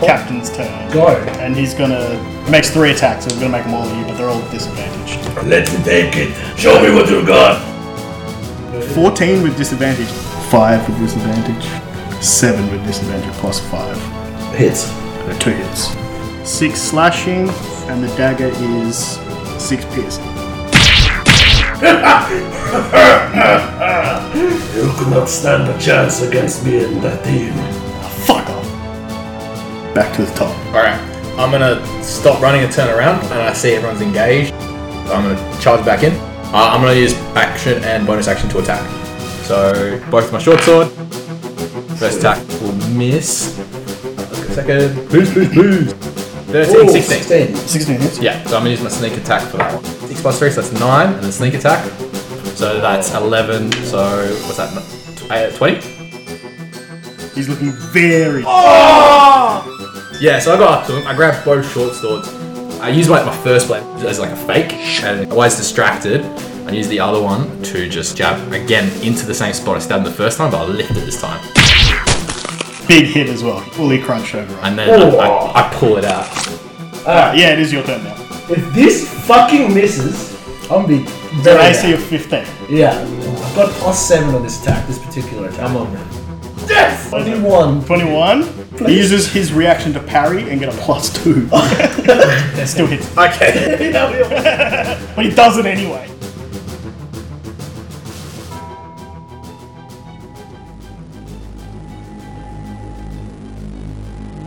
[SPEAKER 2] Captain's turn.
[SPEAKER 3] Go.
[SPEAKER 2] And he's gonna makes three attacks, so we're gonna make them all at you, but they're all disadvantaged.
[SPEAKER 7] Let's take it. Show me what you got.
[SPEAKER 2] Fourteen with disadvantage. Five with disadvantage. Seven with disadvantage plus five.
[SPEAKER 3] Hits.
[SPEAKER 2] Uh, Two hits. Six slashing, and the dagger is six piercing.
[SPEAKER 7] You could not stand a chance against me and that team.
[SPEAKER 2] Ah, Fuck off. Back to the top.
[SPEAKER 1] Alright, I'm gonna stop running and turn around, and I see everyone's engaged. So I'm gonna charge back in. Uh, I'm gonna use action and bonus action to attack. So, both my short sword. First attack will miss. Let's go Second. Boost, boost, boost. 13, 16.
[SPEAKER 3] 16.
[SPEAKER 2] Sixteen hits.
[SPEAKER 1] Yeah, so I'm gonna use my sneak attack for that one. Six plus three, so that's nine, and then sneak attack. So that's eleven. So what's that? Uh, Twenty.
[SPEAKER 2] He's looking very.
[SPEAKER 1] Yeah, so I got up to him. I grabbed both short swords. I used my, my first blade as like a fake, and I was distracted. I used the other one to just jab again into the same spot I stabbed him the first time, but I lift it this time,
[SPEAKER 2] Big hit as well. Fully crunch over.
[SPEAKER 1] and then I, I, I pull it out.
[SPEAKER 2] Alright, yeah, it is your turn now.
[SPEAKER 3] If this fucking misses, I'm be
[SPEAKER 2] Your
[SPEAKER 3] very
[SPEAKER 2] AC of fifteen.
[SPEAKER 3] Yeah. I've got plus seven on this attack, this particular attack. Come on,
[SPEAKER 2] Yes!
[SPEAKER 3] 21.
[SPEAKER 2] 21? He uses his reaction to parry and get a plus two. that still hits. Okay. but he does it anyway.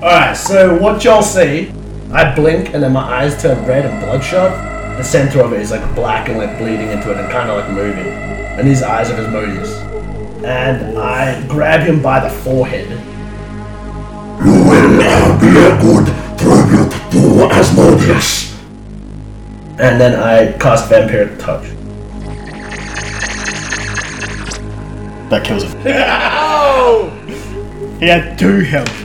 [SPEAKER 3] Alright, so what y'all see, I blink and then my eyes turn red and bloodshot. The center of it is like black and like bleeding into it and kind of like moving. And his eyes are Asmodeus. And I grab him by the forehead.
[SPEAKER 25] You will now be a good tribute to Asmodeus.
[SPEAKER 3] And then I cast Vampire Touch.
[SPEAKER 2] That kills him. He had two health.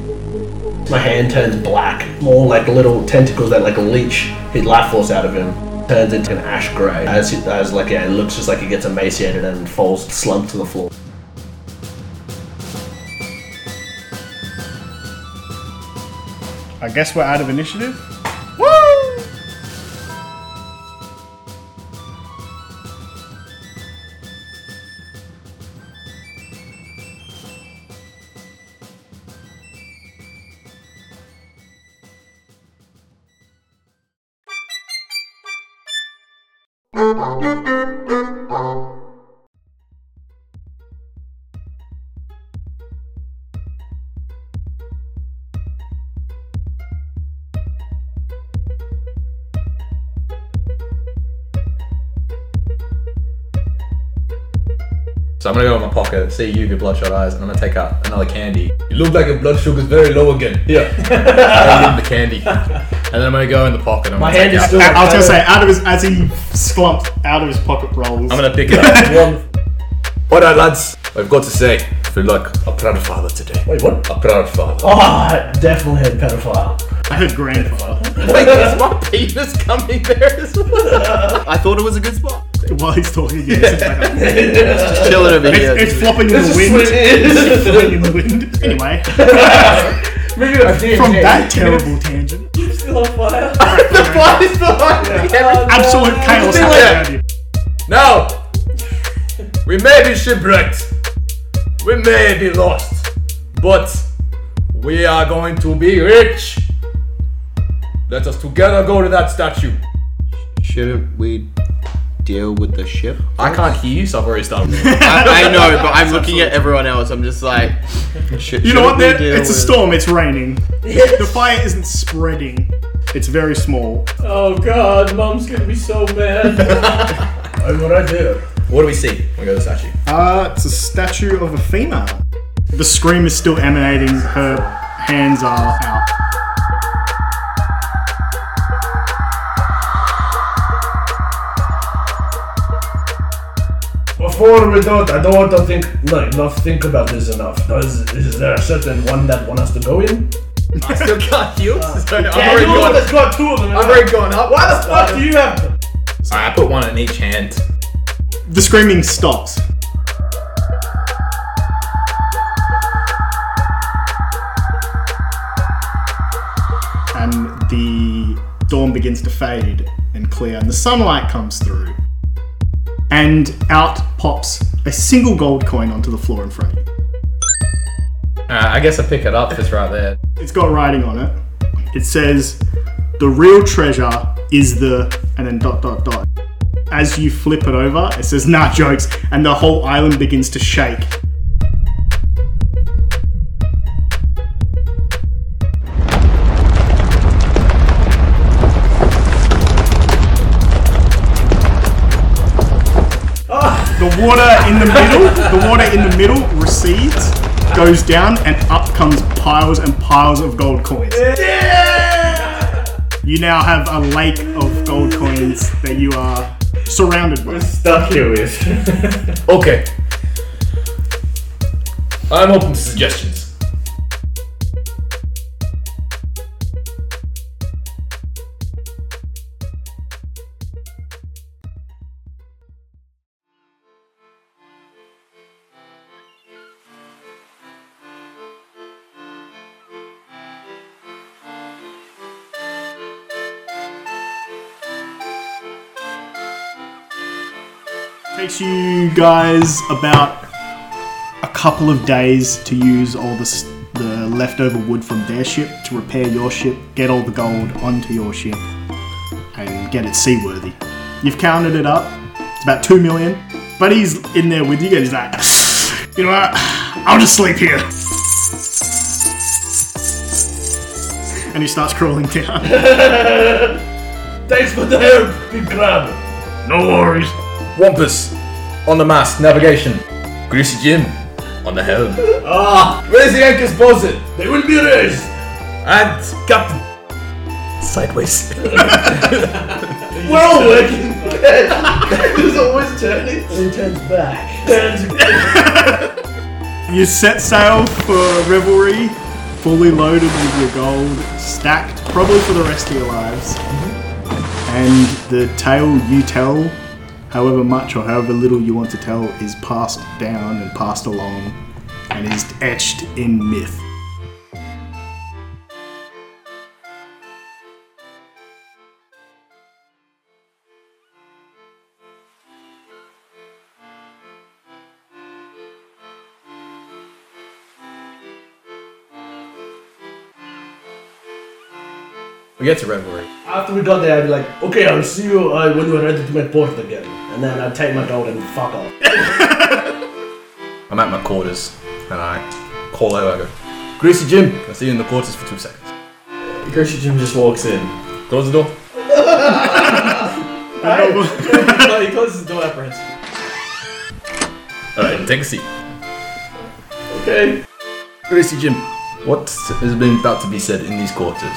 [SPEAKER 3] My hand turns black, more like little tentacles that like leech his life force out of him. Turns into an ash grey as, he- as like yeah, it looks just like he gets emaciated and falls slumped to the floor.
[SPEAKER 2] I guess we're out of initiative. Woo!
[SPEAKER 1] So I'm gonna go in my pocket, see you with bloodshot eyes, and I'm gonna take out another candy. You look like your blood sugar's very low again. Yeah. and give him the candy. And then I'm gonna go in the pocket. I'm
[SPEAKER 2] My
[SPEAKER 1] gonna take
[SPEAKER 2] hand is
[SPEAKER 1] out-
[SPEAKER 2] still. I was gonna say, out of his as he slumps out of his pocket rolls.
[SPEAKER 1] I'm gonna pick it up. All right, lads. I've got to say, I feel like a proud father today. Wait, what? A proud father.
[SPEAKER 3] Oh, I definitely had pedophile.
[SPEAKER 2] I heard grandfather.
[SPEAKER 1] Wait, is my penis coming there as well?
[SPEAKER 5] I thought it was a good spot.
[SPEAKER 2] While he's talking, yeah. it's like-
[SPEAKER 5] Just chilling over here.
[SPEAKER 2] It's, it's flopping in
[SPEAKER 5] This
[SPEAKER 2] the
[SPEAKER 5] is
[SPEAKER 2] wind.
[SPEAKER 5] what it is.
[SPEAKER 2] It's flopping in the wind. Anyway. From that terrible tangent.
[SPEAKER 3] Still on fire.
[SPEAKER 2] the
[SPEAKER 1] fire is still on
[SPEAKER 2] Absolute chaos
[SPEAKER 1] Still
[SPEAKER 2] happening
[SPEAKER 1] on.
[SPEAKER 2] around you.
[SPEAKER 1] Now, we may be shipwrecked, we may be lost, but we are going to be rich. Let us together go to that statue.
[SPEAKER 5] Shouldn't we deal with the ship?
[SPEAKER 1] I can't hear you, so I've already started.
[SPEAKER 5] I, I know, but I'm looking at everyone else. I'm just like, should,
[SPEAKER 2] You know what?
[SPEAKER 5] shouldn't we
[SPEAKER 2] There,
[SPEAKER 5] deal
[SPEAKER 2] it's a
[SPEAKER 5] with-
[SPEAKER 2] storm. It's raining. The fire isn't spreading. It's very small.
[SPEAKER 17] Oh god, mom's gonna be so mad.
[SPEAKER 3] I'm what I do.
[SPEAKER 1] What do we see when we go to the statue?
[SPEAKER 2] Uh, it's a statue of a female. The scream is still emanating. Her hands are out.
[SPEAKER 26] Before we do it, I don't want to think like not think about this enough. Does is there a certain one that one has to go in?
[SPEAKER 1] I still can't heal. so I've
[SPEAKER 26] yeah, you're
[SPEAKER 1] already
[SPEAKER 26] the one
[SPEAKER 1] gone.
[SPEAKER 26] that's got two of them.
[SPEAKER 1] I've already gone up.
[SPEAKER 26] Why the fuck do you have? them?
[SPEAKER 1] Alright, I put one in each hand.
[SPEAKER 2] The screaming stops. And the dawn begins to fade and clear, and the sunlight comes through. And out pops a single gold coin onto the floor in front of you.
[SPEAKER 1] Alright, Uh, I guess I pick it up. It's right there.
[SPEAKER 2] It's got writing on it. It says, The real treasure is the. And then dot, dot, dot. As you flip it over, it says, Nah, jokes. And the whole island begins to shake. The water in the middle, the water in the middle recedes, goes down, and up comes piles and piles of gold coins. You now have a lake of gold coins that you are surrounded by.
[SPEAKER 17] Stuck here with.
[SPEAKER 1] Okay. I'm open to suggestions.
[SPEAKER 2] Takes you guys about a couple of days to use all the, s- the leftover wood from their ship to repair your ship, get all the gold onto your ship, and get it seaworthy. You've counted it up. It's about two million. But he's in there with you guys. He's like, you know what? I'll just sleep here. And he starts crawling down.
[SPEAKER 7] Thanks for the help, big crab. No worries.
[SPEAKER 19] Wampus on the mast, navigation. Greasy Jim on the helm.
[SPEAKER 7] Ah,
[SPEAKER 19] Raise the anchors, bosun.
[SPEAKER 7] They will be raised.
[SPEAKER 19] And captain. Sideways.
[SPEAKER 3] We're all working. There's always turning. And he turns back.
[SPEAKER 2] You set sail for Revelry, fully loaded with your gold, stacked probably for the rest of your lives. And the tale you tell, however much or however little you want to tell, is passed down and passed along and is etched in myth.
[SPEAKER 1] We get to Revelry.
[SPEAKER 3] After we got there, I'd be like, okay, I'll see you uh, when we're ready to make port again. And then I'd take my gold and fuck off.
[SPEAKER 1] I'm at my quarters and I call over. I go, Greasy Jim, I see you in the quarters for two seconds.
[SPEAKER 4] Greasy Jim just walks in.
[SPEAKER 1] Close the door.
[SPEAKER 4] Hey, he closes the door apprehensive.
[SPEAKER 19] Alright, take a seat.
[SPEAKER 4] Okay.
[SPEAKER 1] Greasy Jim, what is being about to be said in these quarters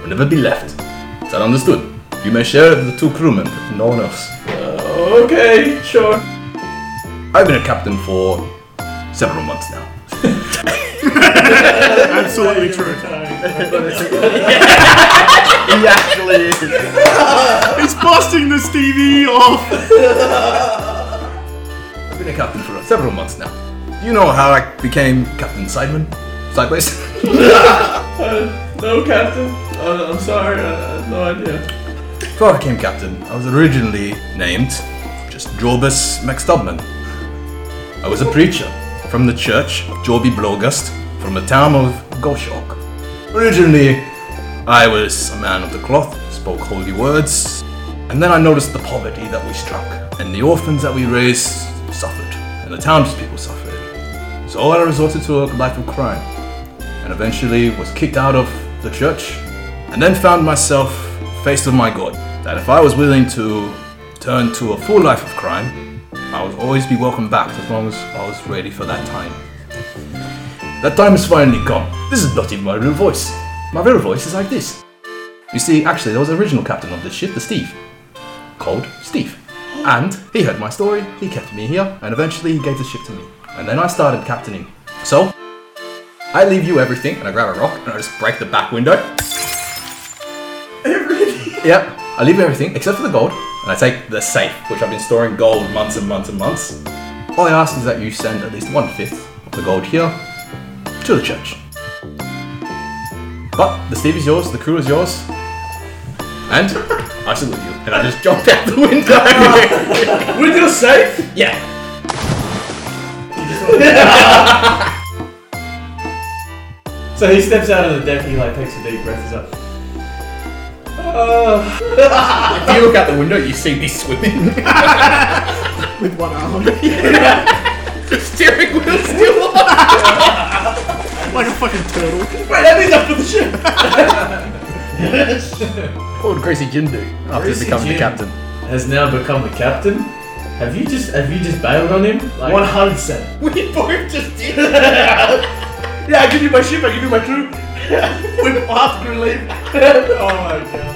[SPEAKER 1] will never be left. Is that understood? You may share it with the two crewmen, but no one else.
[SPEAKER 4] Okay, sure.
[SPEAKER 1] I've been a captain for several months now.
[SPEAKER 2] Absolutely true.
[SPEAKER 5] He actually is.
[SPEAKER 2] He's busting the Stevie off.
[SPEAKER 1] I've been a captain for several months now. Do you know how I became Captain Sideman? Sideways?
[SPEAKER 4] Uh, no, Captain. Uh, I'm sorry. I, I have no idea.
[SPEAKER 1] Before I became captain, I was originally named just Jorbus McStubman. I was a preacher from the church of Jorby Blogust from the town of Goshawk. Originally, I was a man of the cloth, spoke holy words, and then I noticed the poverty that we struck, and the orphans that we raised suffered, and the townspeople suffered. So I resorted to a life of crime, and eventually was kicked out of the church, and then found myself faced with my God. That if I was willing to turn to a full life of crime, I would always be welcome back as long as I was ready for that time. That time has finally come. This is not even my real voice. My real voice is like this. You see, actually, there was an original captain of this ship, the Steve, called Steve. And he heard my story, he kept me here, and eventually he gave the ship to me. And then I started captaining. So, I leave you everything, and I grab a rock, and I just break the back window. Yep, I leave everything except for the gold, and I take the safe, which I've been storing gold months and months and months. All I ask is that you send at least one fifth of the gold here to the church. But the Steve is yours, the crew is yours, and I salute you. And I just jumped out the window.
[SPEAKER 7] With your safe?
[SPEAKER 1] yeah.
[SPEAKER 4] So he steps out on the deck. He like takes a deep breath. He's like, oh.
[SPEAKER 19] If you look out the window, you see me swimming.
[SPEAKER 2] With one arm.
[SPEAKER 19] the steering wheel still on.
[SPEAKER 2] like a fucking turtle.
[SPEAKER 4] Wait, that means up for the ship.
[SPEAKER 19] What would Gracie Jim do after
[SPEAKER 4] Greasy
[SPEAKER 19] becoming
[SPEAKER 4] Jim
[SPEAKER 19] the captain?
[SPEAKER 4] Has now become the captain. Have you just have you just bailed on him? Like,
[SPEAKER 3] One hundred percent.
[SPEAKER 19] We both just did.
[SPEAKER 3] Yeah, I give you my ship. I give you my crew. With half crew leave.
[SPEAKER 4] oh my god.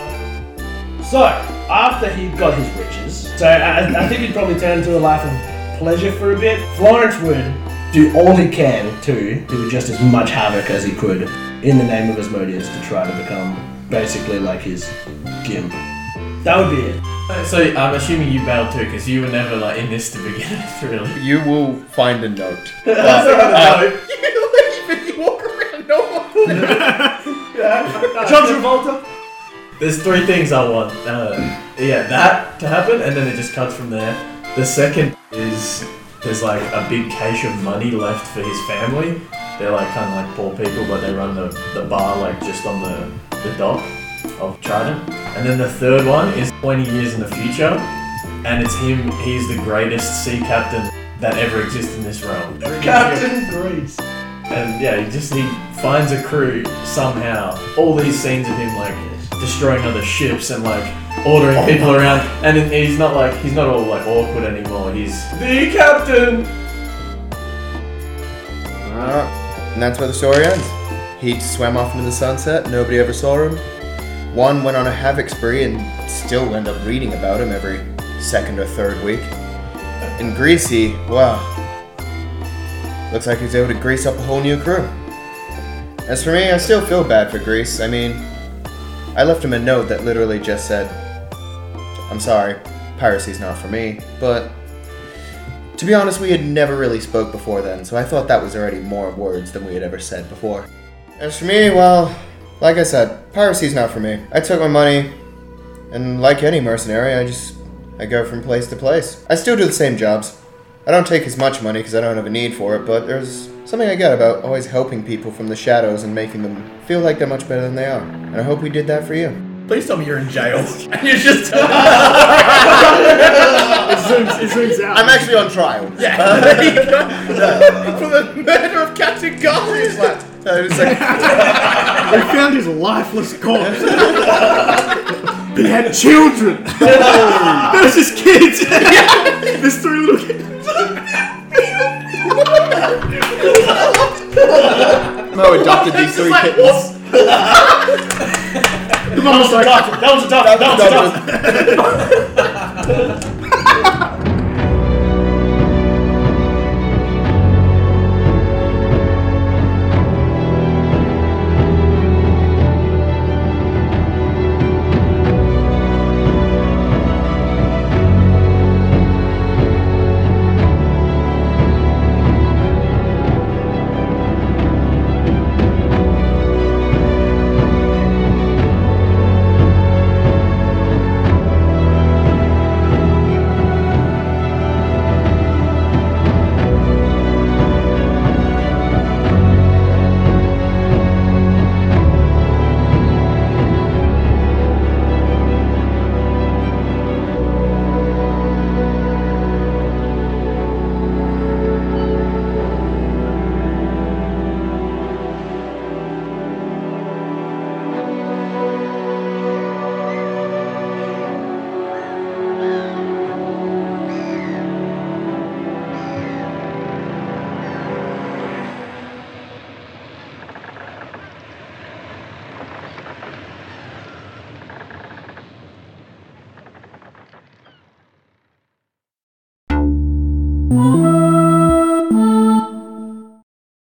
[SPEAKER 3] So after he got his riches, so I, I- I think he'd probably turn to a life of pleasure for a bit. Florence would do all he can to do just as much havoc as he could in the name of Asmodeus to try to become basically like his gimp. That would be it.
[SPEAKER 4] So I'm assuming you bailed too, because you were never like in this to begin with, really.
[SPEAKER 5] You will find a note.
[SPEAKER 3] John Travolta.
[SPEAKER 4] Uh, There's three things I want. Uh, yeah, that to happen, and then it just cuts from there. The second is there's like a big cache of money left for his family. They're like kind of like poor people, but they run the, the bar like just on the, the dock of China. And then the third one is 20 years in the future, and it's him, he's the greatest sea captain that ever exists in this realm.
[SPEAKER 3] Captain Grace.
[SPEAKER 4] And yeah, he just he finds a crew somehow. All these scenes of him like destroying other ships and like ordering
[SPEAKER 3] Oh
[SPEAKER 4] people
[SPEAKER 3] my
[SPEAKER 4] around, and it- he's not like he's not all like awkward anymore. He's
[SPEAKER 3] The captain.
[SPEAKER 5] Alright. And that's where the story ends. He swam off into the sunset, nobody ever saw him. One went on a havoc spree and still end up reading about him every second or third week. And Greasy, wow. Looks like he's able to grease up a whole new crew. As for me, I still feel bad for Grease. I mean, I left him a note that literally just said, I'm sorry, piracy's not for me, but to be honest, we had never really spoke before then, so I thought that was already more words than we had ever said before. As for me, well, like I said, piracy's not for me. I took my money, and like any mercenary, I just I go from place to place. I still do the same jobs. I don't take as much money because I don't have a need for it, but there's something I get about always helping people from the shadows and making them feel like they're much better than they are. And I hope we did that for you.
[SPEAKER 4] Please tell me you're in jail. And you're just. it
[SPEAKER 5] zooms,
[SPEAKER 2] it zooms out.
[SPEAKER 5] I'm actually on trial. Uh,
[SPEAKER 4] Yeah.
[SPEAKER 5] for the murder of Captain Garfield. He's like, no, he's like,
[SPEAKER 2] They found his lifeless corpse. he had children. that was just kids. There's three little kids.
[SPEAKER 5] Mo adopted these three kittens.
[SPEAKER 2] The mom's like,
[SPEAKER 3] that was a duck. That was a duck.